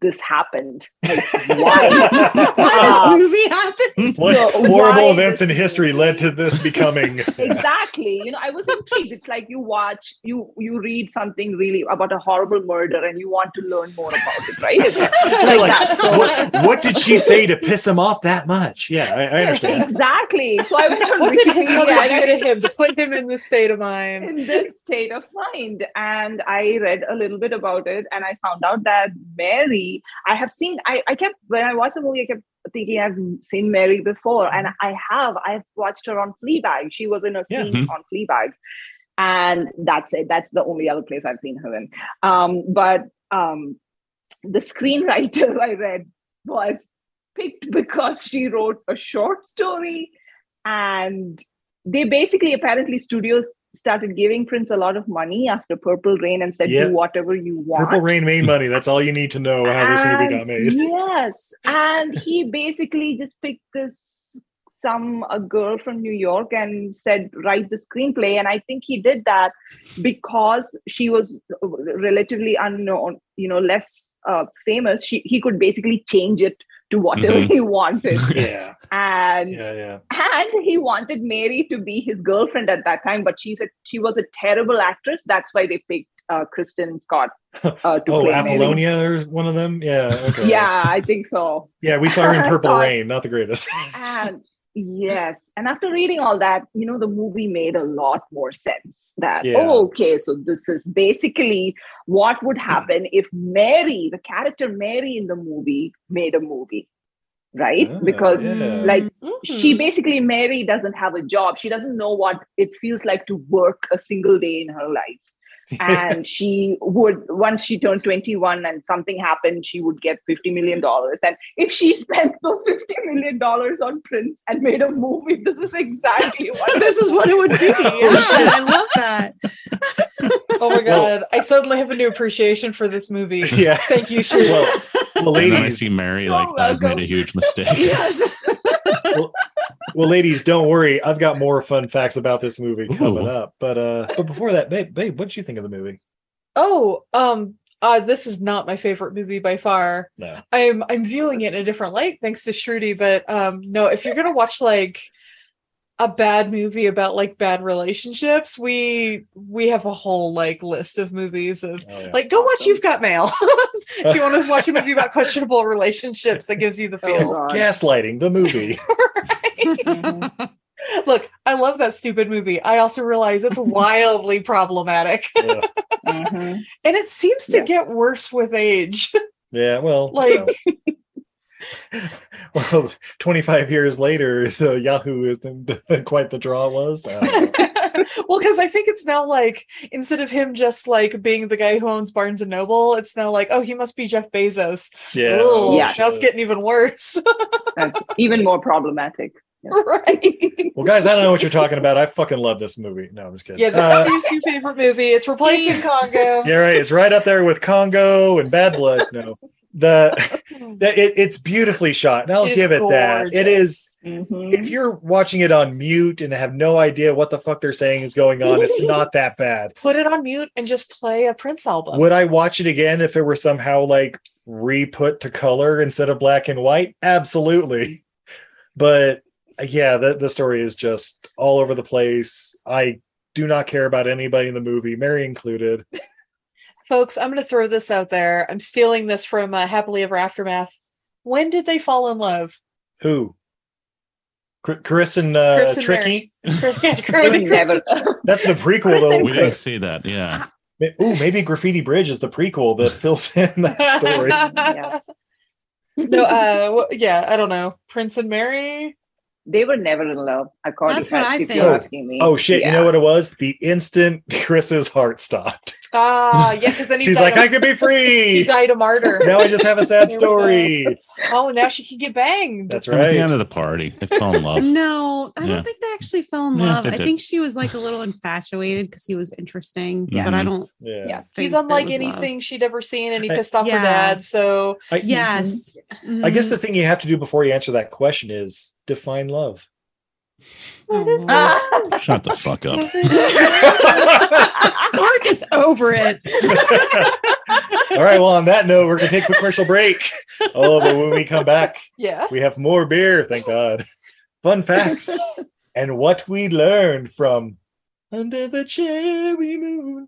Speaker 2: this happened like, why Uh,
Speaker 10: why this movie happened?
Speaker 3: What
Speaker 2: So
Speaker 3: horrible
Speaker 2: why
Speaker 3: events in
Speaker 2: this
Speaker 3: history led to this becoming?
Speaker 2: exactly you know i was intrigued it's like you watch you you read something really about a horrible murder and you want to learn more about it right like, that So-
Speaker 3: what, what did she say to piss him off that much? Yeah, I, I understand.
Speaker 2: exactly so i went on
Speaker 4: What did his
Speaker 2: Wikipedia
Speaker 4: mother
Speaker 2: and I-
Speaker 4: do to him to put him in this state of mind?
Speaker 2: in this state of mind. And I read a little bit about it and I found out that Mary, I have seen, I, I kept, when I watched the movie, I kept thinking I've seen Mary before. And I have, I've watched her on Fleabag. She was in a
Speaker 3: Yeah.
Speaker 2: scene
Speaker 9: Mhm.
Speaker 2: on Fleabag. And that's it. That's the only other place I've seen her in. Um, but um, the screenwriter I read was picked because she wrote a short story and they basically apparently studios started giving prince a lot of money after purple rain and said
Speaker 3: Yeah.
Speaker 2: do whatever you want
Speaker 3: Purple Rain made money. That's all you need to know how this movie
Speaker 2: And-
Speaker 3: got made.
Speaker 2: Yes, and he basically just picked this some a girl from New York and said write the screenplay, and I think he did that because she was relatively unknown, you know, less uh, famous. She he could basically change it to whatever
Speaker 3: Mhm.
Speaker 2: he wanted.
Speaker 3: Yeah.
Speaker 2: and
Speaker 3: Yeah, yeah.
Speaker 2: and he wanted Mary to be his girlfriend at that time, but she's a she was a terrible actress. That's why they picked uh, Kristen Scott uh, to
Speaker 3: Oh,
Speaker 2: play Mary.
Speaker 3: Apollonia or one of them? Yeah. Okay.
Speaker 2: Yeah, I think so.
Speaker 3: Yeah, we saw her in
Speaker 2: I
Speaker 3: Purple
Speaker 2: thought- Ah.
Speaker 3: Rain, not the greatest.
Speaker 2: And yes, and after reading all that, you know, the movie made a lot more sense. That
Speaker 3: Yeah.
Speaker 2: oh, okay, so this is basically what would happen if Mary, the character Mary in the movie, made a movie, right?
Speaker 13: Ah,
Speaker 2: because
Speaker 13: yeah.
Speaker 2: like she
Speaker 4: Hmm.
Speaker 2: basically Mary doesn't have a job. She doesn't know what it feels like to work a single day in her life. and she would once she turned 21 and something happened she would get 50 million dollars and if she spent those 50 million dollars on prince and made a movie this is exactly what
Speaker 10: this is what it would be. Yeah, Oh, I love that.
Speaker 4: Oh my
Speaker 3: Well-
Speaker 4: god! I suddenly have a new appreciation for this movie.
Speaker 3: Yeah.
Speaker 4: Thank you, Shri.
Speaker 3: Well, well,
Speaker 9: And then I
Speaker 3: ladies,
Speaker 9: see Mary like I've made a huge mistake.
Speaker 4: yes.
Speaker 3: well, ladies, don't worry. I've got more fun facts about this movie coming up. But uh, but before that, babe, babe, what'd you think of the movie?
Speaker 4: Oh, um, uh, this is not my favorite movie by far.
Speaker 3: No.
Speaker 4: I'm I'm viewing it in a different light thanks to Shruti, but um, no, if you're gonna watch like a bad movie about like bad relationships, we we have a whole like list of movies of
Speaker 3: Oh, yeah.
Speaker 4: like go watch You've Got Mail if you want to watch a movie about questionable relationships that gives you
Speaker 10: Oh,
Speaker 4: the feels.
Speaker 3: Oh, Gaslighting the movie.
Speaker 4: Look, I love that stupid movie. I also realize it's wildly problematic. And it seems to get worse with age.
Speaker 3: yeah. Well,
Speaker 4: like
Speaker 3: well, twenty five years later, the Yahoo isn't quite the draw was. I don't know.
Speaker 2: Mm-hmm.
Speaker 4: well, because I think it's now like instead of him just like being the guy who owns Barnes and Noble, it's now like, oh, he must be Jeff Bezos.
Speaker 3: Yeah.
Speaker 4: Ooh,
Speaker 3: Yeah.
Speaker 4: Now it's getting even worse.
Speaker 2: That's even more problematic. Mm-hmm.
Speaker 4: right.
Speaker 3: well, guys, I don't know what you're talking about. I fucking love this movie. No, I'm just kidding.
Speaker 4: Yeah, this
Speaker 3: Uh,
Speaker 4: is Steve's new favorite movie. It's replacing Congo.
Speaker 3: yeah, right. It's right up there with Congo and Bad Blood. No, the, the- it, it's beautifully shot, and I'll
Speaker 4: It is
Speaker 3: give it that. It is-
Speaker 2: Mhm.
Speaker 3: If you're watching it on mute and have no idea what the fuck they're saying is going on, it's not that bad.
Speaker 4: Put it on mute and just play a Prince album.
Speaker 3: Would I watch it again if it were somehow like re-put to color instead of black and white? Absolutely. But uh, yeah, the, the story is just all over the place. I do not care about anybody in the movie, Mary included.
Speaker 4: Folks, I'm going to throw this out there. I'm stealing this from uh, Happily Ever Aftermath. When did they fall in love?
Speaker 3: Who? Chr- Chris and, uh,
Speaker 4: Chris and
Speaker 3: Tricky.
Speaker 4: Mary. Chris, yeah, Chris and Chris.
Speaker 3: That's the prequel, though.
Speaker 9: we didn't see that. Yeah.
Speaker 3: Ooh, maybe Graffiti Bridge is the prequel that fills in that story.
Speaker 4: no, uh, wha- yeah, I don't know. Prince and Mary.
Speaker 2: They were never in love, according
Speaker 4: That's what I
Speaker 2: if
Speaker 4: think.
Speaker 2: you're asking me.
Speaker 3: Oh shit! You know what it was? The instant Chris's heart stopped.
Speaker 4: Ah, yeah, because then he
Speaker 3: She's like,
Speaker 4: died a-
Speaker 3: "I could be free."
Speaker 4: He died a martyr.
Speaker 3: Now I just have a sad
Speaker 4: There we
Speaker 3: story.
Speaker 4: go. Oh, now she can get banged.
Speaker 3: That's
Speaker 9: It was
Speaker 3: right.
Speaker 9: the end of the party. They fell in love.
Speaker 10: No, I
Speaker 9: Yeah.
Speaker 10: don't think they actually fell in
Speaker 9: Yeah,
Speaker 10: love.
Speaker 9: they
Speaker 10: I
Speaker 9: did.
Speaker 10: think she was like a little infatuated because he was interesting, but I
Speaker 9: Mhm.
Speaker 10: don't.
Speaker 3: Yeah.
Speaker 4: He's
Speaker 10: think there
Speaker 4: unlike
Speaker 10: was love.
Speaker 4: anything she'd ever seen, and he
Speaker 3: I-
Speaker 4: pissed off her
Speaker 10: Yeah.
Speaker 4: dad. So
Speaker 3: I-
Speaker 10: yes.
Speaker 3: I guess the thing you have to do before you answer that question is define love.
Speaker 10: What is
Speaker 9: Shut the fuck up.
Speaker 10: that? Stark is over it.
Speaker 3: All right. Well, on that note, we're gonna take a commercial break. Oh, but when we come back,
Speaker 4: Yeah.
Speaker 3: we have more beer. Thank God. Fun facts and what we learned from Under the cherry moon.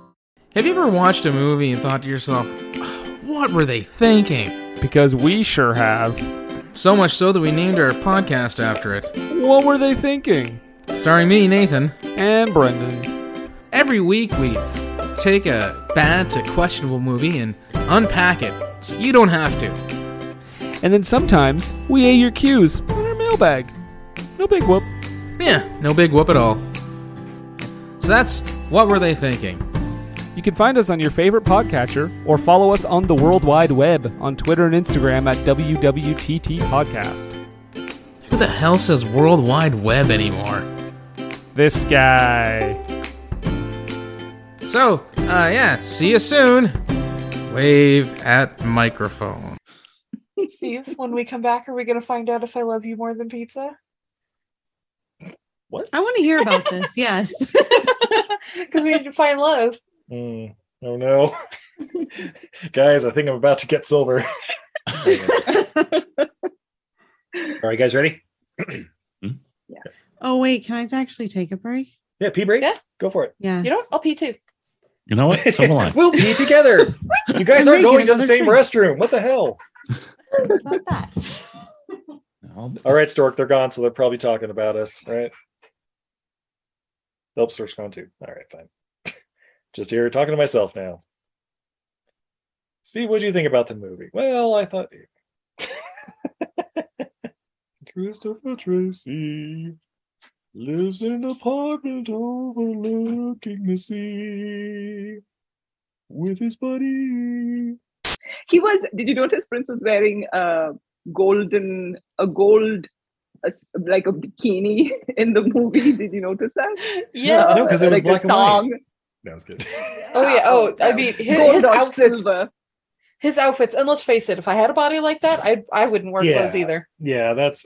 Speaker 14: Have you ever watched a movie and thought to yourself, what were they thinking?
Speaker 15: Because we sure have.
Speaker 14: So much so that we named our podcast after it.
Speaker 15: What were they thinking?
Speaker 14: Starring me, Nathan.
Speaker 15: And Brendan.
Speaker 14: Every week we take a bad to questionable movie and unpack it so you don't have to.
Speaker 15: And then sometimes we A your cues in our mailbag. No big whoop.
Speaker 14: Yeah, no big whoop at all. So that's What Were They Thinking?
Speaker 15: You can find us on your favorite podcatcher or follow us on the World Wide Web on Twitter and Instagram at WWTT Podcast.
Speaker 14: Who the hell says World Wide Web anymore?
Speaker 15: This guy.
Speaker 14: So, uh, yeah, see you soon. Wave at microphone.
Speaker 4: Steve, when we come back, are we going to find out if I love you more than pizza?
Speaker 10: I want to hear about this. Yes.
Speaker 4: Because we need to find love.
Speaker 3: Mm, oh no. guys, I think I'm about to get silver. All right, guys, ready?
Speaker 10: Oh, wait. Can I actually take a break?
Speaker 3: Yeah, pee break. Yeah. Go for it.
Speaker 10: Yeah.
Speaker 4: You know what? I'll pee too.
Speaker 9: You know what? So will I.
Speaker 3: We'll pee together. You guys
Speaker 10: I'm
Speaker 3: aren't going
Speaker 10: making
Speaker 3: to the
Speaker 10: another
Speaker 3: same
Speaker 10: drink.
Speaker 3: restroom. What the hell? All right, Stork, they're gone, so they're probably talking about us, right? Nope, Stork's gone too. All right, fine. Just here talking to myself now. Steve, what do you think about the movie? Well, I thought Christopher Tracy lives in an apartment overlooking the sea with his buddy.
Speaker 2: He was. Did you notice Prince was wearing a golden, a gold, a s- like a bikini in the movie? Did you notice that? Uh,
Speaker 4: Yeah.
Speaker 3: No, 'cause it was black and white. No, it's good.
Speaker 4: Oh, yeah. Oh, I mean, his,
Speaker 2: Gold
Speaker 4: his
Speaker 2: or
Speaker 4: outfits. His outfits, and let's face it, if I had a body like that, I I wouldn't wear clothes either.
Speaker 3: Yeah, that's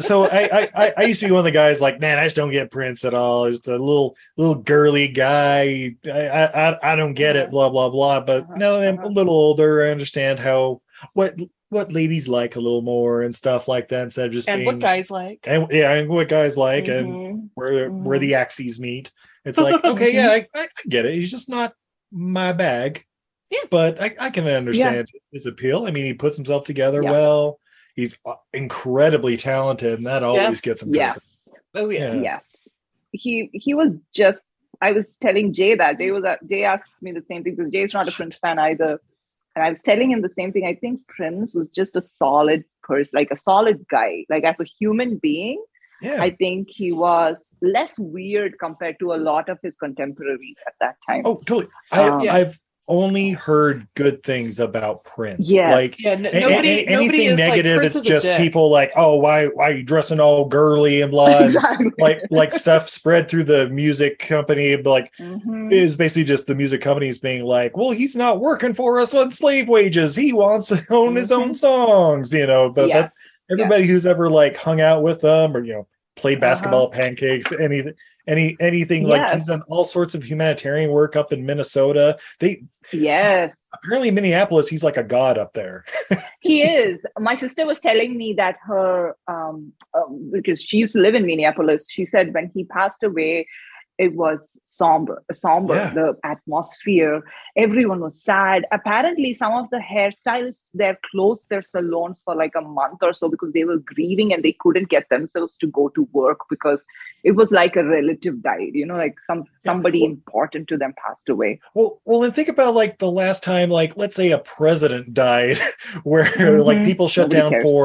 Speaker 3: so. I, I- I I used to be one of the guys like, man, I just don't get Prince at all. He's a little little girly guy. I I I- I don't get it. Blah blah blah. But now that I'm a little older. I understand how what what ladies like a little more and stuff like that instead of just
Speaker 4: and
Speaker 3: being
Speaker 4: what guys like.
Speaker 3: and yeah, and what guys like
Speaker 2: Mm-hmm.
Speaker 3: and where where
Speaker 2: Mm.
Speaker 3: the axes meet. It's like okay, yeah, I, I, I get it. He's just not my bag. Yeah, but I, I can understand his appeal. I mean, he puts himself together
Speaker 4: Yeah.
Speaker 3: well. He's uh, incredibly talented, and that always gets him.
Speaker 2: Yes.
Speaker 4: Oh
Speaker 3: yeah. Yeah.
Speaker 2: Yes. He he was just. I was telling Jay that Jay was a- Jay asks me the same thing because Jay's not a Prince fan either, and I was telling him the same thing. I think Prince was just a solid person, like a solid guy, like as a human being.
Speaker 3: Yeah.
Speaker 2: I think he was less weird compared to a lot of his contemporaries at that time.
Speaker 3: Oh, totally. I,
Speaker 2: Um, Yeah.
Speaker 3: I've only heard good things about Prince.
Speaker 2: Yes.
Speaker 3: like
Speaker 2: Yeah, no-
Speaker 3: a- a-
Speaker 2: nobody-
Speaker 3: anything
Speaker 2: nobody is like,
Speaker 3: negative,
Speaker 2: Prince
Speaker 3: it's
Speaker 2: is a
Speaker 3: just
Speaker 2: dick.
Speaker 3: people like, oh, why why are you dressing all girly and blah, and
Speaker 2: Exactly.
Speaker 3: like like stuff spread through the music company, but like
Speaker 2: Mhm.
Speaker 3: it was basically just the music companies being like, well, he's not working for us on slave wages. He wants to own his
Speaker 2: Mm-hmm.
Speaker 3: own songs, you know. But
Speaker 2: Yes.
Speaker 3: that's everybody who's ever like hung out with them or you know played basketball at pancakes, anything, any anything like he's
Speaker 2: Uh-huh. Yes.
Speaker 3: done all sorts of humanitarian work up in Minnesota. They
Speaker 2: yes,
Speaker 3: apparently Minneapolis, he's like a god up there.
Speaker 2: he is. My sister was telling me that her, um, uh, because she used to live in Minneapolis, she said when he passed away, it was somber, somber, the atmosphere. Everyone was sad. Apparently, some of the hairstylists there closed their salons for like a month or so because they were grieving and they couldn't get themselves to go to work because it was like a relative died, you know, like some somebody important to them passed away.
Speaker 3: Well, well, and think about like the last time, like let's say a president died, where like
Speaker 2: Mhm.
Speaker 3: people shut
Speaker 2: Nobody
Speaker 3: down
Speaker 2: cares.
Speaker 3: for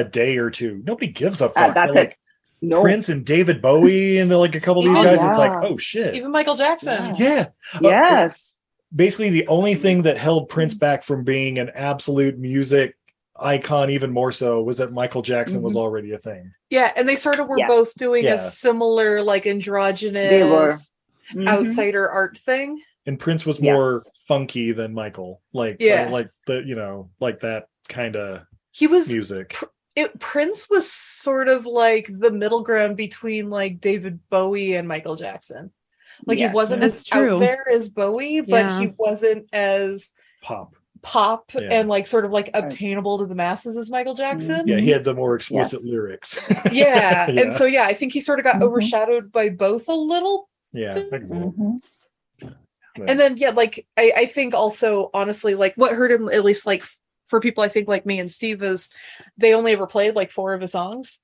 Speaker 3: a day or two. Nobody gives a fuck.
Speaker 2: Uh,
Speaker 3: But,
Speaker 2: that's
Speaker 3: like
Speaker 2: it. No.
Speaker 3: Prince and David Bowie and like a couple of these
Speaker 4: Even-
Speaker 3: guys, it's like,
Speaker 4: Yeah.
Speaker 3: oh shit.
Speaker 4: Even Michael Jackson.
Speaker 3: Yeah.
Speaker 2: Yes.
Speaker 3: Basically, the only thing that held Prince back from being an absolute music icon, even more so, was that Michael Jackson was
Speaker 4: Mhm.
Speaker 3: already a thing.
Speaker 4: Yeah, and they sort of were
Speaker 3: Yes.
Speaker 4: both doing
Speaker 3: Yeah.
Speaker 4: a similar like androgynous
Speaker 3: They were. Mm-hmm.
Speaker 2: Mhm.
Speaker 4: outsider art thing.
Speaker 3: And Prince was
Speaker 4: Yes.
Speaker 3: more funky than Michael, like
Speaker 4: Yeah.
Speaker 3: like the you know like that kind of
Speaker 4: He was
Speaker 3: music.
Speaker 4: It Prince was sort of like the middle ground between like David Bowie and Michael Jackson. Like
Speaker 10: Yeah.
Speaker 4: he wasn't
Speaker 10: That's
Speaker 4: as
Speaker 10: true.
Speaker 4: out there as Bowie, but
Speaker 10: Yeah.
Speaker 4: he wasn't as
Speaker 3: pop
Speaker 4: pop
Speaker 3: Yeah.
Speaker 4: and like sort of like obtainable to the masses as Michael Jackson.
Speaker 3: Yeah, he had the more explicit lyrics.
Speaker 4: Mhm. yeah.
Speaker 3: Yeah.
Speaker 4: And so yeah, I think he sort of got overshadowed by both a little.
Speaker 3: Yeah.
Speaker 4: Mm-hmm.
Speaker 2: Mm-hmm.
Speaker 4: And then yeah, like I, I think also honestly, like what hurt him at least like for people I think like me and Steve is they only ever played like four of his songs.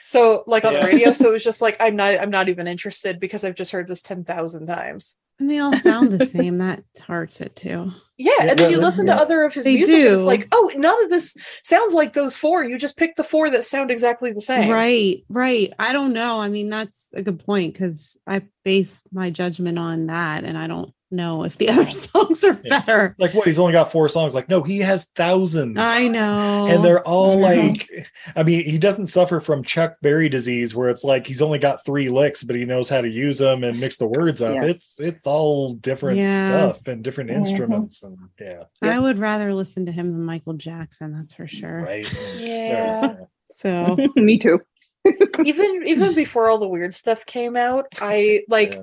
Speaker 4: So like on
Speaker 9: Yeah.
Speaker 4: the radio, so it was just like I'm not I'm not even interested because I've just heard this ten thousand times.
Speaker 9: And they all sound the same. That hurts it too.
Speaker 4: Yeah, and then you listen to other of his
Speaker 9: They
Speaker 4: music, and it's
Speaker 9: do.
Speaker 4: like, oh, none of this sounds like those four. You just picked the four that sound exactly the same.
Speaker 9: Right, right. I don't know. I mean, that's a good point because I base my judgment on that, and I don't know if the other songs are better.
Speaker 14: Like what? He's only got four songs. Like no, he has thousands.
Speaker 9: I know.
Speaker 14: and they're all
Speaker 9: I know.
Speaker 14: like i mean he doesn't suffer from chuck berry disease where it's like he's only got three licks but he knows how to use them and mix the words up
Speaker 9: Yeah.
Speaker 14: it's it's all different
Speaker 9: Yeah.
Speaker 14: stuff and different
Speaker 9: Mhm.
Speaker 14: instruments and yeah
Speaker 9: I would rather listen to him than Michael Jackson. That's for sure.
Speaker 14: Right.
Speaker 4: Yeah.
Speaker 9: So
Speaker 16: me too.
Speaker 4: even even before all the weird stuff came out, I like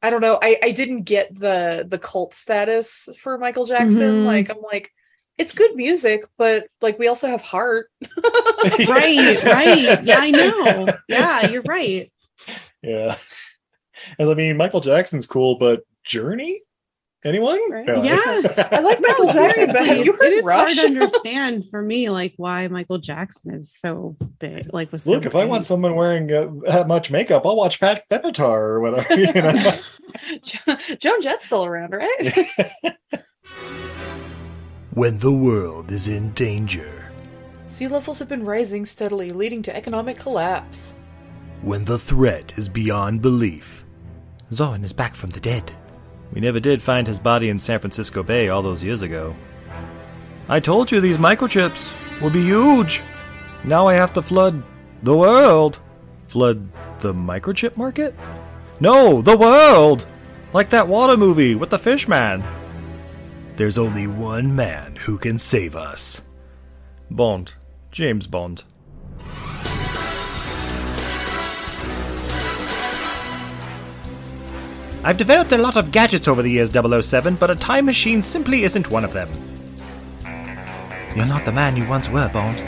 Speaker 4: I don't know, I I didn't get the the cult status for Michael Jackson.
Speaker 9: Mhm.
Speaker 4: Like I'm like it's good music, but like we also have heart.
Speaker 9: right, right. Yeah, I know. Yeah, you're right.
Speaker 14: yeah and i mean michael jackson's cool but journey anyone No.
Speaker 9: Yeah,
Speaker 4: I like
Speaker 9: Michael
Speaker 14: Jackson, but have you
Speaker 9: it
Speaker 14: heard
Speaker 9: is
Speaker 14: Rush?
Speaker 9: hard to understand for me, like why Michael Jackson is so big. Like, was so
Speaker 14: Look, if I
Speaker 9: big.
Speaker 14: want someone wearing uh, that much makeup, I'll watch Pat Benatar or whatever. You know?
Speaker 4: Joan Jett's still around, right?
Speaker 17: When the world is in danger,
Speaker 4: sea levels have been rising steadily, leading to economic collapse.
Speaker 17: when the threat is beyond belief,
Speaker 3: Zohan is back from the dead. We never did find his body in San Francisco Bay all those years ago. I told you these microchips will be huge. Now I have to flood the world. Flood the microchip market? No, the world! Like that water movie with the fish man.
Speaker 17: there's only one man who can save us.
Speaker 3: Bond. James Bond. I've developed a lot of gadgets over the years, 007, but a time machine simply isn't one of them. You're not the man you once were, Bond.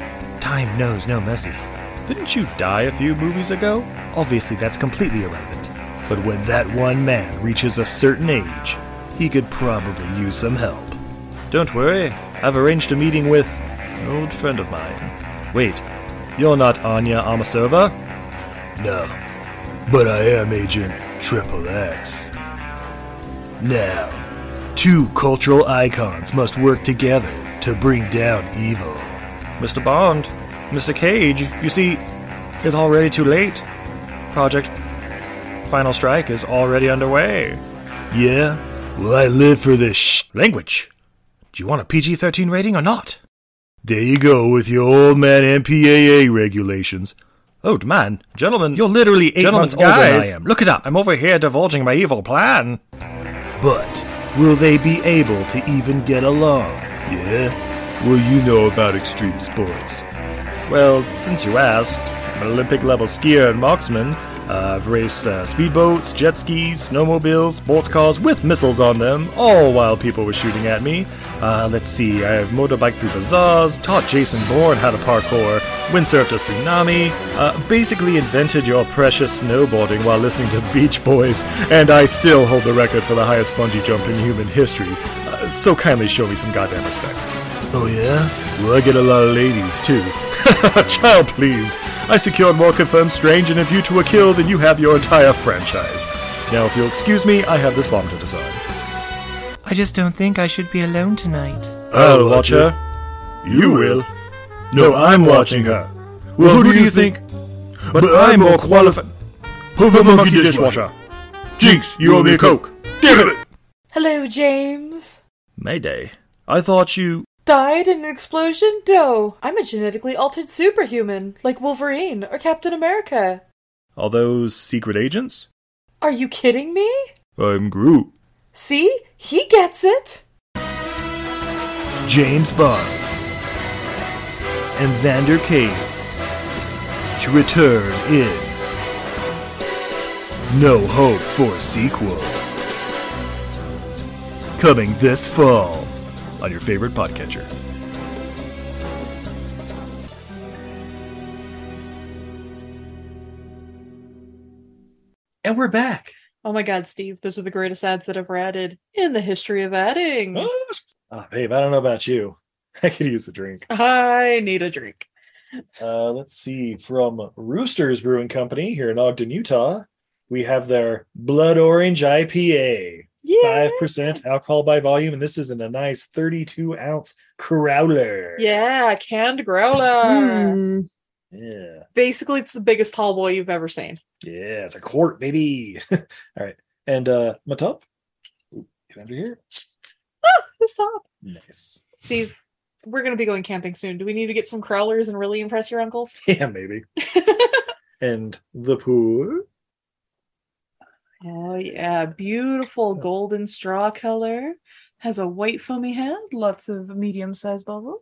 Speaker 3: Time knows no mercy. Didn't you die a few movies ago? Obviously, that's completely irrelevant.
Speaker 17: But when that one man reaches a certain age, he could probably use some help.
Speaker 3: Don't worry, I've arranged a meeting with an old friend of mine. Wait, you're not Anya Amasova?
Speaker 17: No, but I am Agent Triple X. Now, two cultural icons must work together to bring down evil.
Speaker 3: Mr. Bond, Mr. Cage, you see, it's already too late. Project Final Strike is already underway.
Speaker 17: Yeah? Well, I live for this sh- language.
Speaker 3: Do you want a PG 13 rating or not?
Speaker 17: There you go with your old man MPAA regulations. Oh,
Speaker 3: Old man, gentlemen, you're literally eight
Speaker 17: Gentlemen,
Speaker 3: months older than I
Speaker 17: guys.
Speaker 3: am. Look it up. I'm over here divulging my evil plan.
Speaker 17: But will they be able to even get along? Yeah? Well, you know about extreme sports.
Speaker 3: Well, since you asked, I'm an Olympic level skier and marksman. Uh, I've raced uh, speedboats, jet skis, snowmobiles, sports cars with missiles on them, all while people were shooting at me. Uh, let's see, I've motorbiked through bazaars, taught Jason Bourne how to parkour, windsurfed a tsunami, uh, basically invented your precious snowboarding while listening to Beach Boys, and I still hold the record for the highest bungee jump in human history. Uh, so kindly show me some goddamn respect.
Speaker 17: Oh, yeah?
Speaker 3: Well, I get a lot of ladies too. Child, please. I secured more confirmed strange in a view to a kill than you have your entire franchise. Now, if you'll excuse me, I have this bomb to design.
Speaker 2: I just don't think I should be alone tonight.
Speaker 3: I'll watch her. Uh, You will. No, I'm watching her. Well, who do you think? But I'm more qualified. Hoover Monkey Dishwasher. Jinx, you owe me a Coke.
Speaker 4: Hello, James.
Speaker 3: Mayday. I thought you.
Speaker 4: Died in an explosion? No. I'm a genetically altered superhuman, like Wolverine or Captain America.
Speaker 3: Are those secret agents?
Speaker 4: Are you kidding me?
Speaker 3: I'm Groot.
Speaker 4: See? He gets it.
Speaker 17: James Bond and Xander Cage to return in No Hope for a Sequel. Coming this fall on your favorite podcatcher.
Speaker 14: And we're back.
Speaker 4: Oh my god, Steve, those are the greatest ads that I've ever added in the history of adding.
Speaker 14: Ah, babe, I don't know about you.
Speaker 3: I could use a drink.
Speaker 4: I need a drink.
Speaker 3: Uh, let's see. From Roosters Brewing Company here in Ogden, Utah, we have their Blood Orange IPA. Five percent alcohol by volume, and this is in a nice 32 ounce crowler.
Speaker 4: Yeah, canned growler.
Speaker 3: Yeah,
Speaker 4: Basically, it's the biggest tall boy you've ever seen.
Speaker 3: yeah, it's a quart, baby. All right, and uh, my top. Ooh, Get under here.
Speaker 4: Ah, this top.
Speaker 3: Nice.
Speaker 4: Steve, we're going to be going camping soon. Do we need to get some crawlers and really impress your uncles?
Speaker 3: Yeah, maybe. and the pool.
Speaker 4: Oh, yeah. Beautiful golden straw color. Has a white foamy head, lots of medium sized bubbles.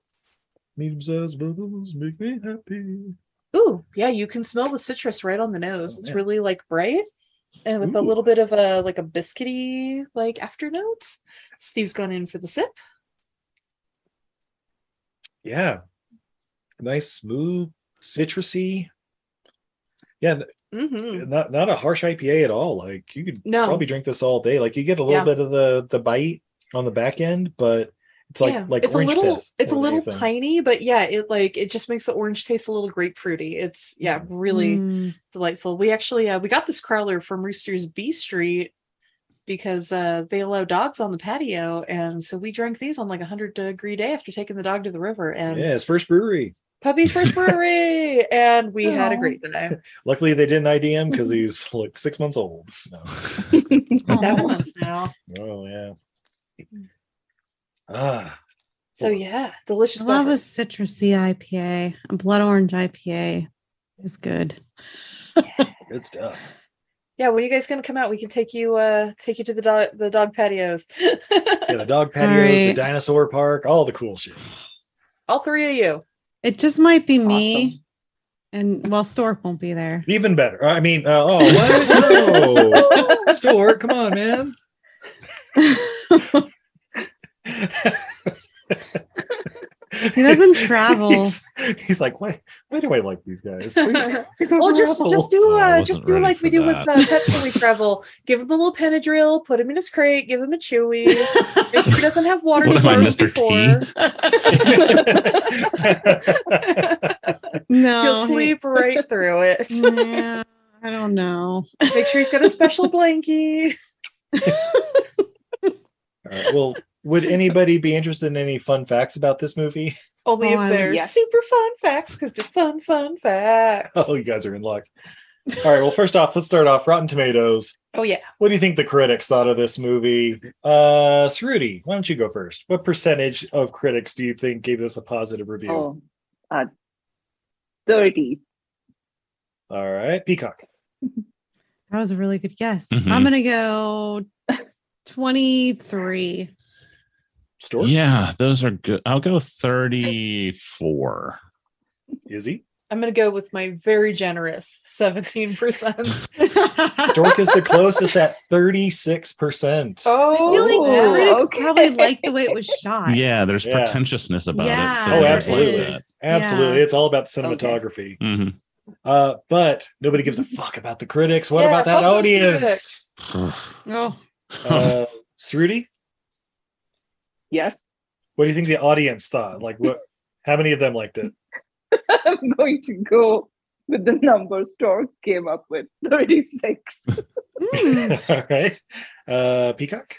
Speaker 3: Medium sized bubbles make me happy.
Speaker 4: Ooh, yeah, you can smell the citrus right on the nose.
Speaker 3: Oh,
Speaker 4: it's
Speaker 3: yeah.
Speaker 4: really like bright and with a
Speaker 3: Ooh.
Speaker 4: little bit of a like a biscuity like afternote. Steve's gone in for the sip.
Speaker 3: Yeah. Nice, smooth, citrusy. Yeah, n-
Speaker 4: Mm-hmm.
Speaker 3: not not a harsh IPA at all. Like you could
Speaker 4: No.
Speaker 3: probably drink this all day. Like you get a little
Speaker 4: Yeah.
Speaker 3: bit of the the bite on the back end, but it's like like
Speaker 4: it's a
Speaker 3: orange
Speaker 4: little
Speaker 3: pith
Speaker 4: it's a
Speaker 3: more than
Speaker 4: little
Speaker 3: anything.
Speaker 4: piney, but yeah, it like it just makes the orange taste a little grapefruity. It's yeah, really
Speaker 9: Mm-hmm.
Speaker 4: delightful. We actually uh, we got this crawler from Rooster's B Street because uh, they allow dogs on the patio, and so we drank these on like a hundred degree day after taking the dog to the river. And
Speaker 3: Yeah, it's first brewery.
Speaker 4: Puppy's First Brewery, and we had a
Speaker 3: Aw.
Speaker 4: great day.
Speaker 3: Luckily they didn't ID him because he's like six months old. No.
Speaker 4: that one's now.
Speaker 3: Oh yeah. Ah,
Speaker 4: So yeah, delicious.
Speaker 10: I love a citrusy IPA. A blood orange IPA is good.
Speaker 3: good stuff.
Speaker 4: Yeah, when you guys gonna come out? We can take you uh take you to the dog the dog patios.
Speaker 3: Yeah, the dog patios, the
Speaker 10: right.
Speaker 3: dinosaur park, all the cool shit.
Speaker 4: All three of you.
Speaker 10: It just might be me. And well, Stork won't be there.
Speaker 3: Even better. I mean, uh, oh, what? No. Stork, come on, man.
Speaker 10: He doesn't travel.
Speaker 3: he's, he's like, why, why do I like these guys? They're just-
Speaker 4: well, Oh, just just do
Speaker 3: I
Speaker 4: uh,
Speaker 3: wasn't
Speaker 4: just do
Speaker 3: ready
Speaker 4: like we
Speaker 3: for
Speaker 4: do
Speaker 3: that.
Speaker 4: with uh, pets when we travel. Give him a little Benadryl, put him in his crate, give him a Chewy. Make sure he doesn't have water
Speaker 9: What
Speaker 4: to
Speaker 9: am I,
Speaker 4: burst
Speaker 9: Mr. T?
Speaker 4: uh,
Speaker 10: No,
Speaker 4: He'll
Speaker 10: he-
Speaker 4: sleep right through it.
Speaker 10: Yeah, I don't know.
Speaker 4: Make sure he's got a special blankie.
Speaker 3: All right, well, would anybody be interested in any fun facts about this movie?
Speaker 4: Only
Speaker 10: Oh, I-
Speaker 4: if they're
Speaker 10: yes.
Speaker 4: super fun facts, because they're fun, fun facts.
Speaker 3: Oh, you guys are in luck. All right, well, first off, let's start off Rotten Tomatoes.
Speaker 4: Oh yeah.
Speaker 3: What do you think the critics thought of this movie? Uh Saruti, why don't you go first? What percentage of critics do you think gave this a positive review?
Speaker 2: Oh, uh, 30.
Speaker 3: All right, Peacock.
Speaker 10: That was a really good guess.
Speaker 9: Mm-hmm.
Speaker 3: Mhm.
Speaker 10: I'm gonna go 23.
Speaker 3: Store?
Speaker 9: Yeah, those are good. I'll go 34.
Speaker 3: Izzy?
Speaker 4: I'm gonna go with my very generous 17%.
Speaker 3: Stork is the closest at 36%.
Speaker 4: oh,
Speaker 10: I feel like
Speaker 4: snap.
Speaker 10: critics probably liked the way it was shot.
Speaker 9: Yeah, there's
Speaker 3: Yeah.
Speaker 9: pretentiousness about it.
Speaker 10: Yeah,
Speaker 9: there's
Speaker 3: Oh,
Speaker 9: like
Speaker 3: absolutely.
Speaker 9: that.
Speaker 3: Absolutely.
Speaker 10: Yeah.
Speaker 3: It's all about cinematography.
Speaker 9: Mhm.
Speaker 3: Uh, but nobody gives a fuck about the critics. What
Speaker 4: Yeah,
Speaker 3: about that
Speaker 4: fuck those
Speaker 3: audience?
Speaker 4: critics.
Speaker 10: Oh,
Speaker 3: Uh, Saruti?
Speaker 2: Yes.
Speaker 3: What do you think the audience thought? Like what how many of them liked it?
Speaker 2: I'm going to go with the number Stork came up with 36.
Speaker 10: Oh Hmm.
Speaker 3: all right. Uh Peacock?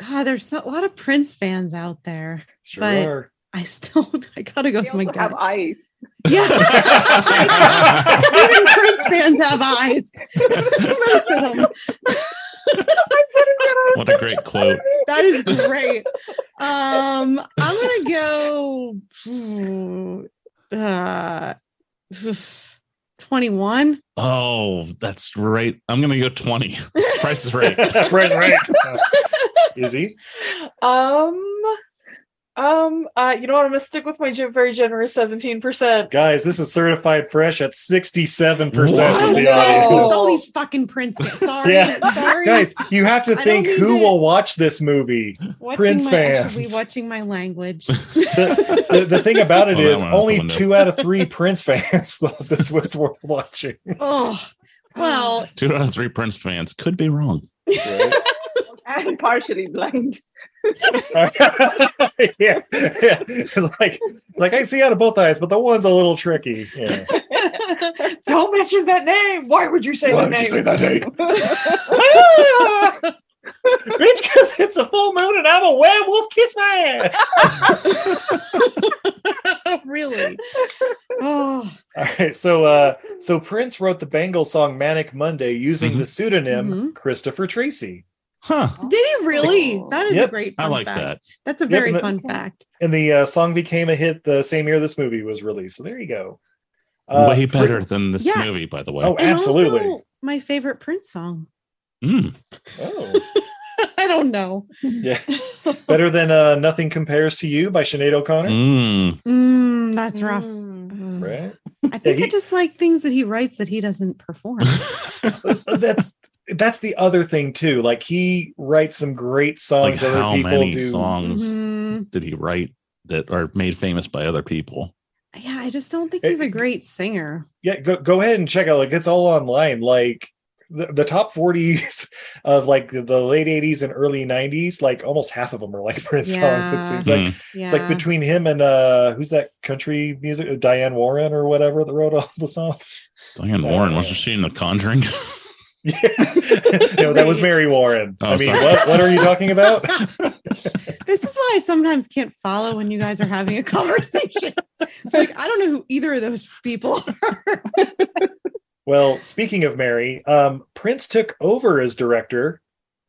Speaker 10: ah, there's so- a lot of Prince fans out there.
Speaker 3: Sure
Speaker 10: but
Speaker 3: are.
Speaker 10: I still I gotta go with my
Speaker 2: also have
Speaker 10: gut.
Speaker 2: eyes.
Speaker 10: Even Prince fans have eyes. Most of them.
Speaker 9: What a great quote.
Speaker 10: That is great. Um, I'm gonna go ooh, uh, 21.
Speaker 9: Oh, that's right. I'm going to go 20. Price is right.
Speaker 3: Price right. Uh, Izzy?
Speaker 4: Um, um, uh, you know what? I'm gonna stick with my ge- very generous 17%.
Speaker 3: Guys, this is certified fresh at 67% of
Speaker 10: What?
Speaker 3: the
Speaker 10: It's
Speaker 3: audience.
Speaker 10: all these fucking Prince fans. Sorry,
Speaker 3: Yeah.
Speaker 10: sorry.
Speaker 3: Guys, you have to
Speaker 10: I don't
Speaker 3: think
Speaker 10: mean
Speaker 3: who
Speaker 10: to-
Speaker 3: will watch this movie.
Speaker 10: Watching
Speaker 3: Prince
Speaker 10: my, I should be
Speaker 3: fans.
Speaker 10: watching my language.
Speaker 3: The, the- the thing about it
Speaker 9: Well, that
Speaker 3: is,
Speaker 9: went out the
Speaker 3: only
Speaker 9: window.
Speaker 3: two out of three Prince fans thought this was worth watching.
Speaker 10: Oh, well,
Speaker 9: Two out of three Prince fans could be wrong.
Speaker 2: I'm partially blind.
Speaker 3: yeah, yeah. It's like, like I see out of both eyes, but the one's a little tricky. Yeah.
Speaker 4: Don't mention that name. Why would you say
Speaker 3: Why would
Speaker 4: that name?
Speaker 3: you say that name?
Speaker 4: Bitch, because it's a full moon and I'm a werewolf. Kiss my ass.
Speaker 10: really?
Speaker 4: Oh.
Speaker 3: All right, so uh, so Prince wrote the Bangle song "Manic Monday" using the pseudonym
Speaker 10: Mm-hmm.
Speaker 3: Christopher Tracy.
Speaker 9: Huh?
Speaker 10: Did he
Speaker 9: Oh.
Speaker 10: really? That is
Speaker 3: Yep.
Speaker 10: a great.
Speaker 3: I
Speaker 10: Fun
Speaker 3: like
Speaker 10: fact.
Speaker 3: that.
Speaker 10: That's a
Speaker 3: Yep,
Speaker 10: very
Speaker 3: and the-
Speaker 10: fun fact.
Speaker 3: And the uh, song became a hit the same year this movie was released. So there you go. Uh,
Speaker 9: Way better than this
Speaker 10: Yeah.
Speaker 9: movie, by the way.
Speaker 3: Oh,
Speaker 10: And
Speaker 3: absolutely.
Speaker 10: also, my favorite Prince song.
Speaker 9: Mm.
Speaker 3: Oh.
Speaker 10: I don't know.
Speaker 3: yeah, better than uh, "Nothing Compares to You" by Sinead O'Connor.
Speaker 10: Mm, that's rough.
Speaker 3: Right?
Speaker 10: I think
Speaker 3: Mm. he-
Speaker 10: I just like things that he writes that he doesn't perform.
Speaker 3: that's that's the other thing too. Like he writes some great
Speaker 9: Like
Speaker 3: songs.
Speaker 9: how
Speaker 3: other people
Speaker 9: many
Speaker 3: do.
Speaker 9: songs
Speaker 10: Mhm.
Speaker 9: did he write that are made famous by other people?
Speaker 10: yeah, I just don't think he's a great singer.
Speaker 3: Yeah, go go ahead and check out. Like it's all online. Like the, the top forties of like the, the late eighties and early nineties. Like almost half of them are like Prince songs. It
Speaker 10: Yeah.
Speaker 3: seems like
Speaker 10: Hmm.
Speaker 3: it's like
Speaker 10: Yeah.
Speaker 3: between him and uh who's that country music Diane Warren or whatever that wrote all the songs.
Speaker 9: Diane Warren wasn't she in The Conjuring?
Speaker 3: no, that was Mary Warren.
Speaker 9: Oh,
Speaker 3: I mean,
Speaker 9: sorry.
Speaker 3: what what are you talking about?
Speaker 10: This is why I sometimes can't follow when you guys are having a conversation. It's like I don't know who either of those people are.
Speaker 3: Well, speaking of Mary, um, Prince took over as director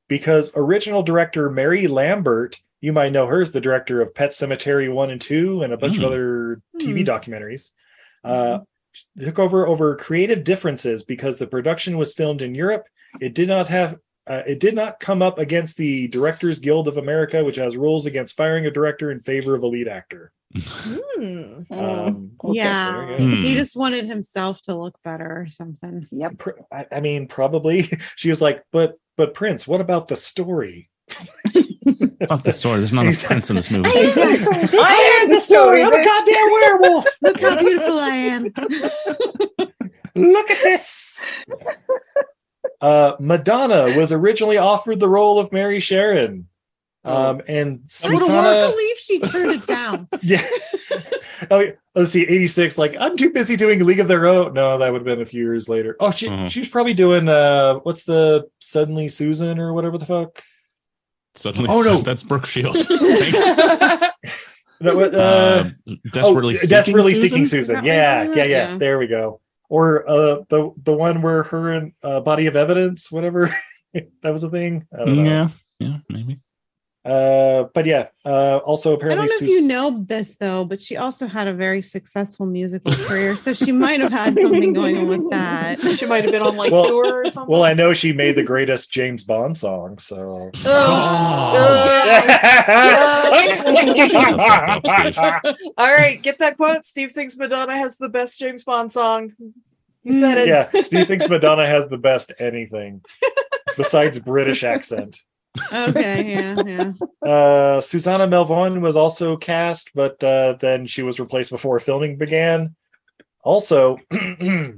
Speaker 3: because original director Mary Lambert, you might know her as the director of Pet Cemetery 1 and 2 and a bunch
Speaker 9: Hmm.
Speaker 3: of other TV
Speaker 9: Hmm.
Speaker 3: documentaries, uh, took over over creative differences because the production was filmed in Europe. It did not have. Uh, it did not come up against the Directors Guild of America, which has rules against firing a director in favor of a lead actor.
Speaker 4: Hmm.
Speaker 9: Uh,
Speaker 2: Oh. Mm.
Speaker 3: Um, okay, there
Speaker 10: yeah,
Speaker 3: you go.
Speaker 9: Hmm.
Speaker 10: he just wanted himself to look better or something.
Speaker 3: Yep. I, I mean, probably. She was like, but but Prince, what about the story?
Speaker 9: Fuck the story. There's not a prince in this movie.
Speaker 3: I am the story. I'm a goddamn werewolf.
Speaker 10: Look how beautiful I am.
Speaker 3: Look at this. Uh, Madonna was originally offered the role of Mary Sharon. Um, and
Speaker 10: I would have
Speaker 3: Susanna,
Speaker 10: believed she turned it down.
Speaker 3: oh, yeah. let's see, 86, like, I'm too busy doing League of Their Own. No, that would have been a few years later. Oh, she,
Speaker 9: Mhm.
Speaker 3: she was probably doing, uh, what's the Suddenly Susan or whatever the fuck?
Speaker 9: Suddenly,
Speaker 3: Oh, no.
Speaker 9: that's Brooke Shields.
Speaker 3: No, what, uh,
Speaker 9: Um, desperately
Speaker 3: oh,
Speaker 9: seeking
Speaker 3: desperately
Speaker 9: Susan?
Speaker 3: seeking
Speaker 9: Is
Speaker 3: Susan.
Speaker 9: that what
Speaker 3: Yeah,
Speaker 9: you
Speaker 3: yeah,
Speaker 9: were
Speaker 3: yeah,
Speaker 9: at? Yeah.
Speaker 3: There we go. Or uh, the the one where her and uh, body of evidence, whatever that was a thing. I don't know.
Speaker 9: yeah, yeah, maybe.
Speaker 3: Uh, but yeah. Uh, also
Speaker 10: I
Speaker 3: apparently,
Speaker 10: don't know if
Speaker 3: Sus-
Speaker 10: you know this though, but she also had a very successful musical career, so she might have had something going on with that.
Speaker 4: She might have been on like
Speaker 3: Well-
Speaker 4: tour or something.
Speaker 3: well, I know she made the greatest James Bond song. So
Speaker 9: Oh.
Speaker 3: Oh.
Speaker 4: All right, get that quote. Steve thinks Madonna has the best James Bond song. He said it.
Speaker 3: yeah, Steve thinks Madonna has the best anything besides British accent.
Speaker 10: Okay, yeah, yeah.
Speaker 3: Uh, Susanna Melvoin was also cast, but uh, then she was replaced before filming began. Also,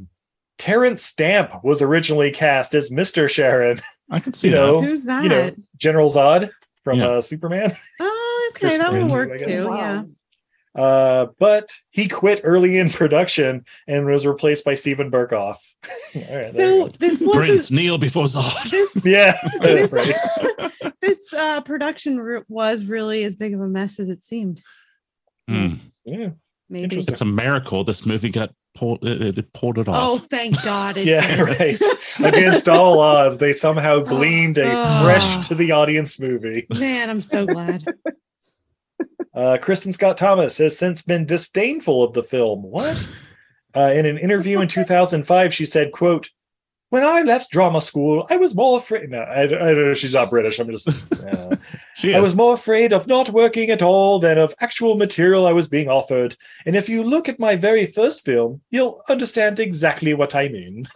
Speaker 3: Terrence Stamp was originally cast as Mr. Sharon.
Speaker 9: I can
Speaker 10: see that. Who's that?
Speaker 3: You know, General Zod from uh, Superman.
Speaker 10: Oh, okay, that would
Speaker 3: Friends,
Speaker 10: work
Speaker 3: I guess.
Speaker 10: too. Yeah.
Speaker 3: Uh, but he quit early in production and was replaced by Stephen Burkoff. All right, there you
Speaker 10: So
Speaker 3: go.
Speaker 10: this was
Speaker 9: Prince kneel before Zod.
Speaker 10: this
Speaker 3: yeah, that's
Speaker 10: this,
Speaker 3: right.
Speaker 10: this uh, production re- was really as big of a mess as it seemed.
Speaker 9: Mm.
Speaker 3: Yeah.
Speaker 10: Maybe.
Speaker 9: It's a miracle this movie got pulled. It, it pulled it
Speaker 10: Oh,
Speaker 9: off.
Speaker 10: thank God! It Oh,
Speaker 3: yeah,
Speaker 10: did.
Speaker 3: right. Against all odds, they somehow gleamed a fresh to the audience movie.
Speaker 10: Man, I'm so glad.
Speaker 3: Uh, Kristen Scott Thomas has since been disdainful of the film. What? Uh, in an interview in 2005, she said, "quote When I left drama school, I was more afraid. No, I, I don't know. She's not British. I'm just. Uh,
Speaker 9: She
Speaker 3: I
Speaker 9: is.
Speaker 3: was more afraid of not working at all than of actual material I was being offered. And if you look at my very first film, you'll understand exactly what I mean."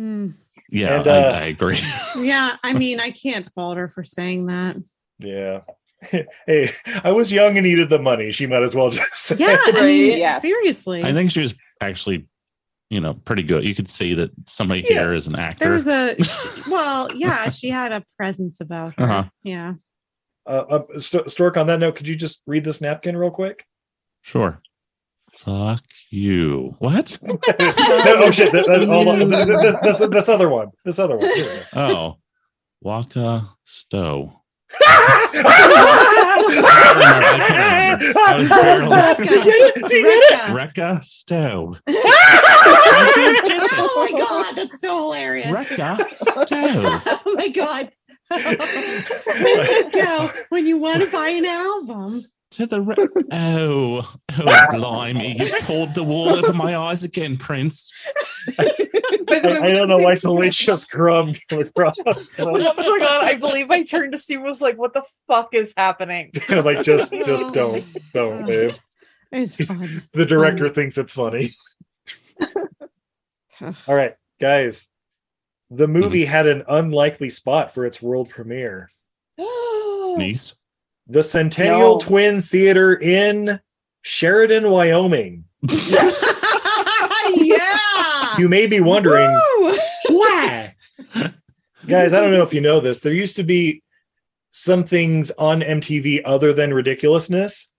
Speaker 10: Mm.
Speaker 9: Yeah,
Speaker 3: And,
Speaker 9: I,
Speaker 3: uh,
Speaker 9: I agree.
Speaker 10: Yeah, I mean, I can't fault her for saying that.
Speaker 3: Yeah. hey, I was young and needed the money. She might as well just. say
Speaker 10: Yeah,
Speaker 3: it.
Speaker 10: I mean, seriously.
Speaker 9: I think she was actually you know, pretty good. You could see that somebody here is an actor.
Speaker 10: There was a well, yeah, she had a presence about her.
Speaker 9: Uh-huh.
Speaker 10: Yeah.
Speaker 3: Uh, uh, St- Stork, on that note, could you just read this napkin real quick?
Speaker 9: Sure. Fuck you. What?
Speaker 3: oh shit! That, that- hold on. This, this, this other one. This other one. Here we
Speaker 9: Oh,
Speaker 3: go.
Speaker 9: Waka Stowe. was barely-
Speaker 6: Do you get
Speaker 9: Rekka Stowe.
Speaker 10: oh my god, that's so hilarious.
Speaker 9: Rekka Stowe.
Speaker 10: oh my god. Where do you go when you want to buy an album?
Speaker 9: To the re- oh, oh blimey! You pulled the wool over my eyes again, Prince.
Speaker 3: I don't know why somebody just crumb came across.
Speaker 4: What's going on? Oh I believe I turned to Steve was like, what the fuck is happening?
Speaker 3: like just, just don't, don't, babe.
Speaker 10: It's fun. Um,
Speaker 3: The director thinks it's funny. All right, guys. The movie had an unlikely spot for its world premiere.
Speaker 9: Niece.
Speaker 3: The Centennial
Speaker 9: No.
Speaker 3: Twin Theater in Sheridan, Wyoming.
Speaker 10: yeah.
Speaker 3: You may be wondering
Speaker 10: Why?
Speaker 3: guys i don't know if you know this there used to be some things on mtv other than ridiculousness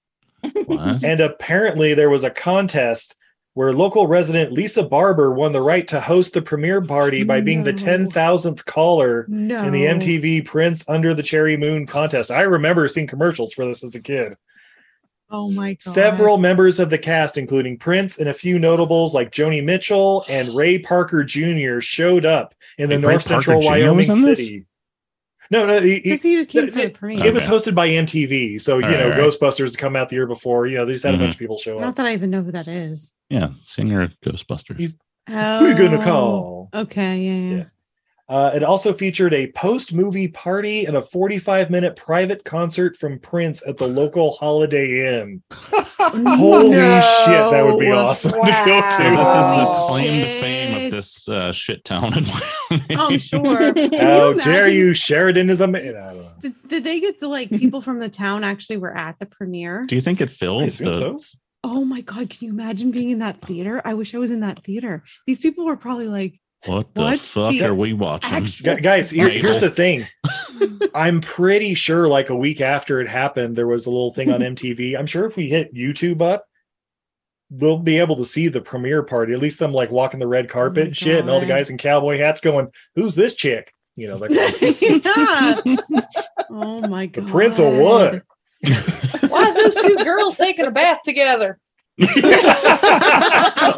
Speaker 3: and apparently there was a contest where local resident lisa barber won the right to host the premiere party by being the 10000th caller in the
Speaker 10: No.
Speaker 3: mtv prince under the cherry moon contest i remember seeing commercials for this as a kid
Speaker 10: Oh my god.
Speaker 3: Several members of the cast, including Prince and a few notables like Joni Mitchell and Ray Parker Jr., showed up in the
Speaker 9: Wait, Ray
Speaker 3: North Central
Speaker 9: Parker Jr.
Speaker 3: Wyoming
Speaker 9: was in this?
Speaker 3: city. No, no, he, he-
Speaker 10: Because he was came
Speaker 3: it-
Speaker 10: for the
Speaker 3: it
Speaker 10: premiere.
Speaker 3: was hosted by MTV, so you
Speaker 9: All right, all
Speaker 3: know
Speaker 9: right.
Speaker 3: Ghostbusters come out the year before. You know they just had
Speaker 9: Mhm.
Speaker 3: a bunch of people show
Speaker 10: Not
Speaker 3: up.
Speaker 10: that I even know who that is.
Speaker 9: Yeah, singer of Ghostbusters.
Speaker 10: Oh,
Speaker 3: Who you gonna call?
Speaker 10: Okay, yeah, yeah.
Speaker 3: Uh, it also featured a post-movie party and a 45-minute private concert from Prince at the local Holiday Inn. Holy shit, that would be awesome to go
Speaker 9: So
Speaker 3: to.
Speaker 9: this is the claim to fame of this uh, shit town. in Wyoming.
Speaker 10: Oh, sure. Can you
Speaker 3: How dare
Speaker 10: imagine-
Speaker 3: you? Sheridan is a man. I don't know.
Speaker 10: Did, did they get to like people from the town actually were at the premiere?
Speaker 9: Do you think it fills
Speaker 3: assume
Speaker 9: the?
Speaker 10: Oh my god, can you imagine being in that theater? I wish I was in that theater. These people were probably like,
Speaker 9: What the
Speaker 10: What
Speaker 9: fuck
Speaker 10: the
Speaker 9: are we watching?
Speaker 10: actual-
Speaker 3: Gu- guys here-
Speaker 9: Mabel.
Speaker 3: here's the thing i'm pretty sure like a week after it happened there was a little thing on mtv i'm sure if we hit youtube up we'll be able to see the premiere party at least them like walking the red carpet and shit and all the
Speaker 10: Oh God.
Speaker 3: guys in cowboy hats going who's this chick you know like
Speaker 10: yeah. Oh my god.
Speaker 3: prince of what
Speaker 4: Why are those two girls taking a bath together?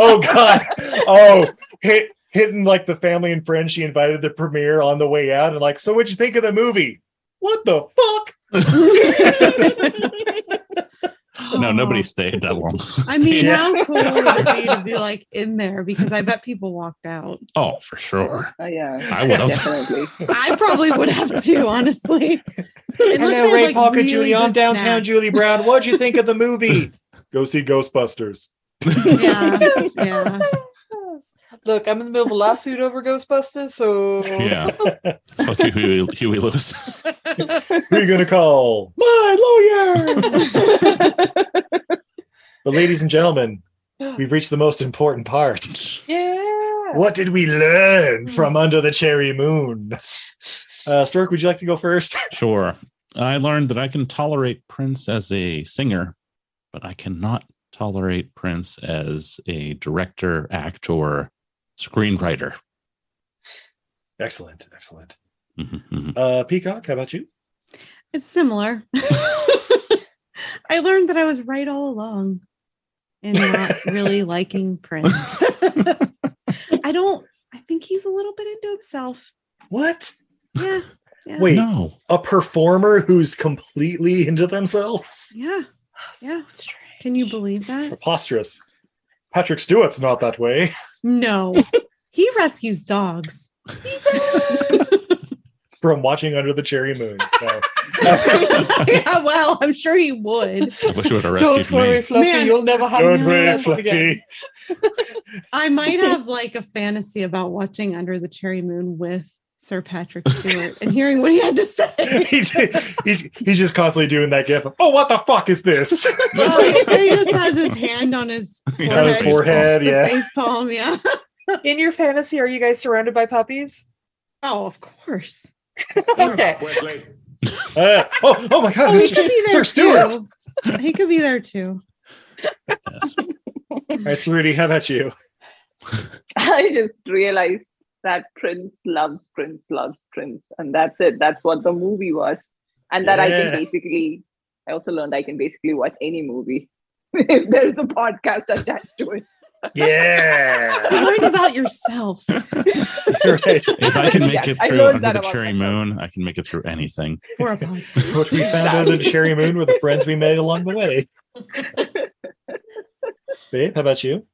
Speaker 3: oh god oh hit hitting like the family and friends she invited to the premiere on the way out and like so what'd you think of the movie what the fuck
Speaker 9: No, nobody stayed that long.
Speaker 10: I mean,
Speaker 9: Yeah.
Speaker 10: how cool would it be to be like in there? Because I bet people walked out.
Speaker 9: Oh, for sure.
Speaker 2: Oh yeah.
Speaker 9: I would have.
Speaker 2: Definitely.
Speaker 10: I probably would have too, honestly. Unless they
Speaker 3: Hello,
Speaker 10: had,
Speaker 3: Ray
Speaker 10: like,
Speaker 3: Parker
Speaker 10: really
Speaker 3: Julie. I'm
Speaker 10: good
Speaker 3: downtown
Speaker 10: snacks.
Speaker 3: Julie Brown. What'd you think of the movie? Go see Ghostbusters.
Speaker 10: Yeah, yeah.
Speaker 4: Look, I'm in the middle of a lawsuit over Ghostbusters, so
Speaker 9: Yeah. Fuck you, Huey, Huey Lewis.
Speaker 3: Who you gonna call? My lawyer. but ladies and gentlemen, we've reached the most important part.
Speaker 4: Yeah.
Speaker 3: What did we learn
Speaker 10: Hmm.
Speaker 3: from Under the Cherry Moon? Uh, Stork, would you like to go first?
Speaker 9: Sure. I learned that I can tolerate Prince as a singer, but I cannot tolerate Prince as a director, actor, screenwriter.
Speaker 3: excellent, excellent.
Speaker 9: Mhm, mhm.
Speaker 3: Uh, Peacock, how about you?
Speaker 10: It's similar. I learned that I was right all along and not really liking Prince. I don't, I think he's a little bit into himself.
Speaker 3: What?
Speaker 10: Yeah. yeah.
Speaker 3: Wait, a performer who's completely into themselves?
Speaker 10: Yeah. yeah. Can you believe that?
Speaker 3: Preposterous. Patrick Stewart's not that way.
Speaker 10: No. he rescues dogs.
Speaker 3: from watching Under the Cherry Moon. So,
Speaker 10: yeah, well, I'm sure he would.
Speaker 9: I wish you would have
Speaker 4: Don't
Speaker 9: rescued
Speaker 4: worry,
Speaker 9: me.
Speaker 4: Fluffy,
Speaker 10: Man.
Speaker 4: you'll never have
Speaker 10: Don't
Speaker 4: to see
Speaker 10: worry,
Speaker 4: that one again.
Speaker 10: I might have like a fantasy about watching Under the Cherry Moon with Sir Patrick Stewart and hearing what he had to say.
Speaker 3: he's, he's, he's just constantly doing that gif. of, Oh, what the fuck is this?
Speaker 10: he just has his hand on his
Speaker 3: Yeah, on his forehead,
Speaker 10: the
Speaker 3: yeah.
Speaker 10: face palm, yeah.
Speaker 4: In your fantasy, are you guys surrounded by puppies?
Speaker 10: Oh, of course.
Speaker 4: okay.
Speaker 3: Uh, oh, oh my god,
Speaker 10: Oh, he
Speaker 3: Mr.
Speaker 10: could be
Speaker 3: Sir
Speaker 10: there
Speaker 3: Stewart.
Speaker 10: too. He could be there too.
Speaker 3: All right, Saruti, how about you?
Speaker 2: I just realized that Prince loves Prince loves Prince, and that's it. That's what the movie was, and that I
Speaker 3: Yeah.
Speaker 2: can basically. I also learned I can basically watch any movie if there's a podcast attached to it.
Speaker 3: Yeah.
Speaker 10: Learn about yourself.
Speaker 9: If I can make
Speaker 2: Yes,
Speaker 9: it
Speaker 2: I
Speaker 9: through
Speaker 2: learned
Speaker 9: under
Speaker 2: that
Speaker 9: the
Speaker 2: about
Speaker 9: cherry moon, I can make it through anything.
Speaker 10: For a podcast.
Speaker 3: Which we found out in Cherry Moon with the friends we made along the way. Babe, how about you?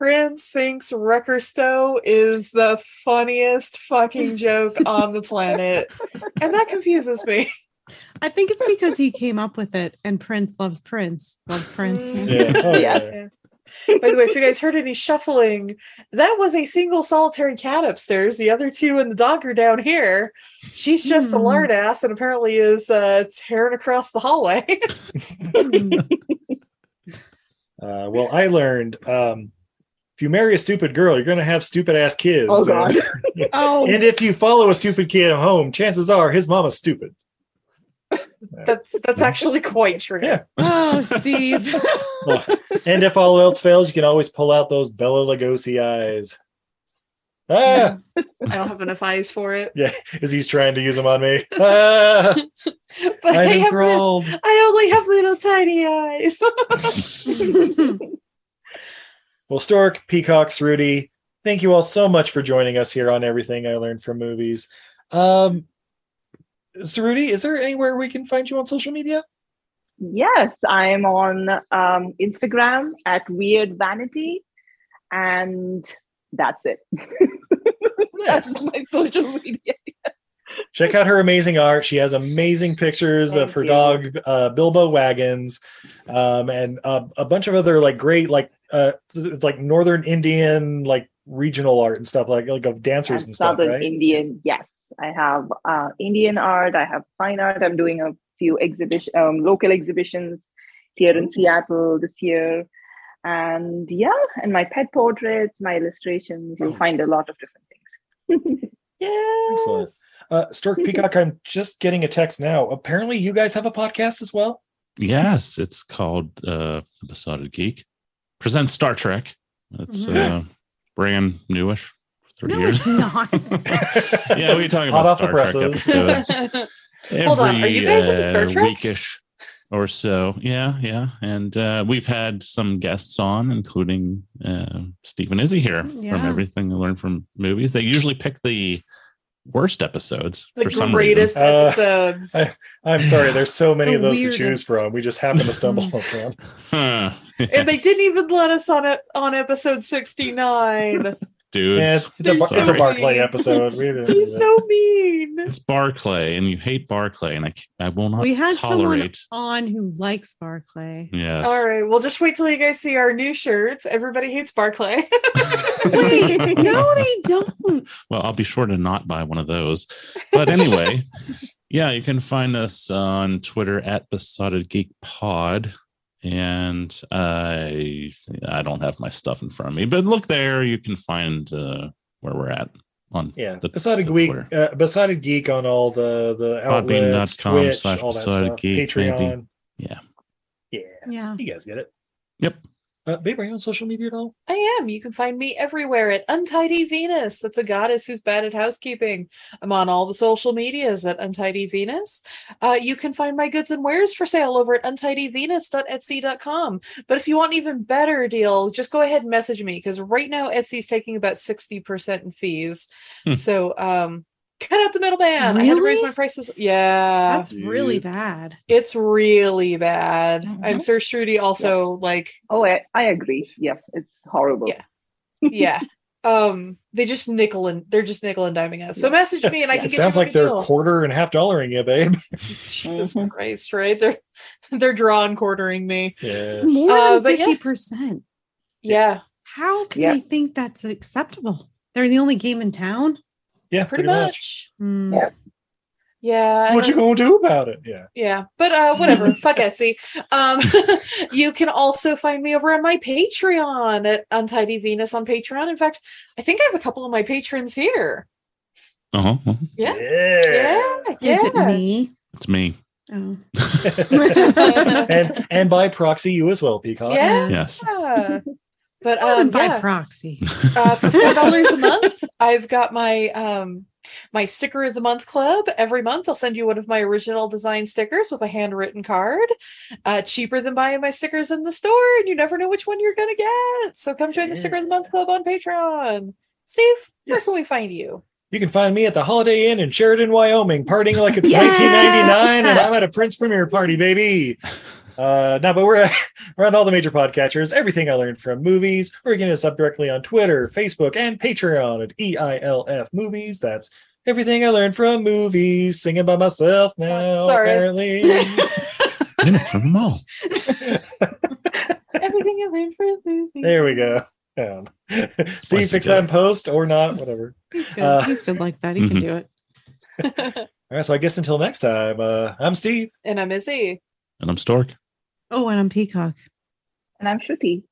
Speaker 4: Prince thinks Rucker Stowe is the funniest fucking joke on the planet. And that confuses me.
Speaker 10: I think it's because he came up with it and Prince loves Prince. Loves Prince.
Speaker 3: Mm.
Speaker 4: Yeah. Oh, yeah. By the way, if you guys heard any shuffling, that was a single solitary cat upstairs. The other two and the dog are down here. She's just a
Speaker 10: Hmm.
Speaker 4: lard ass and apparently is uh, tearing across the hallway.
Speaker 3: Uh, well, I learned um, if you marry a stupid girl, you're going to have stupid ass kids.
Speaker 2: Oh, God.
Speaker 3: And,
Speaker 10: Oh.
Speaker 3: and if you follow a stupid kid home, chances are his mama's stupid.
Speaker 4: that's that's actually quite true.
Speaker 10: Oh, Steve.
Speaker 3: and if all else fails, you can always pull out those Bella Lugosi eyes. Ah,
Speaker 4: I don't have enough eyes for it.
Speaker 3: yeah, as he's trying to use them on me. Ah,
Speaker 4: But I,
Speaker 3: I'm
Speaker 4: have
Speaker 3: enthralled.
Speaker 4: I only have little tiny eyes.
Speaker 3: Well, Stork, Peacocks, Rudy, thank you all so much for joining us here on Everything I Learned from Movies. Um, so Rudy, is there anywhere we can find you on social media?
Speaker 2: Yes, I'm on um, Instagram at Weird Vanity, and that's it. that's my social media.
Speaker 3: Check out her amazing art. She has amazing pictures of her dog uh, Bilbo Wagons, um, and uh, a bunch of other like great like uh, it's like Northern Indian like regional art and stuff like like of dancers and, stuff,
Speaker 2: Southern
Speaker 3: right?
Speaker 2: Indian. Yes, I have uh, Indian art. I have fine art. I'm doing a few exhibition, um, local exhibitions here in Seattle this year, and yeah, and my pet portraits, my illustrations. You'll find a lot of different
Speaker 3: Excellent. Uh, Stork Peacock, I'm just getting a text now. Apparently, you guys have a podcast as well.
Speaker 9: Yes, it's called uh Episodic Geek. Presents Star Trek. That's uh,
Speaker 10: Mhm.
Speaker 9: brand newish for 30
Speaker 10: No, it's
Speaker 9: years.
Speaker 10: not.
Speaker 9: yeah, we talking
Speaker 3: Hot
Speaker 9: about
Speaker 3: off the
Speaker 9: Star Trek
Speaker 3: presses.
Speaker 9: episodes.
Speaker 4: Hold on, are you guys into Star
Speaker 9: uh,
Speaker 4: Trek?
Speaker 9: Weekish or so. Yeah, yeah. And uh, we've had some guests on, including uh, Steve and Izzy here from
Speaker 4: Yeah.
Speaker 9: Everything I Learned from Movies. They usually pick the worst episodes
Speaker 4: The
Speaker 9: for some
Speaker 4: greatest
Speaker 9: reason. Uh,
Speaker 4: episodes.
Speaker 3: I, I'm sorry, there's so many
Speaker 4: The
Speaker 3: of those to choose
Speaker 4: weirdest.
Speaker 3: from. We just happen to stumble upon.
Speaker 9: Huh.
Speaker 4: and they didn't even let us on it on episode 69.
Speaker 9: Dudes.
Speaker 3: Yeah, it's, a,
Speaker 9: I'm
Speaker 3: Bar- it's a
Speaker 9: sorry.
Speaker 3: Barclay episode. We didn't do
Speaker 4: You're
Speaker 3: that.
Speaker 4: so mean.
Speaker 9: It's Barclay, and you hate Barclay, and I, c- I will not
Speaker 10: we had
Speaker 9: tolerate.
Speaker 10: someone on who likes Barclay.
Speaker 9: Yes.
Speaker 4: All right. Well, just wait till you guys see our new shirts. Everybody hates Barclay.
Speaker 10: Wait, no, they don't.
Speaker 9: Well, I'll be sure to not buy one of those. But anyway, yeah, you can find us on Twitter at Besotted Geek Pod. And I I don't have my stuff in front of me, but look there, you can find uh, where we're at on
Speaker 3: Yeah,
Speaker 9: the-
Speaker 3: Besotted
Speaker 9: the
Speaker 3: Geek,
Speaker 9: Twitter.
Speaker 3: uh, Besotted Geek on all the the outlets,
Speaker 9: Podbean.com
Speaker 3: Twitch,
Speaker 9: slash
Speaker 3: all that
Speaker 9: Besotted
Speaker 3: stuff,
Speaker 9: Geek, maybe.
Speaker 3: Patreon.
Speaker 9: Yeah.
Speaker 3: yeah,
Speaker 4: Yeah.
Speaker 3: You guys get it.
Speaker 9: Yep.
Speaker 3: Uh, babe, are you on social media at all?
Speaker 4: I am. You can find me everywhere at Untidy Venus. That's a goddess who's bad at housekeeping. I'm on all the social medias at Untidy Venus. Uh, you can find my goods and wares for sale over at untidyvenus.etsy.com. But if you want an even better deal, just go ahead and message me because right now Etsy's taking about 60% in fees.
Speaker 9: Hmm.
Speaker 4: So um, cut out the middleman. I had to raise
Speaker 10: Really?
Speaker 4: my prices. Yeah.
Speaker 10: That's really bad.
Speaker 4: It's really bad. I'm sure Shruti also like.
Speaker 2: Oh, I, I agree. Yes, it's horrible.
Speaker 4: Yeah, yeah. um, they just nickel and they're just nickel and diming us. So message me and I
Speaker 3: Yeah,
Speaker 4: can
Speaker 3: it
Speaker 4: get
Speaker 3: sounds
Speaker 4: you a
Speaker 3: like
Speaker 4: good
Speaker 3: they're
Speaker 4: deal.
Speaker 3: quarter and half dollaring you, babe.
Speaker 4: Jesus
Speaker 10: Mm-hmm.
Speaker 4: Christ, right? They're they're drawn quartering me.
Speaker 3: Yeah.
Speaker 10: More
Speaker 4: Uh,
Speaker 10: than
Speaker 4: but yeah.
Speaker 10: fifty percent.
Speaker 4: Yeah.
Speaker 10: How can
Speaker 4: Yeah.
Speaker 10: they think that's acceptable? They're the only game in town.
Speaker 3: Yeah,
Speaker 4: pretty, Uh, much.
Speaker 10: Hmm.
Speaker 4: Yeah.
Speaker 3: What you gonna do about it? Yeah.
Speaker 4: Yeah, but uh, whatever. Fuck Etsy. Um, you can also find me over on my Patreon at Untidy Venus on Patreon. In fact, I think I have a couple of my patrons here.
Speaker 9: Uh huh.
Speaker 4: Yeah, yeah, yeah.
Speaker 10: Is it me?
Speaker 9: It's me.
Speaker 10: Oh.
Speaker 3: and and by proxy, you as well, Peacock.
Speaker 4: Yes. Yeah. But um,
Speaker 10: by
Speaker 4: yeah,
Speaker 10: proxy.
Speaker 4: uh, for four dollars a month, I've got my um my sticker of the month club every month. I'll send you one of my original design stickers with a handwritten card. Uh, cheaper than buying my stickers in the store, and you never know which one you're gonna get. So come join the sticker of the month club on Patreon. Steve, where can we find you?
Speaker 3: You can find me at the Holiday Inn in Sheridan, Wyoming, partying like it's
Speaker 4: Yeah!
Speaker 3: 1999, and I'm at a Prince premiere party, baby. Uh, no, but we're we're on all the major podcatchers. Everything I learned from movies, or you can hit us up directly on Twitter, Facebook, and Patreon at E EILF Movies. That's everything I learned from movies. Singing by myself now,
Speaker 4: Sorry.
Speaker 3: apparently.
Speaker 9: Minutes from the mall.
Speaker 4: Everything I learned from the movie.
Speaker 3: There we go. Um, See,
Speaker 9: you
Speaker 3: fix
Speaker 9: did
Speaker 3: that in post or not, whatever.
Speaker 10: He's good.
Speaker 3: Uh,
Speaker 10: He's good like that. He
Speaker 9: mm-hmm.
Speaker 10: can do it.
Speaker 3: All right, so I guess until next time, uh, I'm Steve.
Speaker 4: And I'm Izzy.
Speaker 9: And I'm Stork.
Speaker 10: Oh, and I'm Peacock.
Speaker 2: And I'm Shruti.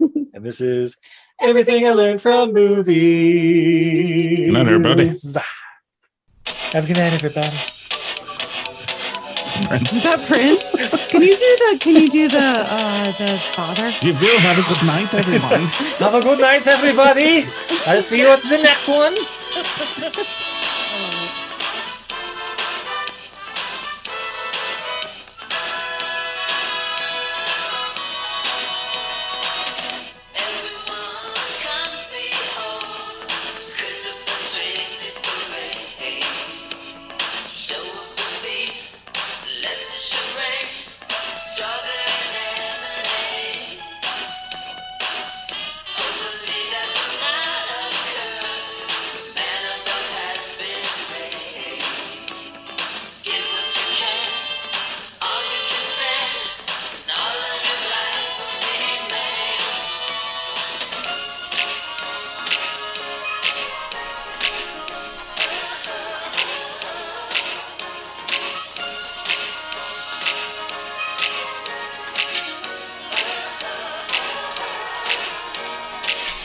Speaker 3: And this is Everything I Learned from
Speaker 9: Good
Speaker 3: Movies.
Speaker 9: night, everybody.
Speaker 3: Have a good night, everybody.
Speaker 10: Is that Prince? Can you do the? Can you do the? uh The father?
Speaker 9: You will have a good night, everyone.
Speaker 3: Have a good night, everybody. I'll see you at the next one.